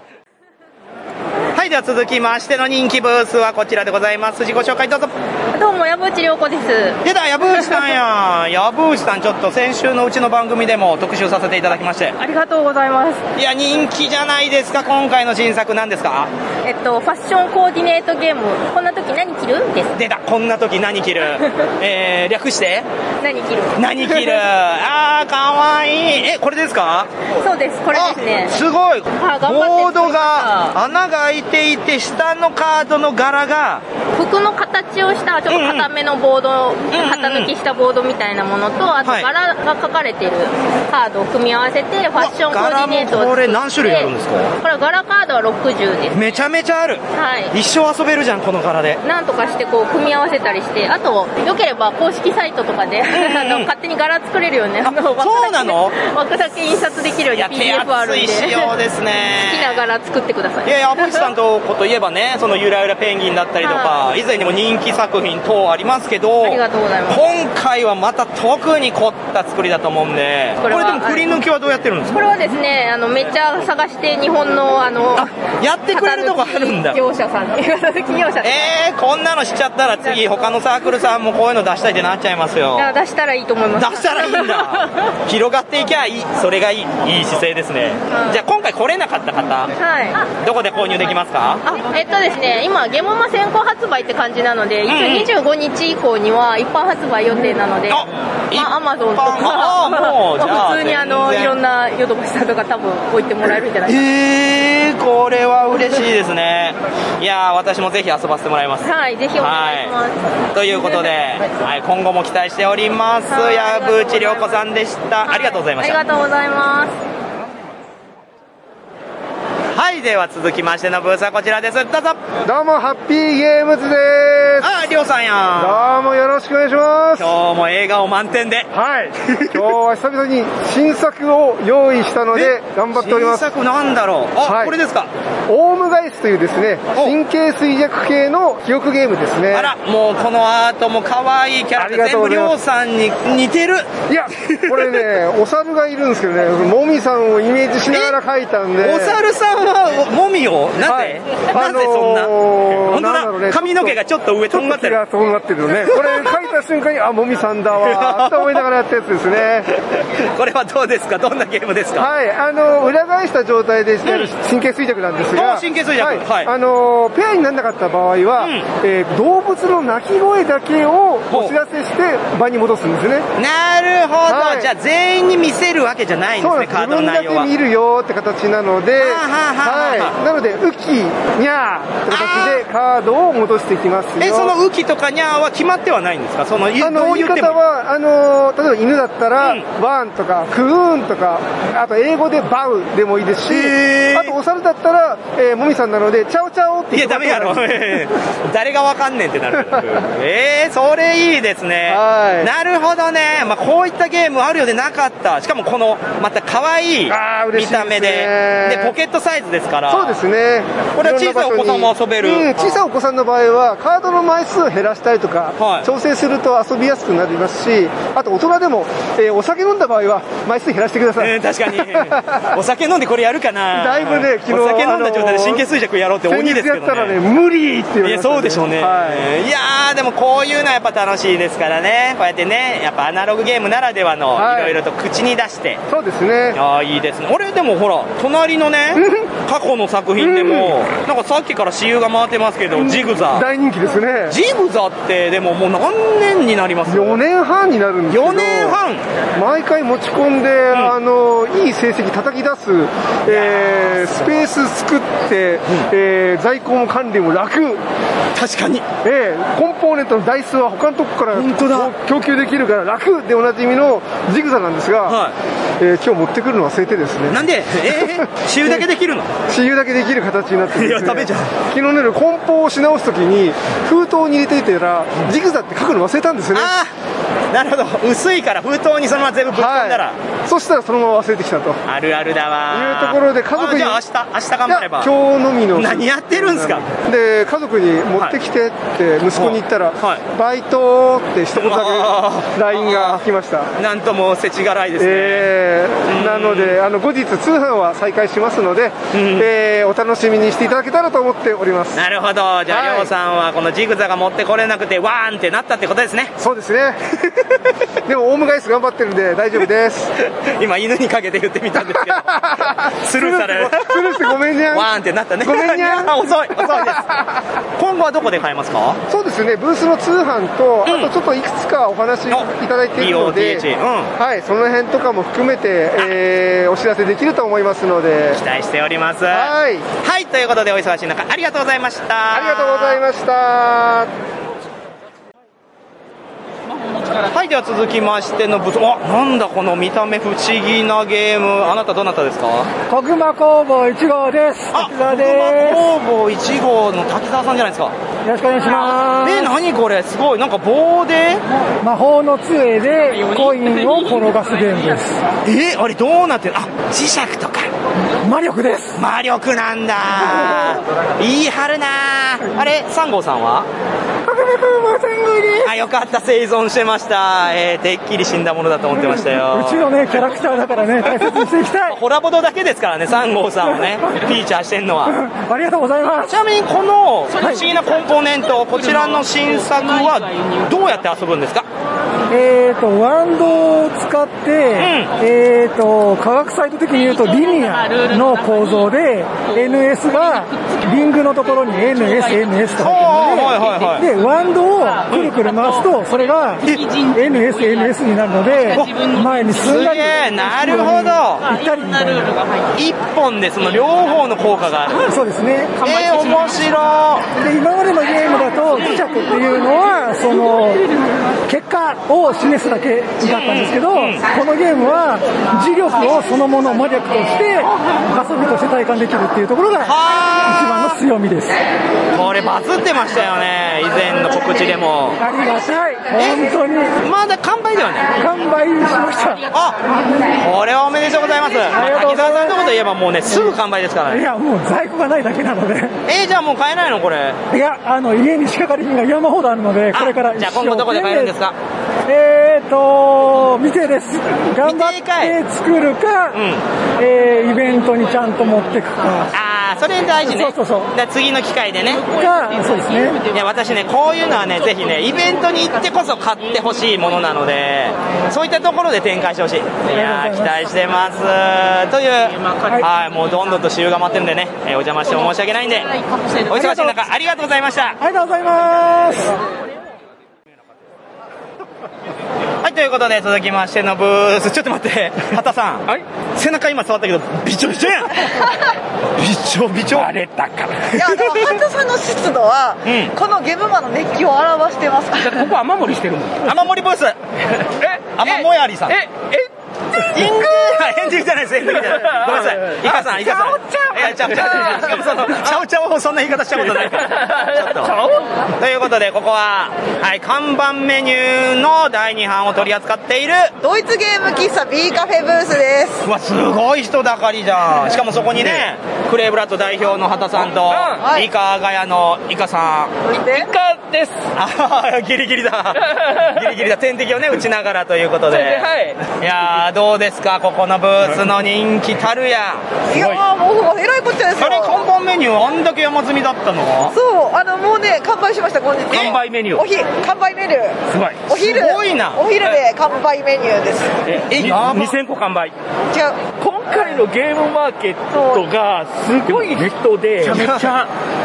Speaker 2: はいでは続きましての人気ブースはこちらでございます自己紹介どうぞ
Speaker 7: どうも、矢渕良子です。
Speaker 2: 出た、矢渕さんや。 矢渕さん、ちょっと先週のうちの番組でも特集させていただきまして。
Speaker 7: ありがとうございます。
Speaker 2: いや、人気じゃないですか、今回の新作、なんですか
Speaker 7: えっと、ファッションコーディネートゲーム、こんな時何着るです。
Speaker 2: 出た、こんな時何 着るえー、略して
Speaker 7: 何着る
Speaker 2: 何着るあー、かわいい。え、これですか
Speaker 7: そうです、これですね。
Speaker 2: すごい
Speaker 7: あ頑
Speaker 2: ボ
Speaker 7: 張
Speaker 2: ードが、穴が開いていて、下のカードの柄が、
Speaker 7: って服の形をした、ちょっと硬めのボード、型抜きしたボードみたいなものと、あと
Speaker 2: はい
Speaker 7: 柄が書かれているカードを組み合わせて、ファッションコーディネートを作って。
Speaker 2: これ何種類あるんですか
Speaker 7: これ柄カードは60です。
Speaker 2: めちゃめちゃある。
Speaker 7: はい。
Speaker 2: 一生遊べるじゃん、この柄で。
Speaker 7: なんとかしてこう組み合わせたりして、あと、よければ公式サイトとかで、 あの勝手に柄作れるよね。そうなの枠だけ印刷できるように PDF あるんで。
Speaker 2: 手厚い仕様ですね
Speaker 7: 好きな柄作ってください。
Speaker 2: いやいや、アップスさんとこといえばね、そのゆらゆらペンギンだったりとか、以前にも人気作品等ありますけど、
Speaker 7: ありがとうございます
Speaker 2: 今回はまた特に凝った作りだと思うんで、こ
Speaker 7: こ
Speaker 2: れ
Speaker 7: れは
Speaker 2: でもくり抜きはどうやってるんです
Speaker 7: こ
Speaker 2: か
Speaker 7: れはですね、あの、めっちゃ探して、日本の、あの、
Speaker 2: やってくれるとこあるんだ。
Speaker 7: 業者 さん、型抜き業者さん
Speaker 2: えー、こんなのしちゃったら次他のサークルさんもこういうの出したいってなっちゃいますよ
Speaker 7: い。や出したらいいと思います。
Speaker 2: 出したらいいん だ。広がっていきゃいい、それがいい、いい姿勢ですね。じゃあ今回来れなかった方、
Speaker 7: はい。あ
Speaker 2: どこで購入できますか
Speaker 7: あえっとですね、今、ゲモマ先行発売って感じなので、一応25日以降には一般発売予定なので、まあ、アマゾンとか、
Speaker 2: あ もうじゃあ
Speaker 7: 普通にあの、
Speaker 2: 全然
Speaker 7: いろんなヨドバシさんとか多分置いてもらえるんじゃないかな。
Speaker 2: えー、これは嬉しいですね。いやー、私もぜひ遊ばせてもらいます。
Speaker 7: はい、ぜひお願いします。
Speaker 2: はいということで、はい、今後も期待しております。
Speaker 7: はい
Speaker 2: 矢渕良子さんでした。ありがとうございま
Speaker 7: あ
Speaker 2: し
Speaker 7: り
Speaker 2: た。
Speaker 7: がとうございます。
Speaker 2: はい、では続きましてのブースはこちらです。どうぞ。
Speaker 13: どうも、ハッピーゲームズです。
Speaker 2: あ、りょうさんや
Speaker 13: どうもよろしくお願いします。
Speaker 2: 今日も笑顔満点で。
Speaker 13: はい。今日は久々に新作を用意したので、頑張っております。
Speaker 2: 新作なんだろうあこれですか
Speaker 13: オウムガイスというですね、神経衰弱系の記憶ゲームですね。
Speaker 2: あら、もうこのアートも可愛いキャラ
Speaker 13: あ
Speaker 2: で
Speaker 13: りがと
Speaker 2: 全
Speaker 13: う
Speaker 2: 部
Speaker 13: ござ
Speaker 2: り
Speaker 13: います
Speaker 2: ょうさんに似てる。
Speaker 13: いや、これね、お猿がいるんですけどね、もみさんをイメージしながら描いたんで。
Speaker 2: お猿さんはもみをなぜ、なぜそんな、本当だ髪の毛がちょっと上とんがってる。
Speaker 13: とんがっ てるよね。これ描いた瞬間に、あ、もみさんだわ、と思いながらやったやつですね。
Speaker 2: これはどうですかどんなゲームですか
Speaker 13: はい、あの、裏返した状態でしてる神経衰弱なんです
Speaker 2: あ
Speaker 13: が、
Speaker 2: 神経衰弱はい
Speaker 13: あの、ペアにならなかった場合は、えー動物の鳴き声だけをお知らせして場に戻すんですね。
Speaker 2: なるほど、
Speaker 13: はい
Speaker 2: じゃあ全員に見せるわけじゃないんですね、カードの内容は。
Speaker 13: 自分だけ見るよって形なので、はい、なので、ウキ、ニャーって形でカードを戻していきますよ。
Speaker 2: え、そのウキとかニャーは決まってはないんですかその、
Speaker 13: あ
Speaker 2: ど
Speaker 13: の
Speaker 2: う
Speaker 13: 言い
Speaker 2: 言って
Speaker 13: 方
Speaker 2: も。
Speaker 13: は、あの例えば犬だったら、ワンとか、クーンとか、あと英語でバウでもいいですし、あとお猿だったら、えー、もみさんなので、チャオチャオって
Speaker 2: い
Speaker 13: 言
Speaker 2: や、
Speaker 13: って
Speaker 2: ダ
Speaker 13: も
Speaker 2: メやろ。 誰がわかんねんってなる。えー、それいいですね。なるほどね。まあ、こういったゲームあるようでなかった。しかもこの、また可愛い見
Speaker 13: 嬉しいですね
Speaker 2: た目で。で、ポケットサイズですから。
Speaker 13: そうですね。
Speaker 2: これは小さいお子さんも遊べる
Speaker 13: うん、小さいお子さんの場合は、カードの枚数を減らしたりとか、調整すると遊びやすくなりますし、あと大人でも、えーお酒飲んだ場合は、枚数減らしてください。
Speaker 2: 確かに。 お酒飲んでこれやるかな
Speaker 13: だいぶね、昨日。
Speaker 2: お酒飲んだ状態で神経衰弱やろうって鬼ですけど
Speaker 13: 先日やったらね、無理って言わ
Speaker 2: いや
Speaker 13: れましたね
Speaker 2: そうでしょうね、い、やーでもこういうのはやっぱ楽しいですからねこうやってねやっぱアナログゲームならではの
Speaker 13: はいい
Speaker 2: ろいろと口に出して、
Speaker 13: そうですね。
Speaker 2: ああいいですね俺でもほら隣のね過去の作品でもなんかさっきから私有が回ってますけどジグザ
Speaker 13: 大人気ですね
Speaker 2: ジグザってでももう何年になります
Speaker 13: 4年半になるんですけど4年
Speaker 2: 半
Speaker 13: 毎回持ち込んで、あのいい成績叩き出す、えースペース作って、えー在庫も管理も楽
Speaker 2: 確かに、
Speaker 13: えーコンポーネントの台数は他のとこから供給できるから楽でおなじみのジグザなんですが、えー今日持ってくるの忘れてですね
Speaker 2: なんでえー、私有だけでき るの
Speaker 13: 私有だけできる形になってるんです、ね、
Speaker 2: いや食べちゃう
Speaker 13: 昨日の夜梱包をし直すときに封筒に入れていたらジグザって書くの忘れたんですよね
Speaker 2: なるほど薄いから封筒にそのまま全部ぶっ込んだら、
Speaker 13: そしたらそのまま忘れてきたと
Speaker 2: あるあるだわ
Speaker 13: いうところで家族に
Speaker 2: あじゃあ明日明日頑張れば
Speaker 13: 今日のみの
Speaker 2: 何やってるんすか
Speaker 13: で家族に持ってきてって息子に言ったら、バイトって一言だけ LINE が来ました
Speaker 2: なんとも世知辛いですね、
Speaker 13: えーなのであの後日通販は再開しますので、えーお楽しみにしていただけたらと思っております
Speaker 2: なるほどじゃあ、りょうさんはこのジグザが持ってこれなくてワーンってなったってことですね
Speaker 13: そうですねででもオウム返す頑張ってるんで大丈 夫です。
Speaker 2: 今犬にかけて言ってみたんですけどスルーされる
Speaker 13: スルーしてごめんにゃん。
Speaker 2: ワーンってなったね
Speaker 13: ごめんにゃん。
Speaker 2: 遅い遅いです今後はどこで買えますか
Speaker 13: そうですね、ブースの通販と、あとちょっといくつかお話いただいているので、
Speaker 2: POTH うん
Speaker 13: はい、その辺とかも含めて、えーお知らせできると思いますので、
Speaker 2: 期待しておりますはいはいということでお忙しい中ありがとうございました
Speaker 13: ありがとうございました。
Speaker 2: はいでは続きましてのブースあなんだこの見た目不思議なゲームあなたどなたですか
Speaker 11: 小熊工房1号です。あ、小熊
Speaker 2: 工房1号の滝沢さんじゃないですか
Speaker 11: よろしくお願いします。
Speaker 2: え何これすごいなんか棒で
Speaker 11: 魔法の杖でコインを転がすゲームです。
Speaker 2: えあれどうなってるあ磁石とか
Speaker 11: 魔力です
Speaker 2: 魔力なん だ言い張るなあれ三号さんはあよかった生存してましたえー、てっきり死んだものだと思ってましたよ
Speaker 11: うちのね、キャラクターだからね、大切にしていきたい。
Speaker 2: ホラボドだけですからね三号さんを ねフィーチャーしてんのは
Speaker 11: ありがとうございます。
Speaker 2: ちなみにこの不思議なコンポーネント、こちらの新作はどうやって遊ぶんですか
Speaker 11: えーと、ワンドを使って、えーと、科学サイト的に言うとリニアの構造で、NS がリングのところに NS、NS と入ってるので、で、ワンドをくるくる回すと、それが NS、NS になるので、前に進んだり、
Speaker 2: すげえなるほど
Speaker 11: 行ったりみたいな。
Speaker 2: 一本でその両方の効果がある
Speaker 11: そうですね。
Speaker 2: えー、面白
Speaker 11: で今までのゲームだと磁石っていうのはその結果を示すだけだったんですけど、このゲームは磁力をそのものを魔力として遊びとして体感できるっていうところが一番の強みです
Speaker 2: これバズってましたよね以前の告知でも
Speaker 11: ありがたい本当に
Speaker 2: まだ完売ではない
Speaker 11: 完売しました
Speaker 2: あこれはおめでとうございます滝沢さんのこと言えばもうねすぐ完売ですから
Speaker 11: い
Speaker 2: ね
Speaker 11: やもう在庫がないだけなので
Speaker 2: えー、じゃあもう買えないのこれ
Speaker 11: いやあの家に仕掛かり品が山ほどあるのでこれから
Speaker 2: じゃあ今後どこで買えるんですか
Speaker 11: えーと、未定です。頑張って作るか、えーイベントにちゃんと持ってくか。
Speaker 2: あーそれ大事ねじゃあ次の機会でね
Speaker 11: そうですね
Speaker 2: いや私ねこういうのはねぜひねイベントに行ってこそ買ってほしいものなのでそういったところで展開してほしいいやー期待してますというはいもうどんどんと私有が待ってるんでねえーお邪魔しても申し訳ないんでお忙しい中ありがとうございました
Speaker 11: ありがとうございます。
Speaker 2: はい、ということで、続きましてのブース。ちょっと待って、畑さん。背中今触ったけど、びちょびちょやんびちょびちょ。あれだから。
Speaker 14: いや、でも、ハトさんの湿度は、
Speaker 2: うん
Speaker 14: このゲムマの熱気を表してます。ここ雨漏りしてるもん。
Speaker 2: 雨漏りブース。え雨もやりさん。
Speaker 14: え
Speaker 2: えイングエンディングじゃないです、エンディングじゃない。ごめんなさい。イカさん、イカさん。いやちゃおちゃお。しかもその、ちゃおちゃおをそんな言い方したことない から。ちょっと。ということで、ここは、はい、看板メニューの第2版を取り扱っている、
Speaker 14: ドイツゲーム喫茶 B カフェブースです。
Speaker 2: うわすごい人だかりじゃんしかもそこにねクレイブラッド代表の畑さんと、イカガヤのイカさんイカですあーギリギリ だギリギリだ天敵をね打ちながらということで、
Speaker 14: そうですね
Speaker 2: い、やーどうですかここのブースの人気たるや
Speaker 14: いやーもう、えらいこっちゃですよ。
Speaker 2: あれ看板メニューあんだけ山積みだったの
Speaker 14: そう、あの、もうね、完売しました、今日。
Speaker 2: 完売メニュー
Speaker 14: おひ、完売メニュー。
Speaker 2: すごい
Speaker 14: お昼。
Speaker 2: すごいな
Speaker 14: お昼で完売メニューです。
Speaker 2: え2000個完売
Speaker 14: 違う。
Speaker 24: 今回のゲームマーケットがすごい人で、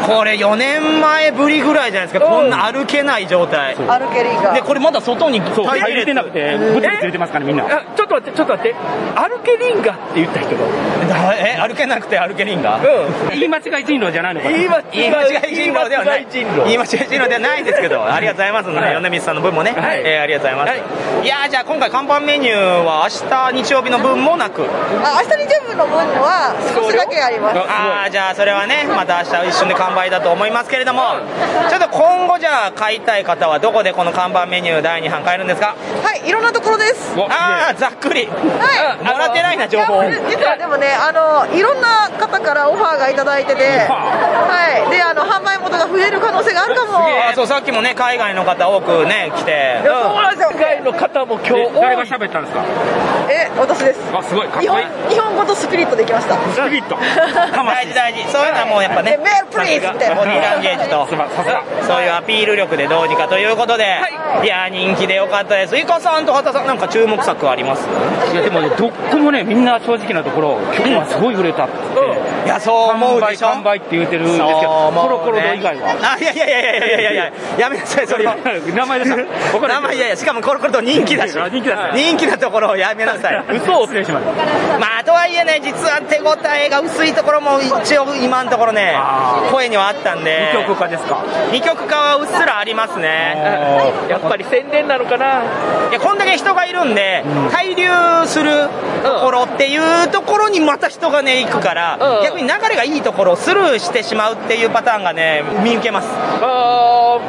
Speaker 2: これ4年前ぶりぐらいじゃないですか、こんな歩けない状態
Speaker 14: 歩けりが。
Speaker 2: でこれまだ外に
Speaker 24: そう入れてなくて、ぶつぶつれてますから、みんな。ちょっと待って、ちょっと待って、歩けリンガって言った人が、
Speaker 2: だえ歩けなくて歩けリンガ
Speaker 24: 言い間違い人狼じゃないのかな、
Speaker 2: 言い間違い人狼ではない
Speaker 24: 言い間違い人狼
Speaker 2: 言い間違い人狼ではないです けどありがとうございます、
Speaker 24: はい
Speaker 2: 米光さんの分もね、えーありがとうございます、い、やーじゃあ今回看板メニューは明日日曜日の分もなく
Speaker 14: あ、明日に全部の分は、少しだけあります。
Speaker 2: ああじゃあそれはねまた明日一瞬で完売だと思いますけれどもちょっと今後じゃあ買いたい方はどこでこの看板メニュー第2版買えるんですか
Speaker 14: はい、いろんなところです。
Speaker 2: ああざっくり。うんもらってないな、情報。
Speaker 12: 実はでもね、あの、いろんな方からオファーがいただいてて、はい。で、あの、販売元が増える可能性があるかも。
Speaker 2: あそう、さっきもね、海外の方多くね、来て。
Speaker 12: 世界の方も
Speaker 2: 今日多い
Speaker 12: 誰
Speaker 2: 誰
Speaker 12: が
Speaker 2: が
Speaker 12: 喋ったんですかえ、私です。
Speaker 2: あ、すごい、か
Speaker 12: 日本日本語とスピリットでき ました。スピリット
Speaker 2: 大事大事。そういうのはもうやっぱね。
Speaker 12: メールプリーズって。
Speaker 2: ボディーランゲージと、そういうアピール力でどうにかということで、い、やー人気でよかったです。イカさんと畑さん、なんか注目作あります
Speaker 15: いやでもね、どっこもね、みんな正直なところ、今日はすごい売れたって言って、
Speaker 2: いや、そう思うでしょ。
Speaker 15: 完売って言うてるんですけど、
Speaker 2: そう思うね
Speaker 15: コロコロ堂以外は。
Speaker 2: あいやいやいやいやいやいやいや、やめなさい、それは。
Speaker 15: 名前 です
Speaker 2: 名前いやいや、しかもコロコロと人気だし。
Speaker 15: 人気だし
Speaker 2: 人気なところをやめなさい。
Speaker 15: 嘘をお伝えしました。
Speaker 2: まあ、とはいえね、実は手応えが薄いところも一応今のところね、声にはあったんで。二極化ですか二極化はうっすらありますね。やっぱり宣伝なのかないや、こんだけ人がいるんで、滞留するところっていうところにまた人がね、行くから、逆に流れがいいところをスルーしてしまうっていうパターンがね、見受けます。
Speaker 15: あ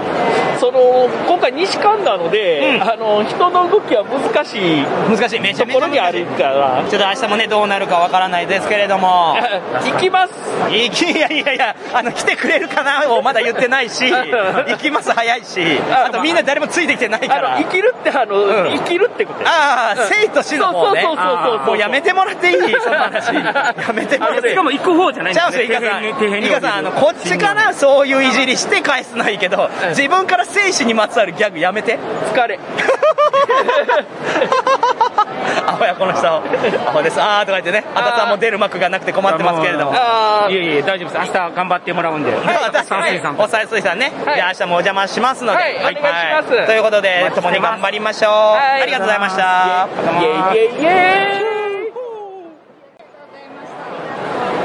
Speaker 2: ーその今回西館なので、あの人の動きは難しい難しいめちゃめちゃ難しいところにあるからちょっと明日もねどうなるかわからないですけれども 行きます行きいやいやいやあの来てくれるかなをまだ言ってない し行きます早いしあとみんな誰もついてきてないから
Speaker 15: 生きる ってあの、生きるってこと
Speaker 2: ああ生と死の方ね
Speaker 15: そうそうそうそうそう
Speaker 2: もうやめてもら っていいその話やめてもらっていい
Speaker 15: しかも行く方じゃないん
Speaker 2: チ
Speaker 15: だ
Speaker 2: ャ
Speaker 15: よ
Speaker 2: ン
Speaker 15: ね
Speaker 2: スイカさん
Speaker 15: 底辺に
Speaker 2: イカさんあのこっちからそういういじりして返すのはいいけど自分から生死にまつわるギャグやめて疲れ アホやこの人アホですあーとか言ってねあたさんも出る幕がなくて困ってますけれども
Speaker 15: あーいえいえ、大丈夫です。明日頑張ってもらうんで。
Speaker 2: はい、私さん。おさえすいさんね。じゃあ明日もお邪魔しますので。
Speaker 15: はいお願いします
Speaker 2: はということで、共に頑張りましょう。ありがとうございました。
Speaker 15: イェイイェイイェイ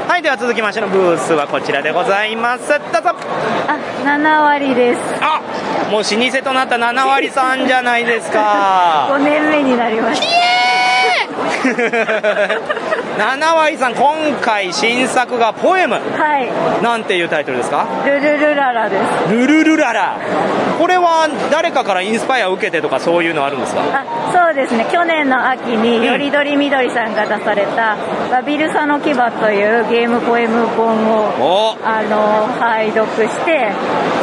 Speaker 2: はい、では続きましてのブースはこちらでございます。どうぞ。
Speaker 9: あ、7割です。
Speaker 2: あ、もう老舗となった7割さんじゃないですか
Speaker 9: 5。年目になりました。
Speaker 2: 7割さん、今回新作がポエム。はい。なんていうタイトルですか
Speaker 9: ルルルララです。
Speaker 2: ルルルララ。これは誰かからインスパイアを受けてとかそういうのあるんですか
Speaker 9: あ、そうですね。去年の秋
Speaker 2: うん
Speaker 9: によりどりみどりさんが出された、バビルサの牙というゲームポエム本を、
Speaker 2: お
Speaker 9: あの、拝読して、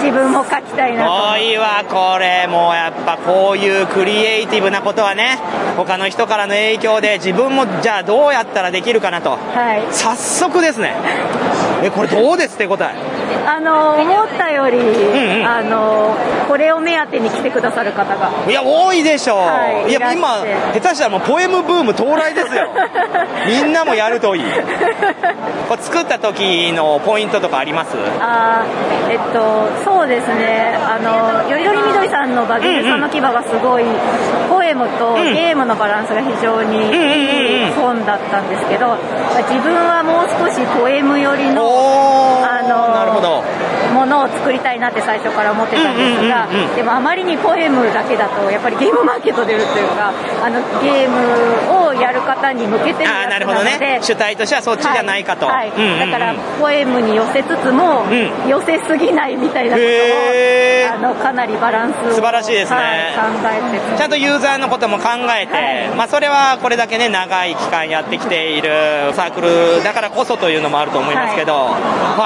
Speaker 9: 自分も書きたいなと思っ
Speaker 2: 多
Speaker 9: て。
Speaker 2: いわこれもうやっぱこういうクリエイティブなことはね他の人からの影響で自分もじゃあどうやったらできるかなと、早速ですねえこれどうですって答え
Speaker 9: あの、思ったより、あの、これを目当てに来てくださる方が。
Speaker 2: いや多いでしょう、、
Speaker 9: はいい
Speaker 2: や
Speaker 9: いらっし
Speaker 2: 今
Speaker 9: ゃって
Speaker 2: 下手したらもうポエムブーム到来です よみんなもやるといいこれ作った時のポイントとかあります
Speaker 9: あーえっと、そうですね、あの、よりどりみどりさんのバビルさんの牙がすごい、ポエムとゲームのバランスが非常にいい本だったんですけど、自分はもう少しポエム寄りの、あ
Speaker 2: なるほ
Speaker 9: の、
Speaker 2: ど
Speaker 9: ものを作りたいなって最初から思ってたんですが、
Speaker 2: うんうんうんうん
Speaker 9: でもあまりにポエムだけだと、やっぱりゲームマーケット出るというか、あの、ゲームをやる方に向けてるやつなので、
Speaker 2: なるほどね主体としてはそっちじゃないかと、
Speaker 9: はい、
Speaker 2: うんうんうん
Speaker 9: だからポエムに寄せつつも、
Speaker 2: ん
Speaker 9: 寄せすぎないみたいな
Speaker 2: へ
Speaker 9: ことをあのかなりバランスを
Speaker 2: 素晴らしいですね
Speaker 9: はい、考えて
Speaker 2: ちゃんとユーザーのことも考えて、まあ、それはこれだけね、長い期間やってきているサークルだからこそというのもあると思いますけど、は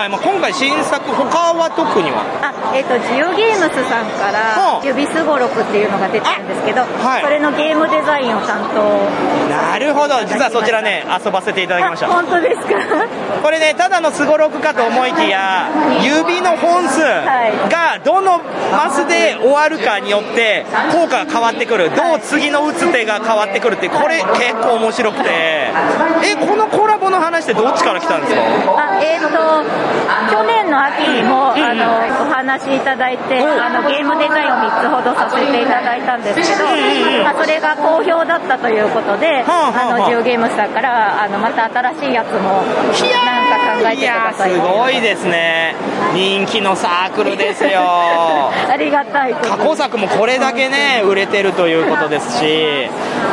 Speaker 2: い、まあ、今回新作、他は特には
Speaker 9: あえっ、とジオゲームスさんから「指すごろく」っていうのが出てるんですけど、それのゲームデザインを担当
Speaker 2: なるほど、実はそちらね、遊ばせていただきました。
Speaker 9: 本当ですか
Speaker 2: これね、ただのすごろくかと思いきや、指の本数がどのマスで終わるかによって、効果が変わってくる、どう次の打つ手が変わってくるって、これ結構面白くて、え、このコラボの話ってどっちから来たんですか
Speaker 9: あえっ、と去年の秋にも、あのお話しいただいて、あのゲームデザインを3つほどさせていただいたんですけど、
Speaker 26: うんうん
Speaker 9: まあ、それが好評だったということで、あのジオゲームズさんからあのまた新しいやつもなんか考えてください
Speaker 2: すごいですね人気のサークルですよ
Speaker 9: ありがたい過
Speaker 2: 去作もこれだけね売れてるということですし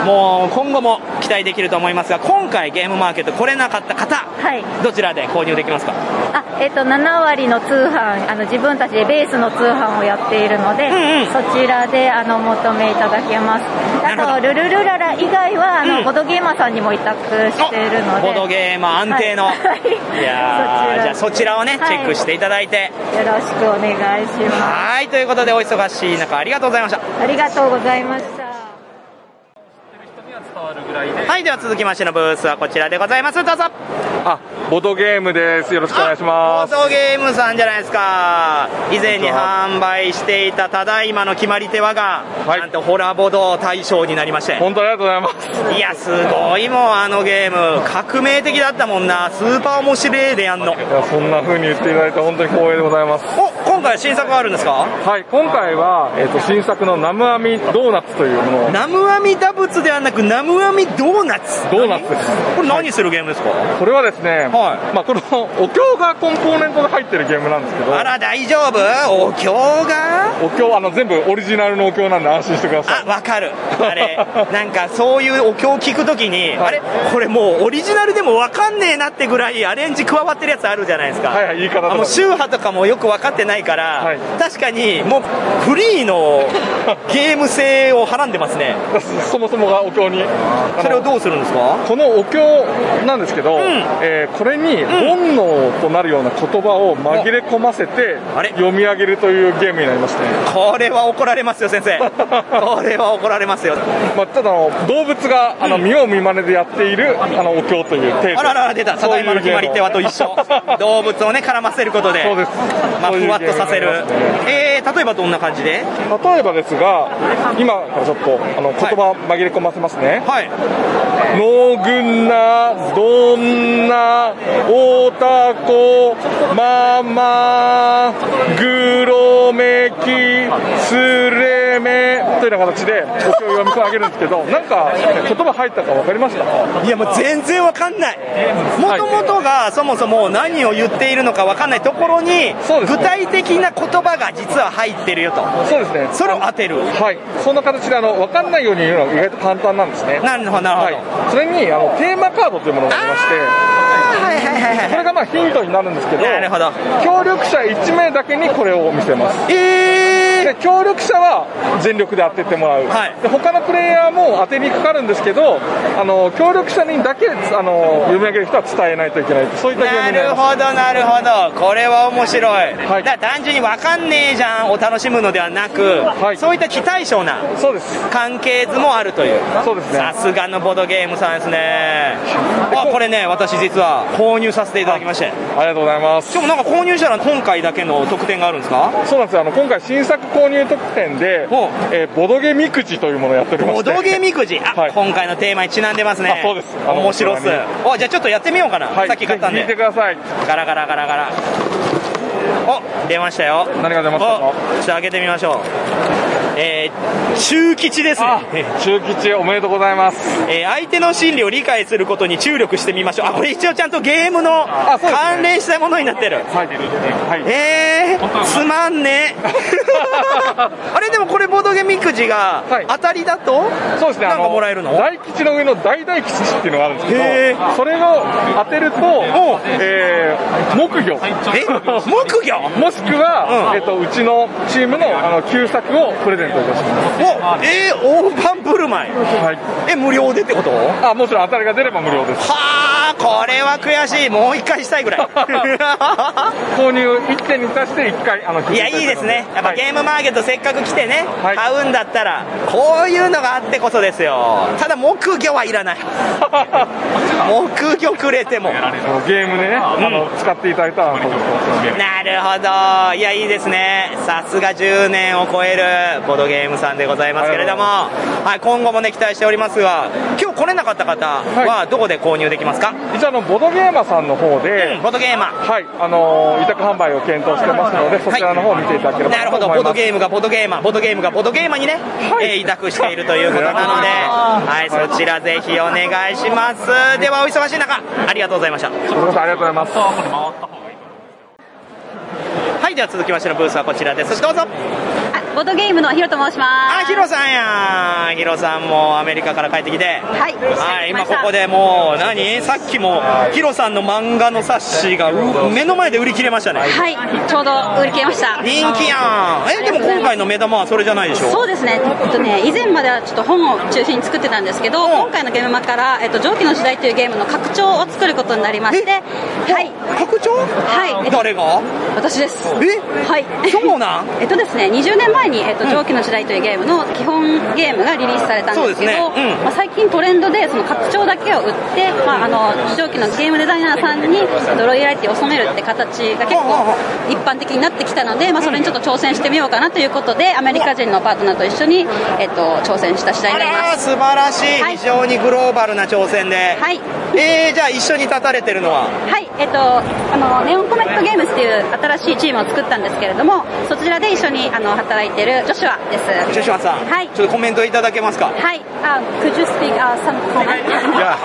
Speaker 2: もう今後も期待できると思いますが今回ゲームマーケット来れなかった方、どちらで購入できますか
Speaker 9: あえっと7割の通販あの自分たちでベースの通販をやっているので、そちらであのお求めいただけますあとルルルララ以外はあの、ボドゲーマーさんにも委託しているので
Speaker 2: ボードゲーム安定の、
Speaker 9: はいはい
Speaker 2: い、やーじゃあそちらをね、
Speaker 9: はい
Speaker 2: チェックしていただいて
Speaker 9: よろしくお願いします
Speaker 2: はいということでお忙しい中ありがとうございました
Speaker 9: ありがとうございました
Speaker 2: はいでは続きましてのブースはこちらでございますどうぞ
Speaker 1: あ、ボトゲームです。よろしくお願いし
Speaker 2: ボ
Speaker 1: ま
Speaker 2: ー
Speaker 1: す。
Speaker 2: ドゲームさんじゃないですか以前に販売していたただいまの決まり手話が、なんとホラボド大賞になりまして
Speaker 1: 本当ありがとうございます
Speaker 2: いやすごいもんあのゲーム革命的だったもんなスーパー面白いでやんの
Speaker 1: いや、そんな風に言っていただいて本当に光栄でございます。
Speaker 2: お、今回新作あるんですか
Speaker 1: はい、今回は、えっ、と、新作のナムアミドーナツというものを。
Speaker 2: ナムアミダブツではなくナムアミドーナツ
Speaker 1: ドーナツです。
Speaker 2: これ何するゲームですか、
Speaker 1: これはですね、まあこのお経がコンポーネントが入ってるゲームなんですけど。
Speaker 2: あら、大丈夫お経が
Speaker 1: お経、あの、全部オリジナルのお経なんで安心してください。
Speaker 2: わかる。あれ、なんかそういうお経を聞くときに、あれこれもうオリジナルでもわかんねえなってぐらいアレンジ加わってるやつあるじゃないですか。
Speaker 1: はいはい言い方とか
Speaker 2: あもう宗派とかもよくわかってないから、確かにもうフリーのゲーム性をはらんでますね。
Speaker 1: そもそもがお経に。
Speaker 2: それをどうするんですか
Speaker 1: このお経なんですけど、えーこれに煩悩となるような言葉を紛れ込ませて、読み上げるというゲームになりまして、
Speaker 2: これは怒られますよ、 先生。これは怒られますよ。
Speaker 1: まあ、ただあの動物があの見よう見まねでやっている、あのお経というテーマ
Speaker 2: あららら出た、ただいまの決まり手はと一緒、動物をね、絡ませることで、まあ、ふわっとさせる、えー、例えばどんな感じで、
Speaker 1: 例えばですが今からちょっとあの言葉紛れ込ませますね
Speaker 2: はい
Speaker 1: 「のぐなどんなおたこままぐろめきすれめ」というような形でお経を読み上げるんですけどなんか言葉入ったか分かりました
Speaker 2: いやもう全然わかんない、もともとがそもそも何を言っているのかわかんないところに、具体的な言葉が実は入ってるよと、
Speaker 1: そうですね
Speaker 2: それを当てる
Speaker 1: はいそんな形であの分かんないように言うのが意外と簡単なんですね
Speaker 2: なるほどなるほど
Speaker 1: はい、それにあのテーマカードというものがありまして
Speaker 2: はいはいはいはい
Speaker 1: これがまあヒントになるんですけど
Speaker 2: なるほど
Speaker 1: 協力者1名だけにこれを見せます
Speaker 2: え
Speaker 1: で協力者は全力で当ててもらう、で他のプレイヤーも当てにかかるんですけどあの協力者にだけあの読み上げる人は伝えないといけないそういったゲ
Speaker 2: な
Speaker 1: ームになり
Speaker 2: る
Speaker 1: ます
Speaker 2: ほど、なるほど、これは面白い、だから単純にわかんねえじゃんを楽しむのではなく、そういった非対称な関係図もあるという、さすがのボードゲームさんですね、あこれね、私、実は購入させていただきまして、あ
Speaker 1: りがとうございます。
Speaker 2: しかもなんか購入したら、今回だけの特典があるんですか
Speaker 1: そうなんですよあの今回新作購入特典で、えーボドゲみくじというものをやっておりま
Speaker 2: ボ
Speaker 1: して
Speaker 2: ドゲみくじ、あ、今回のテーマにちなんでますね。
Speaker 1: あそうですあの
Speaker 2: 面白っす
Speaker 1: こちら。
Speaker 2: お、じゃあちょっとやってみようかな。さっき買ったんで。
Speaker 1: ぜひ聞いてください。
Speaker 2: ガラガラガラガラ。お、出ましたよ。
Speaker 1: 何が出ましたか
Speaker 2: おちょっと開けてみましょう。えー中吉ですね。
Speaker 1: 中吉おめでとうございます。
Speaker 2: えー相手の心理を理解することに注力してみましょう。あ、これ一応ちゃんとゲームの関連したものになってる。えー、つまん ね。あれでもこれボードゲみくじが当たりだと、
Speaker 1: そうですね
Speaker 2: なんかもらえるの
Speaker 1: 大吉の上の大大吉っていうのがあるんですけどそれを当てると、えー木魚
Speaker 2: え木魚
Speaker 1: もしくは、うえっとうちのチームのあの旧作をプレゼントいたします
Speaker 2: おえー、大盤振る舞い、え無料でってこと
Speaker 1: あもちろん当たりが出れば無料です
Speaker 2: はあこれは悔しいもう一回したいぐらい
Speaker 1: 購入1点に対して1回あの
Speaker 2: いやいいですねやっぱゲームマーケットせっかく来てね、買うんだったらこういうのがあってこそですよただ木魚はい らない木魚くれても
Speaker 1: ゲームでね、あの使っていただいたらと思ってます
Speaker 2: なるほどいやいいですねさすが10年を超えるボードゲームさんでございますけれども、はい、今後もね期待しておりますが今日来れなかった方はどこで購入できますか、
Speaker 1: 一応あのボドゲーマーさんの方で、
Speaker 2: ボドゲーマ
Speaker 1: ーはいあの委託販売を検討してますので、そちらの方を見ていただければ
Speaker 2: なるほ
Speaker 1: と
Speaker 2: ど、
Speaker 1: 思
Speaker 2: ボ
Speaker 1: い
Speaker 2: ード
Speaker 1: ます
Speaker 2: ゲームがボードゲーマー、ボードゲームがボードゲーマーにね、えー委託しているということなので、はい、そちらぜひお願いします。では、お忙しい中、ありがとうございました。
Speaker 1: ありがとうございます
Speaker 2: はい、では続きましてのブースはこちらです。どうぞ。
Speaker 18: ボードゲームのヒロと申します。あ、ヒロさんや。
Speaker 2: あーヒロさんもアメリカから帰ってきて
Speaker 18: はい。
Speaker 2: はい、今ここでもう何さっきもヒロさんの漫画の冊子がう目の前で売り切れましたね
Speaker 18: はい、ちょうど売り切れました。
Speaker 2: 人気やんえでも今回の目玉はそれじゃないでしょ
Speaker 18: そうですね、えっとね、以前まではちょっと本を中心に作ってたんですけど、今回のゲームマから、えっと、蒸気の時代というゲームの拡張を作ることになりまして、はい。拡張はい。
Speaker 2: 誰が
Speaker 18: 私です。えはい。そうなん えっとですね、20年前に、えっと、蒸気の時代というゲームの基本ゲームがリリースされたんですけど、
Speaker 2: そうですねうん
Speaker 18: まあ、最近トレンドで、その拡張だけを売って、まあ、あの、蒸気のゲームデザイナーさんに、えっとロイヤリティを染めるって形が結構一般的になってきたので、まあ、それにちょっと挑戦してみようかなということで、アメリカ人のパートナーと一緒に、えっと、挑戦した次第になります。
Speaker 2: 素晴らしい、非常にグローバルな挑戦で
Speaker 18: はい。
Speaker 2: えー、じゃあ一緒に立たれてるのは
Speaker 18: はい、えっと、あの、ネオンコメットゲームズっていう新しいチームを作ったんですけれども、そちらで一緒にあの働いてるジョシュアです。
Speaker 2: ジョシュアさん、
Speaker 18: はい
Speaker 2: ちょっとコメントいただけますか
Speaker 18: はい、あ could you speak、uh, some comment
Speaker 19: Yeah.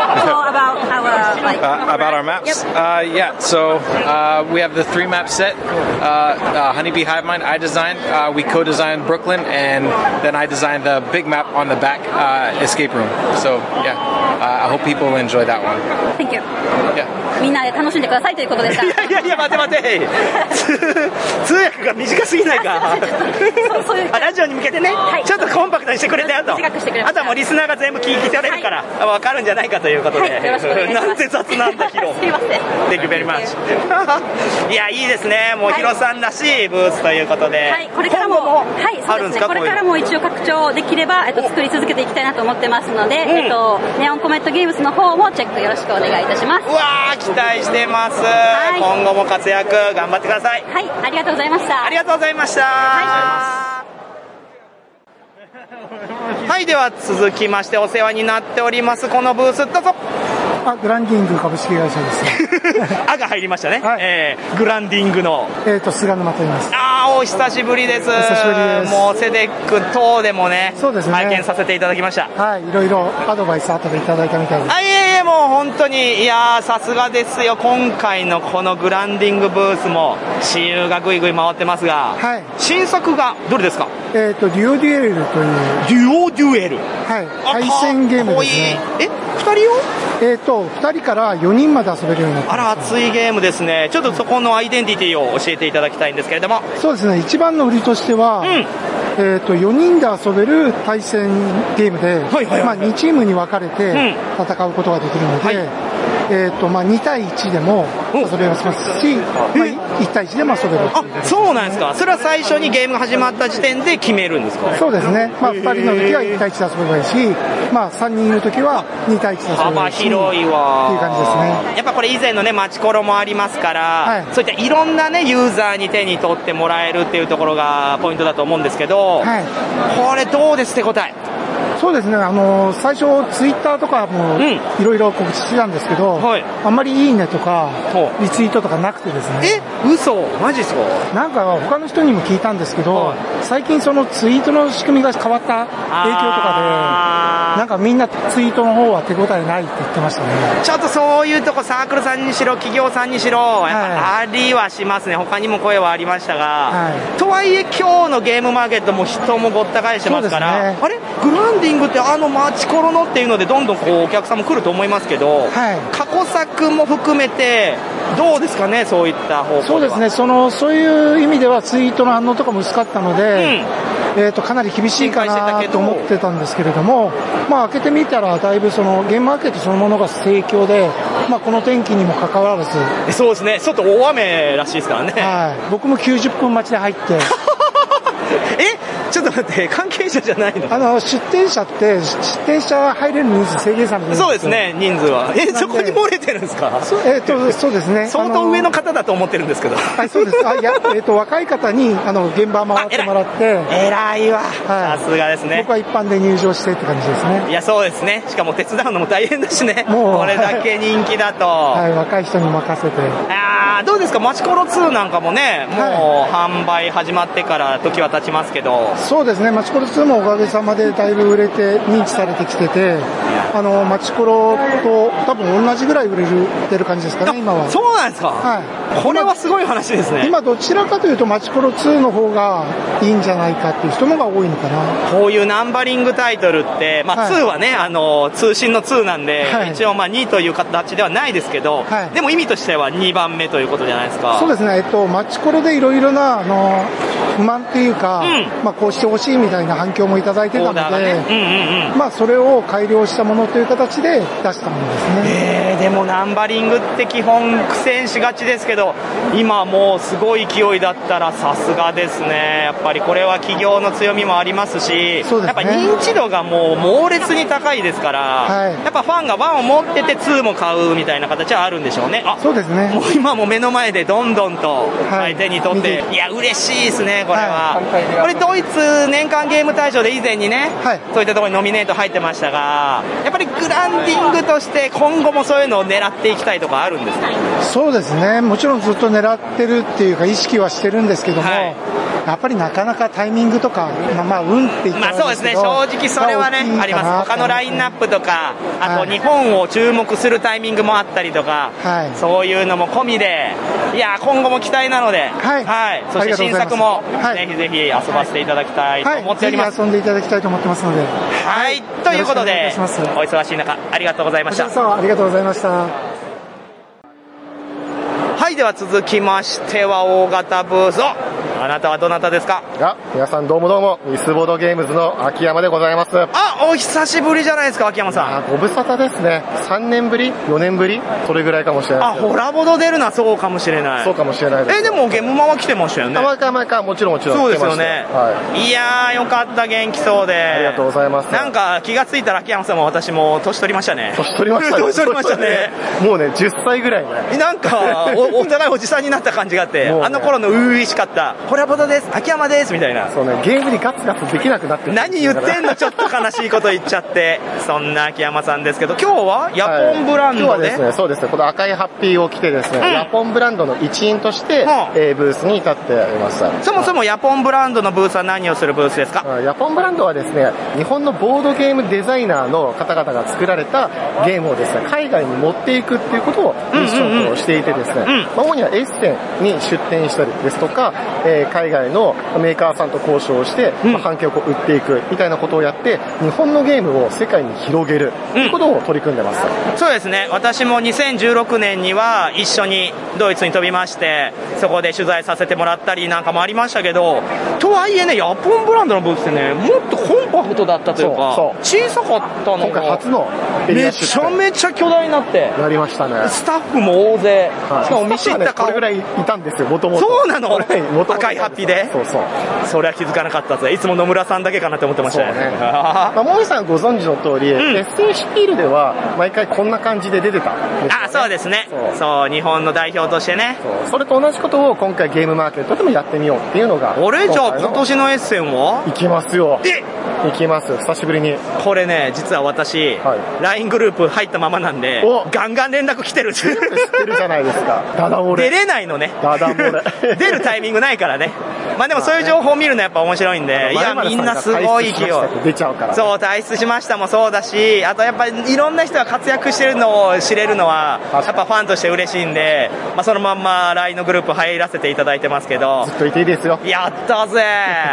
Speaker 18: about our like
Speaker 19: Uh, about our maps? Uh, yeah, so uh, we have the three map set uh, uh, Honeybee Hive Mind, I designed, uh, we co designed Brooklyn, and then I designed the big map on the back uh, escape room. So, yeah, uh, I hope people enjoy that one.
Speaker 18: Thank you. みんなで楽しんでくださいということで した。
Speaker 2: いやいや待て待て 通通訳が短すぎないか あラジオに向けてね、ちょっとコンパクトにしてくれたよと
Speaker 18: 短くしてくれま
Speaker 2: あとはもうリスナーが全部聞き取れるから、わ分かるんじゃないかということで、
Speaker 18: はいよろしくお願いします
Speaker 2: なんて雑なんだヒロ
Speaker 18: すいません。
Speaker 2: Thank you very much いやいいですねもうヒロさんらしいブースということで、
Speaker 18: はい、これからも、はい、
Speaker 2: あ
Speaker 18: そう
Speaker 2: るんですす
Speaker 18: でね。
Speaker 2: か
Speaker 18: これ
Speaker 2: こういうの
Speaker 18: からも一応拡張できれば、えっと、作り続けていきたいなと思ってますので、えっと、ネオンコメットゲームズの方もチェックよろしくお願いいたします。
Speaker 2: うわー、期待してます、今後も活躍頑張ってください
Speaker 18: はい、ありがとうございました。あり
Speaker 2: がとうございました。はいでは続きましてお世話になっておりますこのブースどうぞ
Speaker 21: あグランディング株式会社です。
Speaker 2: あが入りましたね、えーグランディングの
Speaker 21: えっ、と菅沼と言います。
Speaker 2: あーお久しぶりです
Speaker 21: 久しぶりです
Speaker 2: もうセデック等でもね拝見させていただきました
Speaker 21: はい、いろいろアドバイス後でいただいたみたいです。
Speaker 2: あいえいえもう本当にいやーさすがですよ今回のこのグランディングブースも私有がぐいぐい回ってますが、新作がどれですか
Speaker 21: えっ、とデュオデュエルという。
Speaker 2: デュオデュエル。
Speaker 21: はい、対戦ゲームですね。
Speaker 2: え、二人を？
Speaker 21: えっ、と二人から四人まで遊べるようになって
Speaker 2: あ
Speaker 21: ます。
Speaker 2: ら熱いゲームですねちょっとそこのアイデンティティを教えていただきたいんですけれども
Speaker 21: そうですね、一番の売りとしては、えっ、と、4人で遊べる対戦ゲームで、まあ、2チームに分かれて戦うことができるので、えっ、と、まあ、2対1でも遊べますし、まあ、1対1でも遊べるっていう
Speaker 2: そうなんですかそれは最初にゲームが始まった時点で決めるんですか
Speaker 21: そうですね、まあ、2人の時は1対1で遊べばいいし、まあ、3人いる時は2対1で遊べば
Speaker 2: 幅
Speaker 21: いいし、
Speaker 2: 広いわ
Speaker 21: っていう感じですね。
Speaker 2: やっぱこれ以前のねマチコロもありますから、そういったいろんなねユーザーに手に取ってもらえるっていうところがポイントだと思うんですけど、これどうです手応え
Speaker 21: そうですね、あの最初、ツイッターとかもいろいろ告知してたんですけど、あんまりいいねとか、リツイートとかなくてですね、
Speaker 2: え嘘マジですか
Speaker 21: なんか他の人にも聞いたんですけど、最近、そのツイートの仕組みが変わった影響とかで、なんかみんなツイートの方は手応えないって言ってましたね。
Speaker 2: ちょっとそういうとこサークルさんにしろ企業さんにしろやっぱありはしますね他にも声はありましたが、とはいえ今日のゲームマーケットも人もごった返してますからあれグランディングってあのマチコロのっていうのでどんどんこうお客さんも来ると思いますけど、過去作も含めてどうですかねそういった方向
Speaker 21: そうですね、その、そういう意味ではツイートの反応とかも薄かったので、えっ、と、かなり厳しいかなと思ってたんですけれども、まあ、開けてみたら、だいぶその、ゲームマーケットそのものが盛況で、まあ、この天気にもかかわらず、
Speaker 2: そうですね外大雨らしいですからね
Speaker 21: はい、僕も90分待ちで入って、
Speaker 2: え ちょっと待って関係者じゃないの
Speaker 21: あの、出店者って、出店者が入れる人数制限されてるん
Speaker 2: そうですね人数はえ
Speaker 21: なんで
Speaker 2: そこに漏れてるんですか
Speaker 21: そうえっとそうですね
Speaker 2: 相当上の方だと思ってるんですけど
Speaker 21: はい、そうです。あ、いや、えっ、と、若い方に、あの、現場回ってもらって、
Speaker 2: 偉いわ。
Speaker 21: は
Speaker 2: さ
Speaker 21: い。
Speaker 2: すがですね
Speaker 21: 僕は一般で入場してって感じですね。
Speaker 2: いや、そうですね。しかも手伝うのも大変だしね。
Speaker 21: もう
Speaker 2: これだけ人気だと。
Speaker 21: はい、若い人に任せて。
Speaker 2: ああどうですか、マチコロ2なんかもね、もう販売始まってから時は経ちますけど、
Speaker 21: そうですね、マチコロ2もおかげさまでだいぶ売れて、認知されてきてて、あのマチコロと多分同じぐらい売れるてる感じですかね、今は。
Speaker 2: そうなんですか、これはすごい話ですね。
Speaker 21: 今、どちらかというと、マチコロ2の方がいいんじゃないかっていう人の方が多いのかな。
Speaker 2: こういうナンバリングタイトルって、まあ、
Speaker 21: はい
Speaker 2: 2はね、あの通信の2なんで、
Speaker 21: はい
Speaker 2: 一応まあ2という形ではないですけど、でも意味としては2番目ということじゃないですか。
Speaker 21: そうですね、えっと、マチコロでいろいろなあの不満っていうか、まあ、こうしてほしいみたいな反響もいただいてたので、まあ、それを改良したものという形で出したものですね。
Speaker 2: えーでもナンバリングって基本苦戦しがちですけど今もうすごい勢いだったらさすがですねやっぱりこれは企業の強みもありますしやっぱ認知度がもう猛烈に高いですから、やっぱファンが1を持ってて2も買うみたいな形はあるんでしょうねあ
Speaker 21: そうですね
Speaker 2: もう今も目の前でどんどんとはい手に取って、い、や嬉しいですねこれは、これドイツ年間ゲーム大賞で以前にね、そういったところにノミネート入ってましたがやっぱりグランディングとして今後もそういうのを狙っていきたいとかあるんですか
Speaker 21: そうですね、もちろんずっと狙ってるっていうか、意識はしてるんですけども、やっぱりなかなかタイミングとか、まあ、まあ運って言った
Speaker 2: まあ
Speaker 21: ら
Speaker 2: そうですね、正直それはね、あります、他のラインナップとか、あと日本を注目するタイミングもあったりとか、そういうのも込みで、いや、今後も期待なので、はい、そ
Speaker 21: あ
Speaker 2: し
Speaker 21: り
Speaker 2: て
Speaker 21: がと
Speaker 2: 新
Speaker 21: うございます
Speaker 2: 作も、ぜひぜひ遊ばせていただきたいと思っており
Speaker 21: は
Speaker 2: ま
Speaker 21: い、
Speaker 2: す。
Speaker 21: ぜひ遊んでいただきたいと思ってますので、
Speaker 2: はい、ということ
Speaker 21: よろ
Speaker 2: で
Speaker 21: し、くお願いし
Speaker 2: お忙しい中、ありがとうございま
Speaker 21: こ
Speaker 2: し
Speaker 21: ちら
Speaker 2: た
Speaker 21: こ。そありがとうございました。
Speaker 2: はい、では続きましては、大型ブース、おあなたはどなたですか
Speaker 20: が、皆さんどうもどうも、ミスボードゲームズの秋山でございます。
Speaker 2: あ、お久しぶりじゃないですか、秋山さ
Speaker 20: ん。ご無沙汰ですね。3年ぶり ?4 年ぶりそれぐらいかもしれない
Speaker 2: あ、
Speaker 20: ですけど
Speaker 2: ホラボド出るな、そうかもしれない。
Speaker 20: そうかもしれないです
Speaker 2: え、でも、ゲームマは来てましたよね。
Speaker 20: あ毎回毎回、もちろんもちろん。
Speaker 2: そうですよね
Speaker 20: 来てましたはい
Speaker 2: やー、よかった、元気そうで。ありがとうご
Speaker 20: ざいます。
Speaker 2: なんか、気がついたら秋山さんも私も年取りましたね。年
Speaker 20: い。取りましたね。
Speaker 2: 年取りましたね。。
Speaker 20: もうね、10歳ぐらいね。
Speaker 2: なんか、お、お互いおじさんになった感じがあって、あの頃の初々しかった、ホラボドです、秋山です、みたいな。
Speaker 20: そうね、ゲームにガツガツできなくなって
Speaker 2: 何言ってんのちょっと悲しいこと言っちゃって。そんな秋山さんですけど、今日はヤポンブラン
Speaker 20: 今日は
Speaker 2: ドで
Speaker 20: ですね、そうですね、この赤いハッピーを着てですね、
Speaker 2: うん
Speaker 20: ヤポンブランドの一員として、えーブースに立っていました。
Speaker 2: そもそもヤポンブランドのブースは何をするブースですか
Speaker 20: ヤポンブランドはですね、日本のボードゲームデザイナーの方々が作られたゲームをですね、海外に持っていくっていうことをミッションとしていてですね、まあ主にはエッセンに出店したりですとか、えー海外のメーカーさんと交渉をして、まあ反響をこう売っていくみたいなことをやって、日本のゲームを世界に広げるということを取り組んでます。
Speaker 2: そうですね私も2016年には一緒にドイツに飛びましてそこで取材させてもらったりなんかもありましたけどとはいえねヤポンブランドのブースってねもっとコンパクトだったというか
Speaker 20: そう
Speaker 2: 小さかったのが
Speaker 20: 今回初のエリ
Speaker 2: め
Speaker 20: ア出
Speaker 2: ちゃ
Speaker 20: 展
Speaker 2: めちゃ巨大になって
Speaker 20: やりましたね。
Speaker 2: スタッフも大勢、
Speaker 20: はい
Speaker 2: しかも見知った
Speaker 20: スタッフはねこ
Speaker 2: 顔
Speaker 20: れぐらいいたんですよ、もともと。
Speaker 2: そうなの赤いハッピーで
Speaker 20: そうそう
Speaker 2: それは気づかなかったぜいつも野村さんだけかなって思ってましたね あ
Speaker 20: まあ、モイさんご存知の通り、SC シピールでは毎回こんな感じで出てたんですよ
Speaker 2: あそうですねそう日本の代表としてね
Speaker 20: それと同じことを今回ゲームマーケットでもやってみようっていうのが
Speaker 2: 俺じゃあ
Speaker 20: 回
Speaker 2: 今
Speaker 20: の
Speaker 2: 年のエッセンは
Speaker 20: 行きますよ行きます久しぶりに
Speaker 2: これね実は私、LINE グループ入ったままなんでガンガン連絡来てる知って
Speaker 20: るじゃないですかダダ漏
Speaker 2: れ出れないのね
Speaker 20: ダダ漏 れ
Speaker 2: 出るタイミングないからねまあでもそういう情報を見るのはやっぱ面白いんでいやみんなすごい勢い
Speaker 20: 出ちゃうから
Speaker 2: そう退出しましたもそうだしあとやっぱりいろんな人が活躍してるのを知れるのはやっぱファンとして嬉しいんで、まあ、そのまんま LINE のグループ入らせていただいてますけど
Speaker 20: ずっといていいですよ
Speaker 2: やった ぜ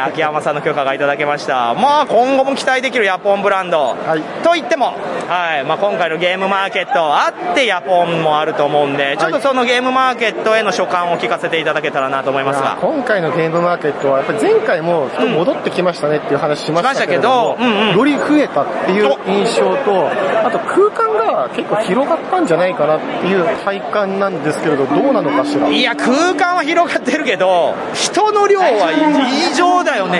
Speaker 2: 秋山さんの許可がいただけましたまあ今後も期待できるヤポンブランド、と言っても、はいまあ、今回のゲームマーケットあってヤポンもあると思うんでちょっとそのゲームマーケットへの所感を聞かせていただけたらなと思いますが
Speaker 20: 今回のゲームマーケットはやっぱり前回も人戻ってきましたねっていう話しましたけれども
Speaker 2: しましたけどうんうん
Speaker 20: より増えたっていう印象とあと空間が結構広がったんじゃないかなっていう体感なんですけれどどうなのかしら
Speaker 2: いや空間は広がってるけど人の量は異常だよね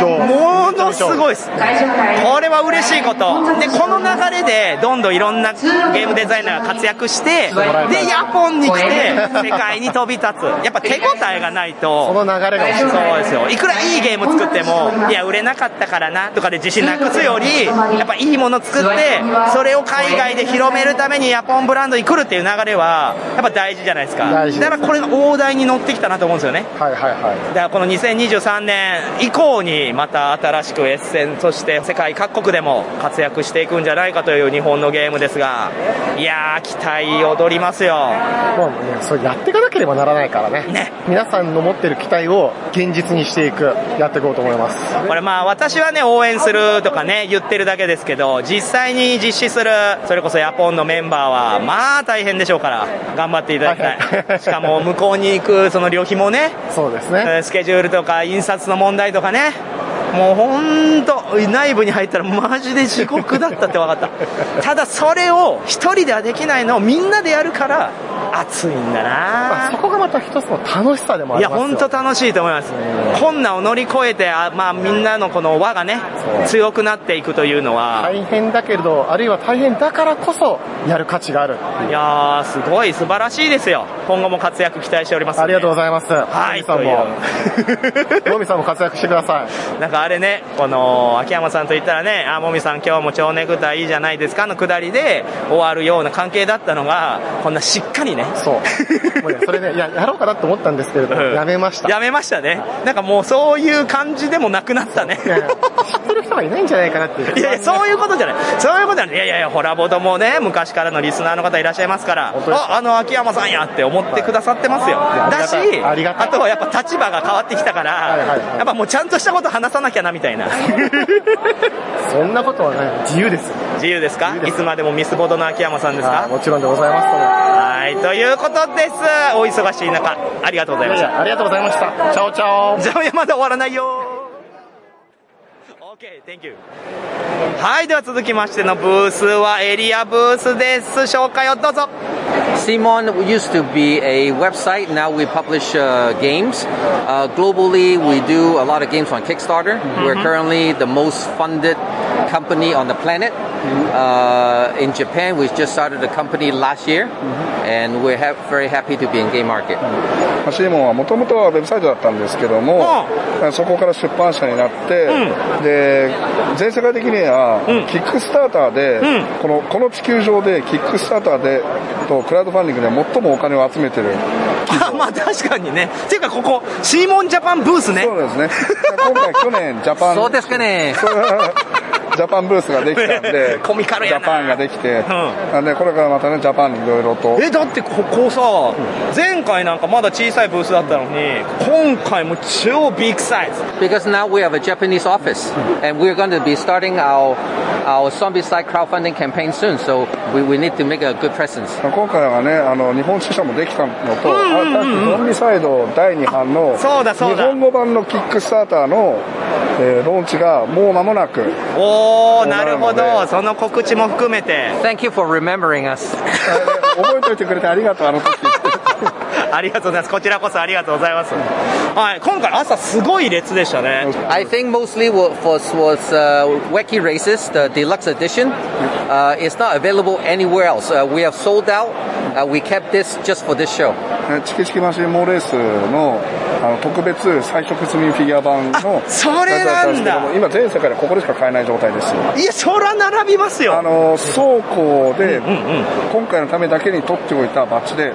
Speaker 2: ものすごいですこれは嬉しいことでこの流れでどんどんいろんなゲームデザイナーが活躍してでヤポンに来て世界に飛び立つやっぱ手応えがないと
Speaker 20: この流れが欲しい
Speaker 2: そうですよいくらいいゲーム作ってもいや売れなかったからなとかで自信なくすよりやっぱいいもの作ってそれを海外で広めるためにヤポンブランドに来るっていう流れはやっぱ大事じゃないですか
Speaker 20: 大事です
Speaker 2: だからこれが大台に乗ってきたなと思うんですよね
Speaker 20: はいはいは
Speaker 2: だからこの2023年以降にまた新しくエッセンそして世界各国でも活躍していくんじゃないかという日本のゲームですがいやー期待躍りますよ
Speaker 20: い。もうね、それやっていかなければならないからね。皆さんの持ってる期待を現実にしていく、やっていこうと思います。
Speaker 2: これまあ私はね応援するとかね言ってるだけですけど実際に実施するそれこそヤポンのメンバーはまあ大変でしょうから頑張っていただきたいしかも向こうに行くその旅費もね
Speaker 20: そうです
Speaker 2: ねスケジュールとか印刷の問題とかねもうほんと内部に入ったらマジで地獄だったって分かったただそれを一人ではできないのをみんなでやるから熱いんだな
Speaker 20: そこがまた一つの楽しさでもあ
Speaker 2: い
Speaker 20: り
Speaker 2: や
Speaker 20: ますよ。
Speaker 2: 本当楽しいと思います困難を乗り越えてあ、まあ、みんなのこの輪がね強くなっていくというのは
Speaker 20: 大変だけれど、あるいは大変だからこそ、やる価値 がある。
Speaker 2: いやーすごい素晴らしいですよ今後も活躍期待しております
Speaker 20: ありがとうございます。はい、さんも。もみさんも活躍してください。
Speaker 2: なんかあれねこの秋山さんと言ったらね「あもみさん今日も蝶ネクタイいいじゃないですか」のくだりで終わるような関係だったのがこんなしっかりね
Speaker 20: そうもうねそれねいややろうかなと思ったんですけれども、やめまし た
Speaker 2: やめましたねなんかもうそういう感じでもなくなったね
Speaker 20: 知ってる人がいないんじゃないかなっていう
Speaker 2: いやいや、そういうことじゃない。そういうことじゃない。いやいやいや、ホラボドもね、昔からのリスナーの方いらっしゃいますから、あ、あの秋山さんやって思ってくださってますよ。だし、あとはやっぱ立場が変わってきたから、やっぱもうちゃんとしたこと話さなきゃなみたい な。
Speaker 20: そんなことはない自由ですよ
Speaker 2: 自由ですかいつまでもミスボドの秋山さんですか
Speaker 20: もちろんでございます
Speaker 2: はい、ということです。お忙しい中、ありがとうございまし
Speaker 20: いやいや
Speaker 2: た。
Speaker 20: ありがとうございましたチャオチャオ
Speaker 2: じゃあまだ終わらないよ。OK, thank you. はい、では続きましてのブースはエリアブースです。紹介をどうぞ。
Speaker 17: Simon used to be a website. Now we publish uh, games. Uh, globally, we do a lot of games on Kickstarter.
Speaker 2: Mm-hmm.
Speaker 17: We're
Speaker 16: Mhm.
Speaker 17: currently the most funded company on the planet.
Speaker 2: Mm-hmm.
Speaker 17: Uh, in Japan, we just started a company last year,
Speaker 2: Mm-hmm.
Speaker 17: and we're ha- very happy to be in game market.
Speaker 27: まあシーモンはもともとはウェブサイトだったんですけども、そこから出版社になって、で全世界的にはキックスターターで、このこの地球上でキックスターターでとクラウドファンディングで最もお金を集めてる
Speaker 2: あまあ確かにね。ていうかここ、シーモンジャパンブースね。
Speaker 27: そうですね。今回去年ジャパン
Speaker 17: そうですかね
Speaker 27: ジャパンブースができたんで
Speaker 2: コミカル
Speaker 27: ジ
Speaker 2: や
Speaker 27: ャ
Speaker 2: な
Speaker 27: パンができて、なんでこれからまたねジャパンにいろいろと
Speaker 2: え、だってここさ、前回なんかまだ小さいブースだったのに、今回も超ビッグサイズ。
Speaker 17: Because now we have a Japanese office, and we're going to be starting our our zombie side crowdfunding campaign soon. So we, we need to make a good presence.
Speaker 27: 今回はねあの日本支社もできたのと、新しくゾンビサイド第2版の
Speaker 2: そうだそうだ
Speaker 27: 日本語版のキックスターターの、えーローンチがもう間もなく
Speaker 2: おー、なるほど。その告知も含めて。
Speaker 17: Thank you for remembering us.
Speaker 27: 覚えておいてくれてありがとうあの時
Speaker 2: ありがとうございます。こちらこそありがとうございます。はい、今回朝すごい列でしたね。
Speaker 17: I think mostly wa- was was uh, Wacky Races, the deluxe edition. Uh, it's not available anywhere else. Uh, we have sold out. Uh, we kept this just for this show.
Speaker 27: えチキチキマシンモーレースのあの特別彩色済みフィギュア版の
Speaker 2: それなんだ
Speaker 27: やつったんですけども今全世界でここでしか買えない状態です
Speaker 2: いや、そら並びますよ。
Speaker 27: あの倉庫で今回のためだけに取っておいたバッジで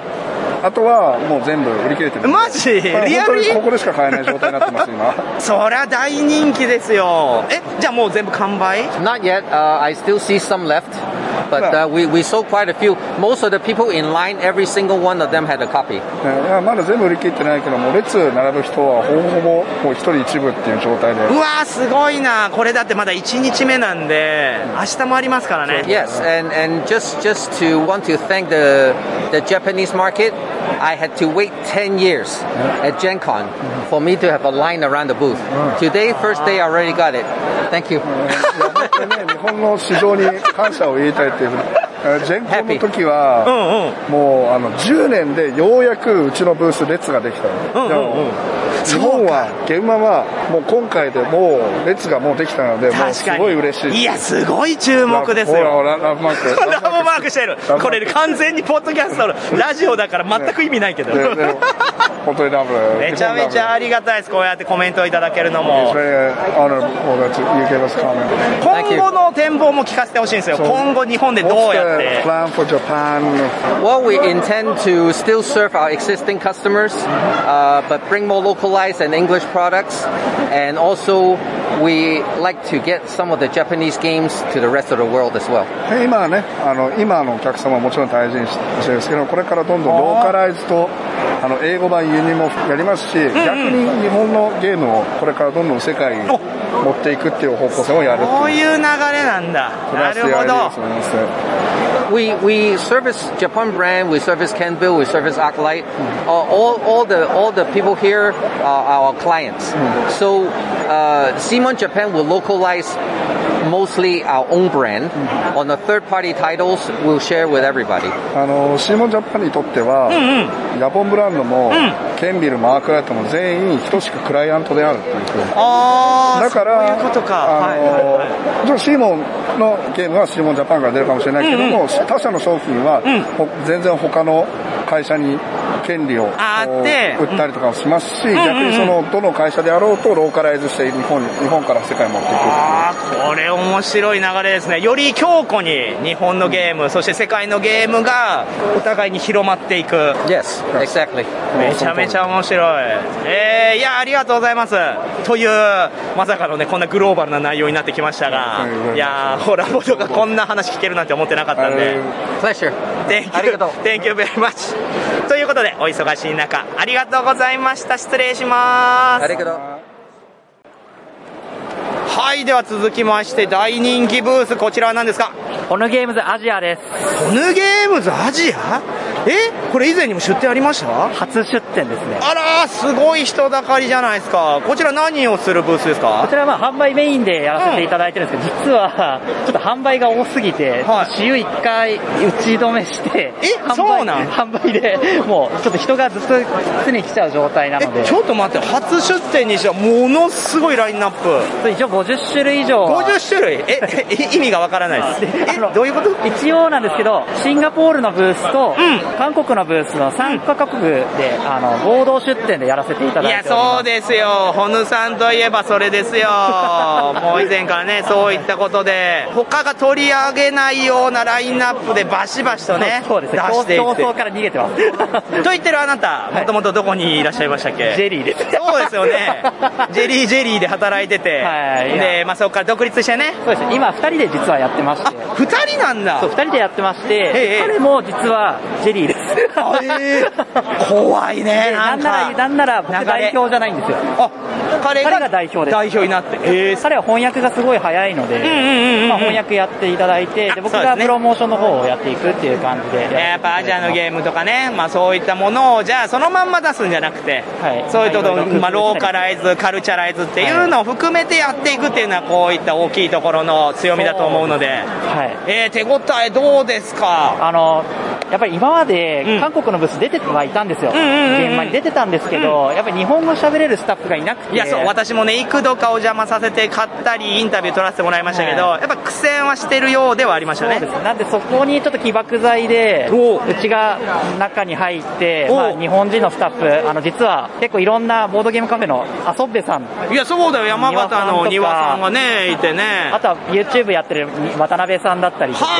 Speaker 27: あとはもう全部売り切れてる
Speaker 2: マジ
Speaker 27: はい
Speaker 2: リアルに
Speaker 27: 本当ここでしか買えない状態になってます今
Speaker 2: そりゃ大人気ですよ。え、じゃあもう全部完売
Speaker 17: Not yet. Uh, I still see some left, but uh, we we sold quite a few. Most of the people in line, every single one of them had a copy.
Speaker 27: ねいやまだ全部売り切ってないけども列並ぶ人はほぼほぼもう一人一部っていう状態で
Speaker 2: うわー、すごいな。これだってまだ1日目なんで、明日もありますからね。
Speaker 17: Yes, and, and just just to want to thank the the Japanese market. I had to wait 10 years at Gen Con for me to have a line around the booth. Today, first day, I already got it. Thank you.
Speaker 27: 日本の市場に感謝を言いたいっていうふうにえージェンコンの時は、もうあの10年でようやくうちのブース列ができたの、
Speaker 2: うんうんうん
Speaker 27: でも日本は現場はもう今回でもう列がもうできたのでもうすごい嬉しい
Speaker 2: いや、すごい注目です
Speaker 27: ほらほ
Speaker 2: よ。
Speaker 27: らラブマーク
Speaker 2: ラブマークしてる。これ完全にポッドキャストのラジオだから全く意味ないけど。
Speaker 27: ででも本当にダブル。
Speaker 2: めちゃめちゃありがたいです、こうやってコメントいただけるの
Speaker 27: It's。
Speaker 2: も
Speaker 27: very honorable that you gave us comment.
Speaker 2: 今後の展望も聞かせてほしいんですよ、 今後、日本でどう
Speaker 17: What's
Speaker 2: やっ
Speaker 17: the
Speaker 2: て。
Speaker 27: plan for Japan?
Speaker 17: Well, we intend to still serve our existing customers, uh, but bring more localized and English products. And also, we like to get some of the Japanese games to the rest of the world as well.
Speaker 27: で今はね、あの、今のお客様はもちろん大事にしてるんですけど、これからどんどんローカライズと、あの、英語版輸入もやりますし、逆に日本のゲームをこれからどんどん世界に持っていくっていう方向性をやるって
Speaker 2: こういう
Speaker 27: いう。
Speaker 2: 流れなんだ。なるほど。
Speaker 17: We, we service Japan brand, we service Kenville, we service Arclight. Uh, all, all, the, all the people here are our clients. So uh, Simon Japan will localize mostly our own brand. On the third party titles, we'll share with everybody.
Speaker 27: あの、シーモンジャパンにとっては、ヤポンブランドも、ケンビルもアークライトも全員等しくクライアントであるっていうふうに。
Speaker 2: あ
Speaker 27: だから、あのじゃあシーモンのゲームはシーモンジャパンから出るかもしれないけども、
Speaker 2: うんうん
Speaker 27: 他社の商品は、ほ全然他の会社に権利をこう
Speaker 2: って
Speaker 27: 売ったりとかもしますし、
Speaker 2: うんうんうん
Speaker 27: 逆にその、どの会社であろうとローカライズして日本に、日本から世界に持っていくっていう。
Speaker 2: これ面白い流れですね。より強固に日本のゲーム、そして世界のゲームがお互いに広まっていく。
Speaker 17: Yes, exactly.
Speaker 2: めちゃめちゃ面白い。えー、いや、ありがとうございます。という、まさかのね、こんなグローバルな内容になってきましたが、いやー、ホラボドがこんな話聞けるなんて思ってなかったんで。
Speaker 17: Pleasure.
Speaker 2: Thank you. Thank you very much. ということで、お忙しい中、ありがとうございました。失礼します。
Speaker 17: ありがとう。
Speaker 2: はい、では続きまして、大人気ブース、こちらは何ですか
Speaker 16: ホヌゲームズアジアです。
Speaker 2: ホヌゲームズアジアえこれ以前にも出店ありました
Speaker 16: 初出店ですね。
Speaker 2: あらー、すごい人だかりじゃないですか。こちら何をするブースですか
Speaker 16: こちらはまあ販売メインでやらせていただいてるんですけど、実は、ちょっと販売が多すぎて、週1回打ち止めして、えそうなん販売で、もうちょっと人がずっと常に来ちゃう状態なので。
Speaker 2: ちょっと待って、初出店にしてはものすごいラインナップ。
Speaker 16: 一応50種類以上は
Speaker 2: 50種類え、え意味がわからないです。
Speaker 16: え、どういうこと一応なんですけど、シンガポールのブースと、韓国のブースの3カ国で、あの、合同出店でやらせていた
Speaker 2: い
Speaker 16: だい
Speaker 2: や、
Speaker 16: ております。
Speaker 2: そうですよ。ホヌさんといえばそれですよ。もう以前からね、そういったことで、他が取り上げないようなラインナップでバシバシとね、
Speaker 16: そうですね。
Speaker 2: 出
Speaker 16: 競
Speaker 2: してい
Speaker 16: 競
Speaker 2: って。
Speaker 16: 争から逃げてます。
Speaker 2: と言ってるあなた、もともとどこにいらっしゃいましたっけ
Speaker 16: ジェリーです。
Speaker 2: そうですよね。ジェリージェリーで働いてて、
Speaker 16: はい
Speaker 2: で、まあそこから独立してね。
Speaker 16: そうです。今、二人で実はやってまして。
Speaker 2: 二人なんだ。
Speaker 16: そう、二人でやってまして、
Speaker 2: ええ
Speaker 16: 彼も実はジェリーです。
Speaker 2: 怖いね、
Speaker 16: で
Speaker 2: なんか。
Speaker 16: なんなら、なんなら僕代表じゃないんですよ。あ、
Speaker 2: 彼が
Speaker 16: 代表です。
Speaker 2: 代表になって。
Speaker 16: 彼は翻訳がすごい早いので、まあ翻訳やっていただいて、で、僕
Speaker 2: そうです
Speaker 16: が
Speaker 2: ね
Speaker 16: プロモーションの方をやっていくっていう感じでやっていただいてます。
Speaker 2: やっぱアジアのゲームとかね、まあそういったものを、じゃあそのまんま出すんじゃなくて、そういうところ、まあローカライズ、カルチャライズっていうのを含めてやっていくっていうのは、こういった大きいところの強みだと思うので。
Speaker 16: はい。
Speaker 2: え手応えどうですか
Speaker 16: あの、やっぱり今まで韓国のブース出てはいたんですよ。
Speaker 2: うんうんうんうん
Speaker 16: 現場に出てたんですけど、やっぱり日本語喋れるスタッフがいなくて。
Speaker 2: いやそう私もね幾度かお邪魔させて買ったりインタビュー取らせてもらいましたけど、
Speaker 16: はい
Speaker 2: やっぱ苦戦はしてるようではありましたね
Speaker 16: そうですなんでそこにちょっと起爆剤で、うちが中に入って、まあ、日本人のスタッフ、あの実は結構いろんなボードゲームカフェのアソッベさん、
Speaker 2: いやそうだよ山形の
Speaker 16: 庭
Speaker 2: 庭
Speaker 16: さ
Speaker 2: さ
Speaker 16: ん
Speaker 2: ん
Speaker 16: とか
Speaker 2: がねいてね
Speaker 16: あとは YouTube やってる渡辺さんだったりとか、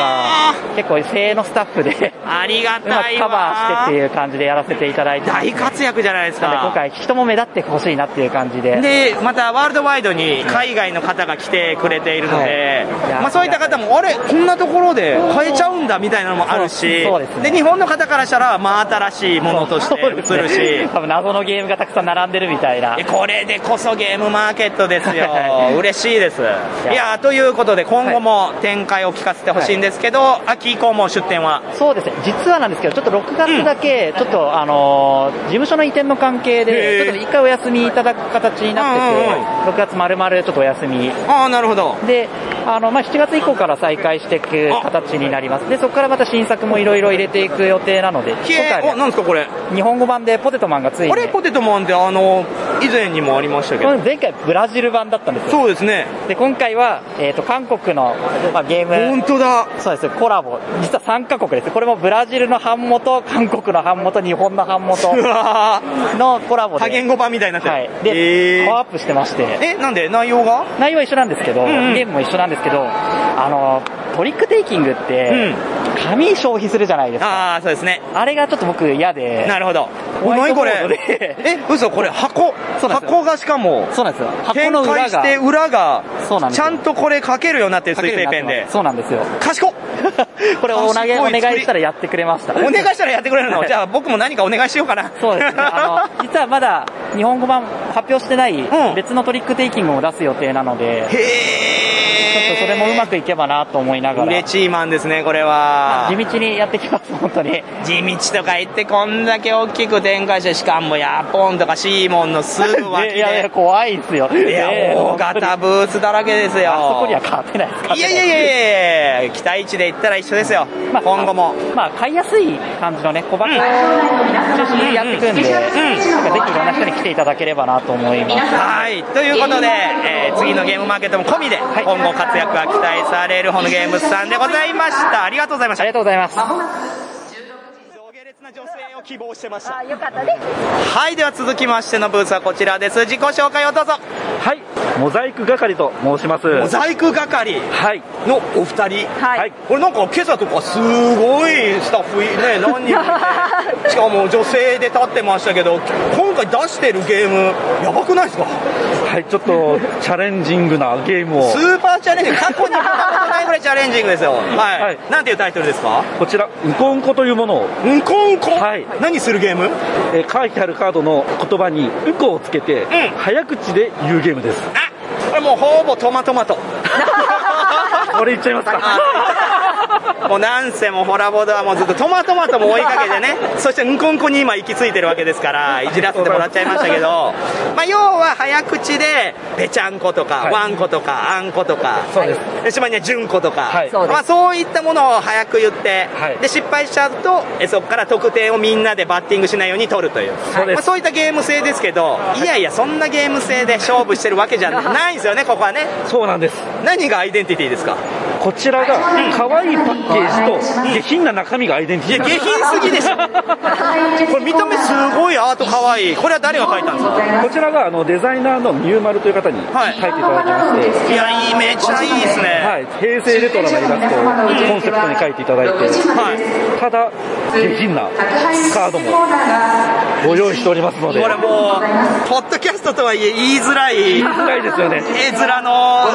Speaker 16: 結構精鋭のスタッフで、
Speaker 2: ありが
Speaker 16: うま
Speaker 2: た
Speaker 16: く
Speaker 2: い
Speaker 16: カバーし
Speaker 2: わ
Speaker 16: てっていう感じでやらせていただいてますね、
Speaker 2: 大活躍じゃないです
Speaker 16: なんで今
Speaker 2: か
Speaker 16: 回人も目立ってほしいなっていう感じで。
Speaker 2: でまたワールドワイドに海外の方が来てくれているので、まあ、そういった方もあれこんなとこ ろで買えちゃうんだみたいなのもあるし
Speaker 16: そうそうですね
Speaker 2: 日本の方からしたら真新しいものとして映るし、
Speaker 16: 多分謎のゲームがたくさん並んでるみたいな。
Speaker 2: これでこそゲームマーケッ トですよ嬉しいです
Speaker 16: や
Speaker 2: いやということで今後も展開を聞かせてほしいんですけど、秋以降も出店は
Speaker 16: そうですね、実はなんですけど、ちょっと6月だけ、ちょっと、あのー事務所の移転の関係で、ちょっと一回お休みいただく形になってて、6月まるまるちょっとお休み。
Speaker 2: ああ、なるほど。
Speaker 16: で、あの、まあ、7月以降から再開していく形になります。で、そこからまた新作もいろいろ入れていく予定なので、今回
Speaker 2: お、なんですかこれ。
Speaker 16: 日本語版でポテトマンがついに。
Speaker 2: あれポテトマンってあの、以前にもありましたけ
Speaker 16: こ
Speaker 2: ど。
Speaker 16: れ前回ブラジル版だったんですよ。
Speaker 2: そうですね。
Speaker 16: で、今回は、えっ、と、韓国の、まあ、ゲーム。本
Speaker 2: 当だ。
Speaker 16: そうです、コラボ。実は3カ国です。これもブラジルの版元、韓国の版元、日本の版元
Speaker 2: うわ
Speaker 16: のコラボで。
Speaker 2: 多言語版みたいになってる。
Speaker 16: はい。で、パワーアップしてまして。
Speaker 2: え、なんで内容が
Speaker 16: 内容は一緒なんですけど、
Speaker 2: うんうん
Speaker 16: ゲームも一緒なんですけど、あの、トリックテイキングって、紙消費するじゃないですか。
Speaker 2: ああ、そうですね。
Speaker 16: あれがちょっと僕嫌で。
Speaker 2: なるほど。
Speaker 16: ホワイ
Speaker 2: 何
Speaker 16: ト
Speaker 2: こ
Speaker 16: ボード
Speaker 2: れ
Speaker 16: で
Speaker 2: え、嘘これ箱。箱がしかも、
Speaker 16: そうなんですよ。
Speaker 2: 展開して裏が、
Speaker 16: そうなんです
Speaker 2: ち
Speaker 16: よ
Speaker 2: ゃんとこれ書けるようになってる水平ペンで。
Speaker 16: そうなんですよ。
Speaker 2: 賢っ
Speaker 16: これお投げお
Speaker 2: 賢い作り
Speaker 16: 願いしたらやってくれました。
Speaker 2: お願いしたらやってくれ るのじゃあ僕も何かお願いしようかな。
Speaker 16: そうですね。 あの、実はまだ日本語版発表してない別のトリックテイキングも出す予定なので、ちょっとそれもうまくいけばなと思いながら、
Speaker 2: 嬉しいマンですね、これは。
Speaker 16: 地道にやってきます、本当に。
Speaker 2: 地道とか言ってこんだけ大きく展開して、しかもヤポンとかシーモンのすぐ脇で。いやいや、
Speaker 16: 怖 いですよ。
Speaker 2: いや、大型ブースだらけですよ。あそこに
Speaker 16: は変わってない
Speaker 2: いやいやいやいや期待値で言ったら一緒ですよ。今後も。
Speaker 16: まあ、買いやすい感じのね、小箱を中心にやっていくんで、なんかぜひいろんな人に来ていただければなと思います。
Speaker 2: はい、ということで、えー次のゲームマーケットも込みで、今後活躍が期待されるホのゲームズさんでございました。ありがとうございました。あり
Speaker 16: がとうございます。
Speaker 2: 希望してました。
Speaker 28: よかったです。
Speaker 2: はい、では続きましてのブースはこちらです。自己紹介をどうぞ。
Speaker 1: はい、モザイク係と申します。
Speaker 2: モザイク係のお二人。はい。これなんか今朝とかすごいスタッフい ね、何人もいて。しかも女性で立ってましたけど、今回出してるゲーム、やばくないですか
Speaker 1: はい、ちょっとチャレンジングなゲームを
Speaker 2: ス。ーパーチャレンジング、過去にもったことないぐらいチャレンジングですよ。はい。なんていうタイトルですか
Speaker 1: こちら、ウコンコというものを。
Speaker 2: ウコンコ
Speaker 1: はい。
Speaker 2: 何するゲーム
Speaker 1: えー書いてあるカードの言葉にウコをつけて、早口で言うゲームです。
Speaker 2: これもうほぼトマトマ ト。
Speaker 1: これいっちゃいます
Speaker 2: か。もうなんせもうホラボードはもうずっとトマトマトも追いかけてね、そしてンコンコに今行き着いてるわけですから、いじらせてもらっちゃいましたけ ど、まあ要は早口で、ぺちゃんことか、わんことか、あんことか、そうです。島にはじゅんことか、
Speaker 1: そうです
Speaker 2: まあそういったものを早く言って、で、失敗しちゃうと、えそこから得点をみんなでバッティングしないように取るという。
Speaker 1: そうです
Speaker 2: まあそういったゲーム性ですけど、いやいや、そんなゲーム性で勝負してるわけじゃないんですよね、ここはね。
Speaker 1: そうなんです。
Speaker 2: 何がアイデンティティですか
Speaker 1: こちらが、可愛いパッケージと下品な中身がアイデンティティ。
Speaker 2: いや下品すぎで しょこれ見た目すごいアート可愛いこれは誰が描いたんですか
Speaker 1: こちらがあのデザイナーのミューマルという方に描いていただきまして、
Speaker 2: いやいいめっちゃいいですね
Speaker 1: はい、平成レトロなイラストをコンセプトに描いていただいて、ただ下品なカードもご用意しておりますので
Speaker 2: これもうポッドキャストとはいえ言いづらい
Speaker 1: 言いづらいですよね
Speaker 2: 絵面の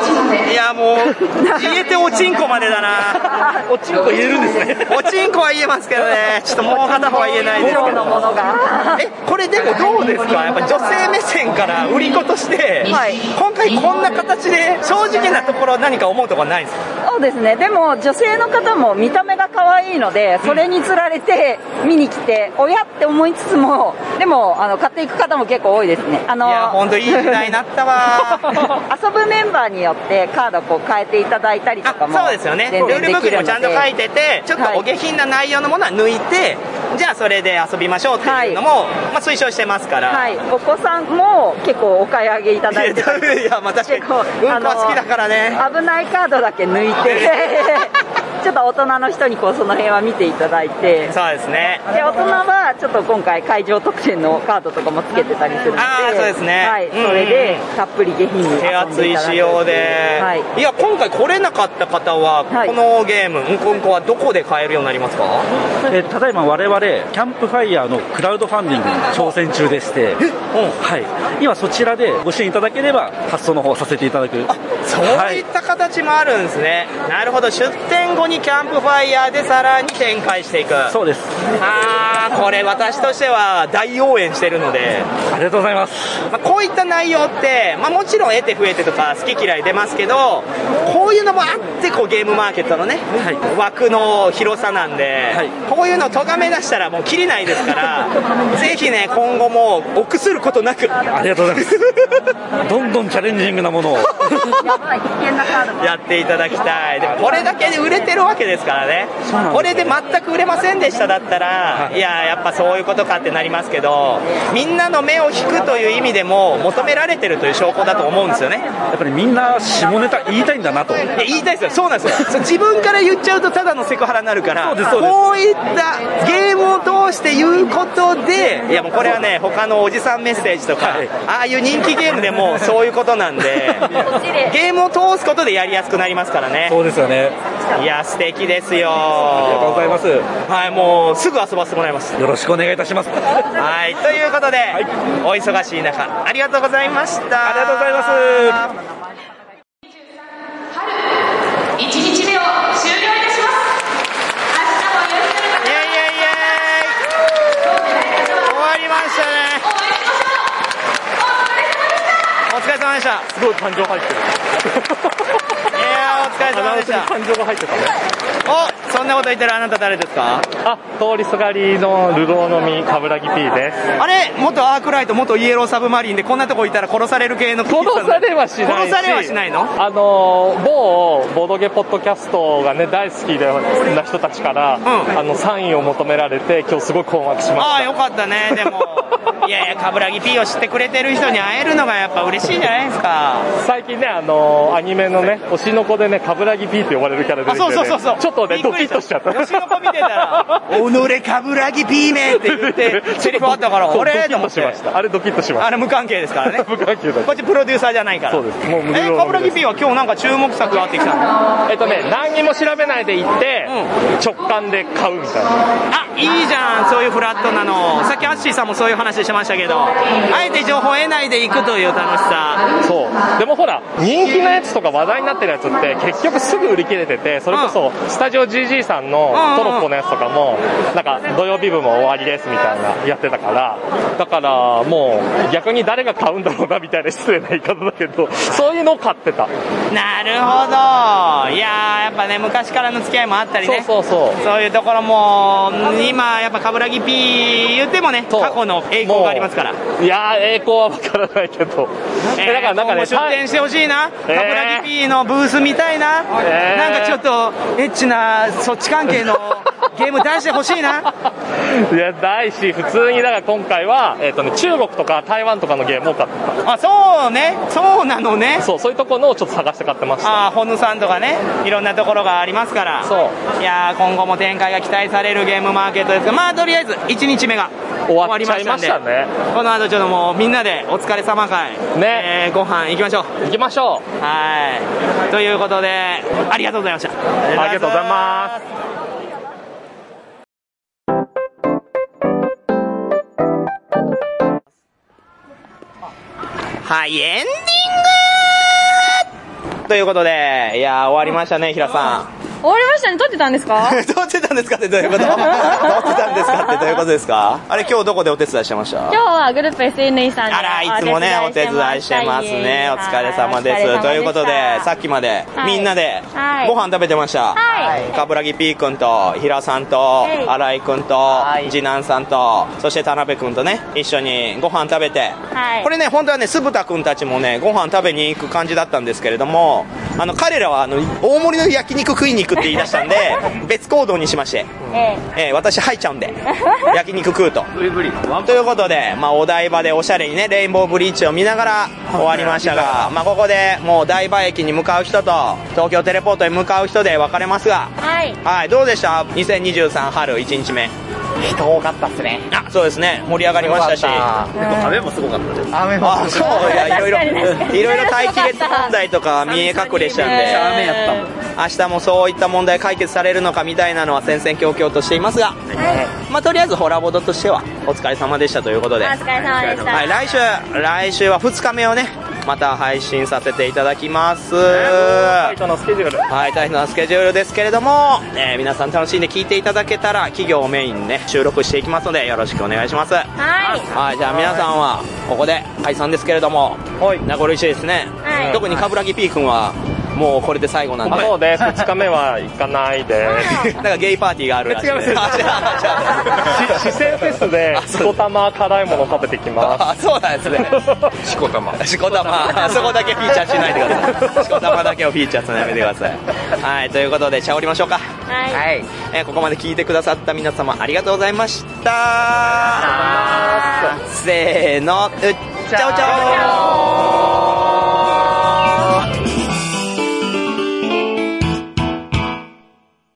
Speaker 2: いやもう言えておちんこまでだなおちんこ言えるんですねおちんこは言えますけどねちょっともう片方は言えないですけど
Speaker 29: のものが。
Speaker 2: えこれでもどうですかやっぱ女性目線から売り子として、
Speaker 29: はい
Speaker 2: 今回こんな形で正直なところ何か思うところないんですか
Speaker 4: そうですね。でも女性の方も見た目が可愛いので、それにつられて見に来て、おやって思いつつも、でもあの買っていく方も結構多いですね。あの
Speaker 2: いや本当いい時代になったわ
Speaker 4: 遊ぶメンバーによってカードこう変えていただいたりとかも
Speaker 2: そうですよねル
Speaker 4: 全
Speaker 2: ー
Speaker 4: 然
Speaker 2: ルブックにもちゃんと書いててちょっ
Speaker 4: はい
Speaker 2: とお下品な内容のものは抜いて、じゃあそれで遊びましょうっていうのも、まあ、推奨してますから、
Speaker 4: はい、お子さんも結構お買い上げいただいてたり
Speaker 2: いやいやまあ確かにうんこは好きだからね
Speaker 4: あの危ないカードだけ抜い てちょっと大人の人にこうその辺は見ていただいて
Speaker 2: そうですね
Speaker 4: で大人はちょっと今回会場特典のカードとかもつけてたりするので
Speaker 2: あーそうですね
Speaker 4: はい、
Speaker 2: うん
Speaker 4: それでたっぷり下品に遊んでい
Speaker 2: 手
Speaker 4: ただけ
Speaker 2: 厚
Speaker 4: る
Speaker 2: い仕様で、
Speaker 4: はい
Speaker 2: い、や今回来れなかった方は、このゲームうんこうんこはどこで買えるようになりますか
Speaker 1: えーただいま我々キャンプファイヤーのクラウドファンディングに挑戦中でして、はい、今そちらでご支援いただければ発送の方させていただく
Speaker 2: そういった形もあるんですね、なるほど出店後にキャンプファイヤーでさらに展開していく
Speaker 1: そうです
Speaker 2: あーこれ私としては大応援してるので
Speaker 1: ありがとうございます、
Speaker 2: まあこういった内容って、まあ、もちろん得て増えてとか好き嫌い出ますけどこうそういうのもあってこうゲームマーケットのね、枠の広さなんで、こういうのをとがめ出したらもうきりないですからぜひね今後もう臆することなく
Speaker 1: ありがとうございます どんどんチャレンジングなものを
Speaker 2: やっていただきたいでもこれだけで売れてるわけですからねこれで全く売れませんでしただったら、い、ややっぱそういうことかってなりますけどみんなの目を引くという意味でも求められてるという証拠だと思うんですよねや
Speaker 1: っぱりみんな下ネタ言いたいんだなと
Speaker 2: 言いたいですよそうなんですよ そう自分から言っちゃうとただのセクハラになるから
Speaker 1: そうですそうです
Speaker 2: こういったゲームを通して言うことでいやもうこれはね他のおじさんメッセージとか、ああいう人気ゲームでもそういうことなんでゲームを通すことでやりやすくなりますからね
Speaker 1: そうですよね
Speaker 2: いや素敵ですよ
Speaker 1: ありがとうございます
Speaker 2: はいもうすぐ遊ばせてもらいます
Speaker 1: よろしくお願いいたします
Speaker 2: はいということで、お忙しい中ありがとうございましたありがとうございます
Speaker 7: 1日目を終了いたします明日もよろしく
Speaker 2: イエイイエイイエイ終わりましたねお疲れ様でした
Speaker 30: すごい感情 入ってる
Speaker 2: いやーお疲れ様でした
Speaker 30: 感情が入ってたね
Speaker 2: おそんなこと言ってるあなた誰ですか
Speaker 30: あ通りすがりのルローの実冠城 P です
Speaker 2: あれ元アークライト元イエローサブマリンでこんなとこいたら殺される系の殺
Speaker 30: 殺されはしないし
Speaker 2: 殺されはしないの
Speaker 30: あのー某ボドゲポッドキャストがね大好きな人たちから、あのサインを求められて今日すごい困惑しました
Speaker 2: ああよかったねで もいやいや冠城 P を知ってくれてる人に会えるのがやっぱ嬉しいんじゃないです か
Speaker 30: 最近ねあのーアニメのね推しの子でね冠城 P って呼ばれるキャラ出てきて、ね、
Speaker 2: あそうそうそうそう
Speaker 30: ちょっとねドキッとしちゃった
Speaker 2: 吉野子見てたら「己冠城 P め」って言ってセリフあったから
Speaker 30: そう
Speaker 2: 俺
Speaker 30: ドキッとしましたあれドキッとしました
Speaker 2: あれ無関係ですからね
Speaker 30: 無関係だ
Speaker 2: こっちプロデューサーじゃないから
Speaker 30: そうですもう無
Speaker 2: え
Speaker 30: 料の
Speaker 2: 冠城 P は今日なんか注目作があってきたの
Speaker 30: えっとね何にも調べないで行って、直感で買うみたいな
Speaker 2: あいいじゃんそういうフラットなのさっきアッシーさんもそういう話してましたけどあえて情報得ないで行くという楽しさ
Speaker 30: そうでもほら人気のやつとか話題になってるやつって結局すぐ売り切れててそれこそスタジオ GG さんのトロッコのやつとかもなんか土曜日部も終わりですみたいなやってたからだからもう逆に誰が買うんだろうなみたいな失礼な言い方だけどそういうのを買ってた
Speaker 2: なるほどいやーやっぱね昔からの付き合いもあったりね
Speaker 30: そうそうそう
Speaker 2: そういうところもうん今やっぱ冠城 P 言ってもね過去の栄光がありますから
Speaker 30: いやー栄光は分からないけどえだからなんかね
Speaker 2: 今後出店してほしいな、
Speaker 30: えー
Speaker 2: 冠城 P のブース見たいな、
Speaker 30: えー
Speaker 2: なんかちょっとエッチなそっち関係のゲーム出してほしいな、
Speaker 30: いやないし普通にだから今回は、えっとね、中国とか台湾とかのゲームを買ってた
Speaker 2: あそうねそうなのね
Speaker 30: そうそういうところのをちょっと探して買ってました
Speaker 2: あーホヌさんとかね、いろんなところがありますから、そういやー今後も展開が期待されるゲームマーケットですが、まあとりあえず1日目が終わりましたんで、
Speaker 30: 終わっちゃいましたね
Speaker 2: この後ちょっともうみんなでお疲れ様会、ねえーご飯行きましょう。
Speaker 30: 行きましょ
Speaker 2: う。はいということで、ありがとうございました。ありがとうございます。はい、エンディングということで、いやー終わりましたね、平さん。
Speaker 6: 終わりましたね撮ってたんですか
Speaker 2: 撮ってたんですかってどういう こと撮ってたんですかってどういうことですかあれ今日どこでお手伝いしてました
Speaker 6: 今日はグループ SNE さんであ
Speaker 2: あいつもね、お手伝いしてますね。お疲れ様です。ということで、さっきまで、
Speaker 6: はい
Speaker 2: みんなで
Speaker 6: はい
Speaker 2: ご飯食べてました。
Speaker 6: はい
Speaker 2: 冠城 P 君と、平さんと
Speaker 6: はい、
Speaker 2: 新井君と、次男さんと、そして田辺君とね、一緒にご飯食べて、
Speaker 6: はい
Speaker 2: これね、本当はね、酢豚君たちもね、ご飯食べに行く感じだったんですけれども、あの、彼らは、あの、大盛りの焼肉食いに行くって言い出 したんで、別行動にしまして、
Speaker 6: え
Speaker 2: えー私入っちゃうんで、 焼肉食うと。ということで、まあ、お台場でおしゃれにね、レインボーブリーチを見ながら終わりましたが、まあ、ここでもうお台場駅に向かう人と、東京テレポートに向かう人で分かれますが、
Speaker 6: はい
Speaker 2: はい、どうでした ?2023 春1日目。
Speaker 16: 人多かったっすね。
Speaker 2: あ、そうですね。盛り上がりましたし。雨もすごかったです。雨も。あ、そう、いや、いろいろ、
Speaker 16: 確かに確かに
Speaker 2: いろいろ待機列問題とか見え隠れしたん
Speaker 16: めっち
Speaker 2: で。
Speaker 16: ゃ雨やった
Speaker 2: 明日もそういった問題解決されるのかみたいなのは戦々恐々としていますが、まあとりあえずホラボドとしてはお疲れ様でしたということで、
Speaker 6: お疲れ様でした
Speaker 2: はい、来週来週は2日目をねまた配信させていただきます、
Speaker 30: イトのスケジュール
Speaker 2: はい、大変なスケジュールですけれども、えー皆さん楽しんで聞いていただけたら、企業をメインにね、収録していきますので、よろしくお願いします。は
Speaker 6: はい
Speaker 2: い、じゃあ皆さんは、ここで解散ですけれども、名残惜しいですね。特に冠城 P 君は、もうこれで最後なんで
Speaker 13: そうです2日目は行かないで
Speaker 2: なんかゲイパーティーがあるらしいです
Speaker 13: 違いますし四川フェスでしこたま辛いもの食べてきます
Speaker 2: あそうなんですね
Speaker 13: しこたま
Speaker 2: しこたまそこだけフィーチャーしないでくださいしこたまだけをフィーチャーするのやめてくださいはいということでしゃおりましょうかはい、えーここまで聞いてくださった皆様ありがとうございましたせーのうっちゃおちゃお